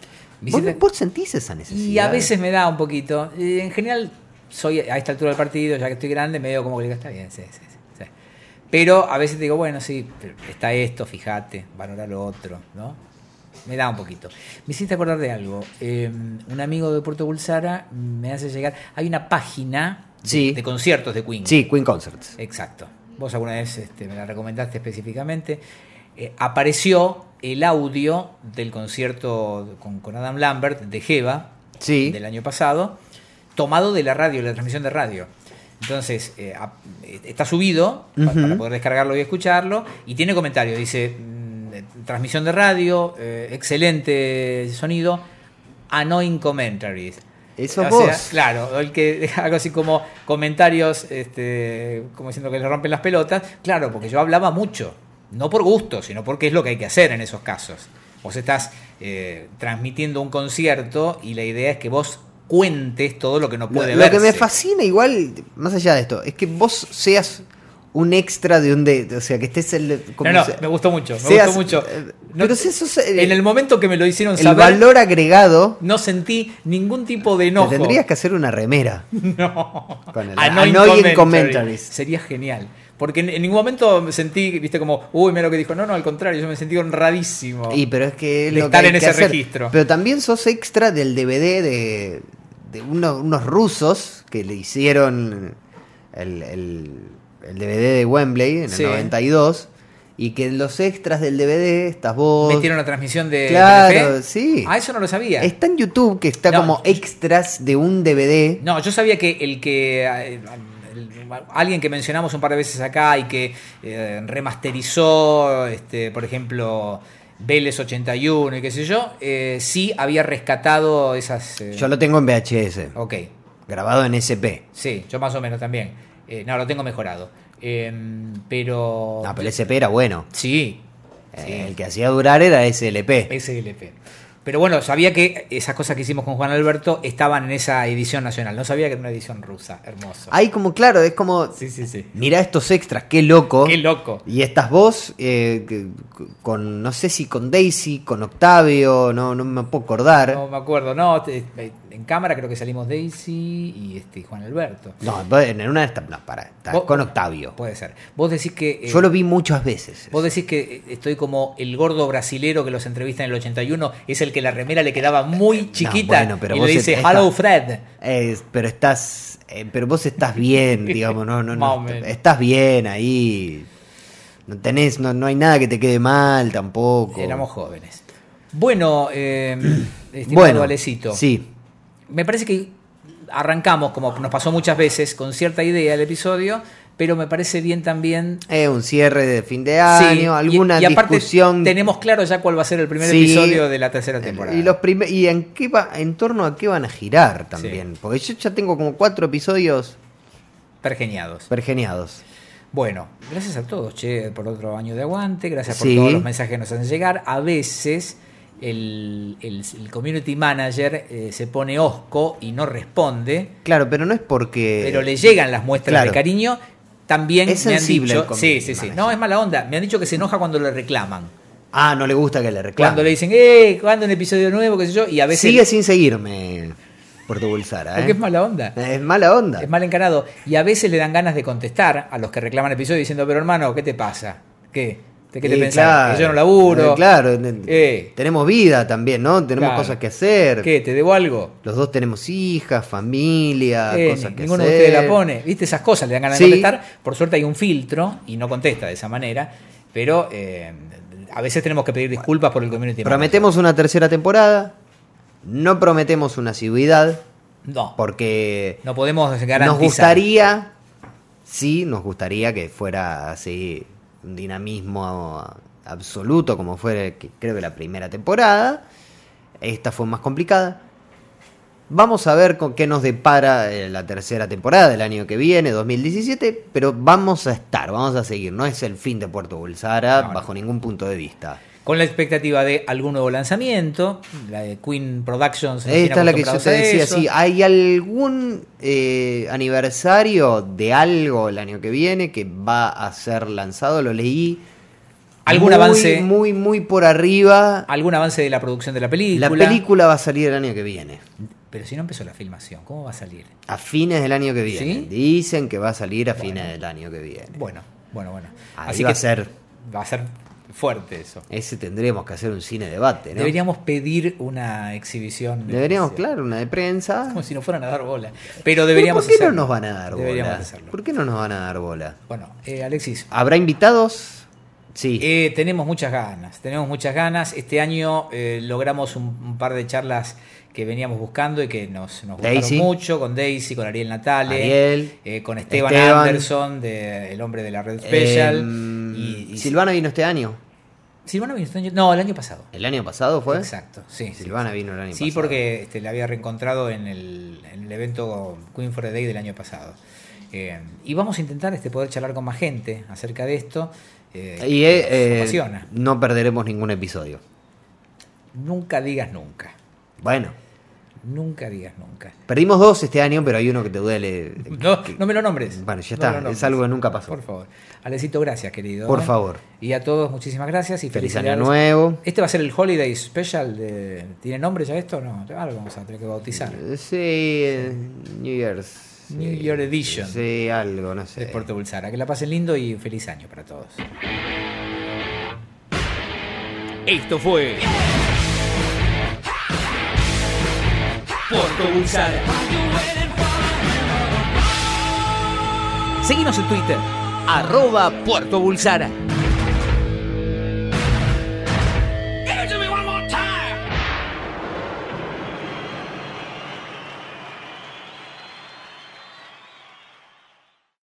[SPEAKER 2] Visita-
[SPEAKER 3] vos sentís esa necesidad?
[SPEAKER 2] Y a veces me da un poquito. Eh, En general, soy a esta altura del partido, ya que estoy grande, me veo como que digo, está bien, sí, sí, sí, sí". Pero a veces digo, bueno, sí, pero está esto, fíjate, valorar lo otro, ¿no? Me da un poquito. Me hiciste acordar de algo. Eh, un amigo de Puerto Bulsara me hace llegar. Hay una página de,
[SPEAKER 3] Sí.
[SPEAKER 2] de conciertos de Queen.
[SPEAKER 3] Sí, Queen Concerts.
[SPEAKER 2] Exacto. Vos alguna vez este, me la recomendaste específicamente. Eh, apareció el audio del concierto con, con Adam Lambert de Jeva
[SPEAKER 3] Sí.
[SPEAKER 2] del año pasado, tomado de la radio, la transmisión de radio. Entonces, eh, a- eh, está subido pa-
[SPEAKER 3] Ujú.
[SPEAKER 2] para poder descargarlo y escucharlo. Y tiene comentarios. Dice, mm, eh, transmisión de radio, eh, excelente sonido, annoying commentaries.
[SPEAKER 3] Eso
[SPEAKER 2] O sea,
[SPEAKER 3] vos.
[SPEAKER 2] Claro, el que deja algo así como comentarios, este, como diciendo que le rompen las pelotas. Claro, porque yo hablaba mucho, no por gusto, sino porque es lo que hay que hacer en esos casos. Vos estás eh, transmitiendo un concierto y la idea es que vos cuentes todo lo que no
[SPEAKER 3] Lo,
[SPEAKER 2] puede
[SPEAKER 3] lo
[SPEAKER 2] verse.
[SPEAKER 3] que me fascina igual, más allá de esto, es que vos seas un extra de un... De, o sea, que estés... El, como
[SPEAKER 2] No, no,
[SPEAKER 3] se-
[SPEAKER 2] me gustó mucho, me
[SPEAKER 3] seas-
[SPEAKER 2] gustó mucho.
[SPEAKER 3] eh,
[SPEAKER 2] No-
[SPEAKER 3] pero si eso es, eh,
[SPEAKER 2] en el momento que me lo hicieron
[SPEAKER 3] el
[SPEAKER 2] saber,
[SPEAKER 3] valor agregado...
[SPEAKER 2] no sentí ningún tipo de
[SPEAKER 3] te
[SPEAKER 2] enojo.
[SPEAKER 3] tendrías que hacer una remera.
[SPEAKER 2] No.
[SPEAKER 3] Con el
[SPEAKER 2] Annoying,
[SPEAKER 3] annoying
[SPEAKER 2] commentary.
[SPEAKER 3] commentaries.
[SPEAKER 2] Sería genial. Porque en, en ningún momento me sentí, viste, como, uy, mira lo que dijo. No, no, al contrario, yo me sentí honradísimo.
[SPEAKER 3] Y pero es que es
[SPEAKER 2] De
[SPEAKER 3] lo que
[SPEAKER 2] estar
[SPEAKER 3] hay
[SPEAKER 2] en
[SPEAKER 3] que
[SPEAKER 2] ese
[SPEAKER 3] hacer.
[SPEAKER 2] registro.
[SPEAKER 3] Pero también sos extra del DVD de, de uno- unos rusos que le hicieron el, el- el DVD de Wembley en
[SPEAKER 2] Sí.
[SPEAKER 3] el 92 y que en los extras del DVD estás vos.
[SPEAKER 2] Metieron una transmisión de.
[SPEAKER 3] Claro,
[SPEAKER 2] TNT.
[SPEAKER 3] sí.
[SPEAKER 2] Ah, eso no lo sabía.
[SPEAKER 3] Está en YouTube que está
[SPEAKER 2] No.
[SPEAKER 3] como extras de un DVD.
[SPEAKER 2] No, yo sabía que el que. eh, el- alguien que mencionamos un par de veces acá y que eh, remasterizó, este, por ejemplo. Vélez 81 y qué sé yo, eh, sí había rescatado esas... eh,
[SPEAKER 3] Yo lo tengo en VHS,
[SPEAKER 2] Ok,
[SPEAKER 3] grabado en SP.
[SPEAKER 2] Sí, yo más o menos también. Eh, no, lo tengo mejorado. Em, pero.
[SPEAKER 3] Ah, pero el SP era bueno.
[SPEAKER 2] Sí. sí,
[SPEAKER 3] El que hacía durar era SLP.
[SPEAKER 2] SLP. E Pero bueno, sabía que esas cosas que hicimos con Juan Alberto estaban en esa edición nacional. No sabía que era una edición rusa. Hermoso.
[SPEAKER 3] Hay como, claro, es como.
[SPEAKER 2] Sí, sí, sí.
[SPEAKER 3] Mirá estos extras, qué loco.
[SPEAKER 2] Qué loco.
[SPEAKER 3] Y estás vos eh, que- con, no sé si con Daisy, con Octavio, no, no me puedo acordar.
[SPEAKER 2] No me acuerdo. No, te- en cámara creo que salimos Daisy y este y Juan Alberto.
[SPEAKER 3] No, vos en una de estas, no, para, estás
[SPEAKER 2] Vos-
[SPEAKER 3] con Octavio.
[SPEAKER 2] Puede ser. Vos decís que. eh,
[SPEAKER 3] Yo lo vi muchas veces.
[SPEAKER 2] Vos decís que eh, estoy como el gordo brasilero que los entrevista en el 81, es el que la remera le quedaba muy chiquita
[SPEAKER 3] bueno, pero
[SPEAKER 2] y le
[SPEAKER 3] vos
[SPEAKER 2] dice
[SPEAKER 3] esta-
[SPEAKER 2] Hello Fred.
[SPEAKER 3] Eh, pero estás, eh, pero vos estás bien, digamos, no, no,
[SPEAKER 2] Más o
[SPEAKER 3] no,
[SPEAKER 2] menos.
[SPEAKER 3] estás bien ahí. No tenés, no, no hay nada que te quede mal tampoco.
[SPEAKER 2] Éramos jóvenes. Bueno, eh, estimado
[SPEAKER 3] bueno,
[SPEAKER 2] Valecito,
[SPEAKER 3] sí,
[SPEAKER 2] me parece que arrancamos, como nos pasó muchas veces, con cierta idea el episodio, pero me parece bien también...
[SPEAKER 3] eh, un cierre de fin de
[SPEAKER 2] Sí,
[SPEAKER 3] año, alguna
[SPEAKER 2] y, y aparte
[SPEAKER 3] discusión.
[SPEAKER 2] tenemos claro ya cuál va a ser el primer
[SPEAKER 3] Sí.
[SPEAKER 2] episodio de la tercera temporada.
[SPEAKER 3] Y, los prime- y en qué va, en torno a qué van a girar también. Porque yo ya tengo como cuatro episodios
[SPEAKER 2] Pergeñados.
[SPEAKER 3] pergeniados.
[SPEAKER 2] Bueno, gracias a todos, che, por otro año de aguante, gracias por
[SPEAKER 3] Sí.
[SPEAKER 2] todos los mensajes que nos hacen llegar. A veces el, el- el community manager eh, se pone osco y no responde,
[SPEAKER 3] Claro, pero no es porque.
[SPEAKER 2] pero le llegan las muestras
[SPEAKER 3] Eh, claro.
[SPEAKER 2] de cariño. También
[SPEAKER 3] Es
[SPEAKER 2] me han
[SPEAKER 3] sensible el
[SPEAKER 2] dicho, sí,
[SPEAKER 3] community
[SPEAKER 2] sí, sí,
[SPEAKER 3] manager.
[SPEAKER 2] no es mala onda. Me han dicho que se enoja cuando le reclaman,
[SPEAKER 3] Ah, no le gusta que le
[SPEAKER 2] cuando
[SPEAKER 3] reclame.
[SPEAKER 2] le dicen, eh, ¿cuándo un episodio nuevo? qué sé yo, y a veces
[SPEAKER 3] Sigue sin seguirme, Puerto Bulsara.
[SPEAKER 2] porque
[SPEAKER 3] ¿eh?
[SPEAKER 2] es mala onda.
[SPEAKER 3] Es mala onda.
[SPEAKER 2] Es mal encarado. Y a veces le dan ganas de contestar a los que reclaman episodios diciendo, pero hermano, ¿qué te pasa? ¿Qué? ¿De qué te
[SPEAKER 3] Y
[SPEAKER 2] pensás?
[SPEAKER 3] claro,
[SPEAKER 2] que yo no laburo.
[SPEAKER 3] eh, Claro,
[SPEAKER 2] Eh.
[SPEAKER 3] tenemos vida también, ¿no? Tenemos
[SPEAKER 2] Claro.
[SPEAKER 3] cosas que hacer.
[SPEAKER 2] ¿Qué? ¿Te debo algo?
[SPEAKER 3] Los dos tenemos hijas, familia,
[SPEAKER 2] Eh,
[SPEAKER 3] Ah, cosas que
[SPEAKER 2] ninguno
[SPEAKER 3] hacer.
[SPEAKER 2] de ustedes la pone. ¿Viste? Esas cosas le dan ganas
[SPEAKER 3] Sí.
[SPEAKER 2] de contestar. Por suerte hay un filtro y no contesta de esa manera. Pero eh, a veces tenemos que pedir disculpas por el community.
[SPEAKER 3] Prometemos una tercera temporada. No prometemos una asiduidad.
[SPEAKER 2] manager. No.
[SPEAKER 3] Porque
[SPEAKER 2] No podemos garantizar.
[SPEAKER 3] nos gustaría, sí, nos gustaría que fuera así un dinamismo absoluto como fue que- creo que la primera temporada. Esta fue más complicada. Vamos a ver con qué nos depara eh, la tercera temporada del año que viene, 2017, pero vamos a estar, vamos a seguir. No es el fin de Puerto Bulsara
[SPEAKER 2] No, no.
[SPEAKER 3] bajo ningún punto de vista.
[SPEAKER 2] Con la expectativa de algún nuevo lanzamiento. La de Queen Productions. nos tiene
[SPEAKER 3] Esta es la que yo te
[SPEAKER 2] acostumbrados a
[SPEAKER 3] decía,
[SPEAKER 2] eso.
[SPEAKER 3] sí, ah. ¿hay algún eh, aniversario de algo el año que viene que va a ser lanzado? Lo leí
[SPEAKER 2] ¿Algún
[SPEAKER 3] Muy,
[SPEAKER 2] avance?
[SPEAKER 3] Muy, muy por arriba.
[SPEAKER 2] ¿Algún avance de la producción de la película?
[SPEAKER 3] La película va a salir el año que viene.
[SPEAKER 2] Pero si no empezó la filmación, ¿cómo va a salir?
[SPEAKER 3] A fines del año que viene.
[SPEAKER 2] ¿Sí?
[SPEAKER 3] Dicen que va a salir a fines del año que viene.
[SPEAKER 2] Bueno, bueno, bueno.
[SPEAKER 3] Ahí va a ser.
[SPEAKER 2] Va a ser fuerte eso.
[SPEAKER 3] Ese tendremos que hacer un cine debate, ¿no?
[SPEAKER 2] Deberíamos pedir una exhibición. de
[SPEAKER 3] Deberíamos,
[SPEAKER 2] publicidad.
[SPEAKER 3] claro, una de prensa.
[SPEAKER 2] Como si nos fueran a dar bola. Pero deberíamos
[SPEAKER 3] ¿Por qué
[SPEAKER 2] hacerlo.
[SPEAKER 3] no nos van a dar
[SPEAKER 2] Deberíamos
[SPEAKER 3] bola?
[SPEAKER 2] hacerlo.
[SPEAKER 3] ¿Por qué no nos van a dar bola?
[SPEAKER 2] Bueno, eh, Alexis,
[SPEAKER 3] ¿Habrá invitados? Sí.
[SPEAKER 2] Eh, tenemos muchas ganas, tenemos muchas ganas. Este año eh, logramos un, un par de charlas que veníamos buscando y que nos, nos gustaron
[SPEAKER 3] Daisy.
[SPEAKER 2] mucho, con Daisy, con Ariel Natale,
[SPEAKER 3] Ariel,
[SPEAKER 2] eh, con Esteban,
[SPEAKER 3] Esteban.
[SPEAKER 2] Anderson, de El hombre de la red
[SPEAKER 3] Eh,
[SPEAKER 2] special. y, y-
[SPEAKER 3] Silvana vino este año.
[SPEAKER 2] Silvana Winston- No, el año pasado.
[SPEAKER 3] ¿El año pasado fue?
[SPEAKER 2] Exacto, sí. sí.
[SPEAKER 3] Silvana vino el año
[SPEAKER 2] Sí,
[SPEAKER 3] pasado.
[SPEAKER 2] porque este, la había reencontrado en el, en el evento Queen for the Day del año pasado. Eh, y vamos a intentar este, poder charlar con más gente acerca de esto. eh,
[SPEAKER 3] Y
[SPEAKER 2] que nos
[SPEAKER 3] eh,
[SPEAKER 2] apasiona.
[SPEAKER 3] no perderemos ningún episodio.
[SPEAKER 2] Nunca digas nunca.
[SPEAKER 3] Bueno,
[SPEAKER 2] Nunca digas nunca.
[SPEAKER 3] perdimos dos este año, pero hay uno que te duele.
[SPEAKER 2] No, no me lo nombres.
[SPEAKER 3] Bueno, ya
[SPEAKER 2] No me
[SPEAKER 3] está,
[SPEAKER 2] lo
[SPEAKER 3] es
[SPEAKER 2] nombres.
[SPEAKER 3] algo que nunca pasó.
[SPEAKER 2] Por favor. Alecito, gracias, querido.
[SPEAKER 3] Por
[SPEAKER 2] ¿eh?
[SPEAKER 3] favor.
[SPEAKER 2] Y a todos, muchísimas gracias y
[SPEAKER 3] Feliz
[SPEAKER 2] felicidades.
[SPEAKER 3] año nuevo.
[SPEAKER 2] Este va a ser el Holiday Special. De... ¿Tiene nombre ya esto? No, ahora lo vamos a tener que bautizar.
[SPEAKER 3] Eh, Sí, eh, New Year's.
[SPEAKER 2] New
[SPEAKER 3] sí.
[SPEAKER 2] Year Edition.
[SPEAKER 3] Sí, algo, no
[SPEAKER 2] De
[SPEAKER 3] sé.
[SPEAKER 2] Puerto Bulsara. Que la pasen lindo y feliz año para todos.
[SPEAKER 1] Esto fue Puerto Bulsara. Seguimos en Twitter, arroba Puerto Bulsara.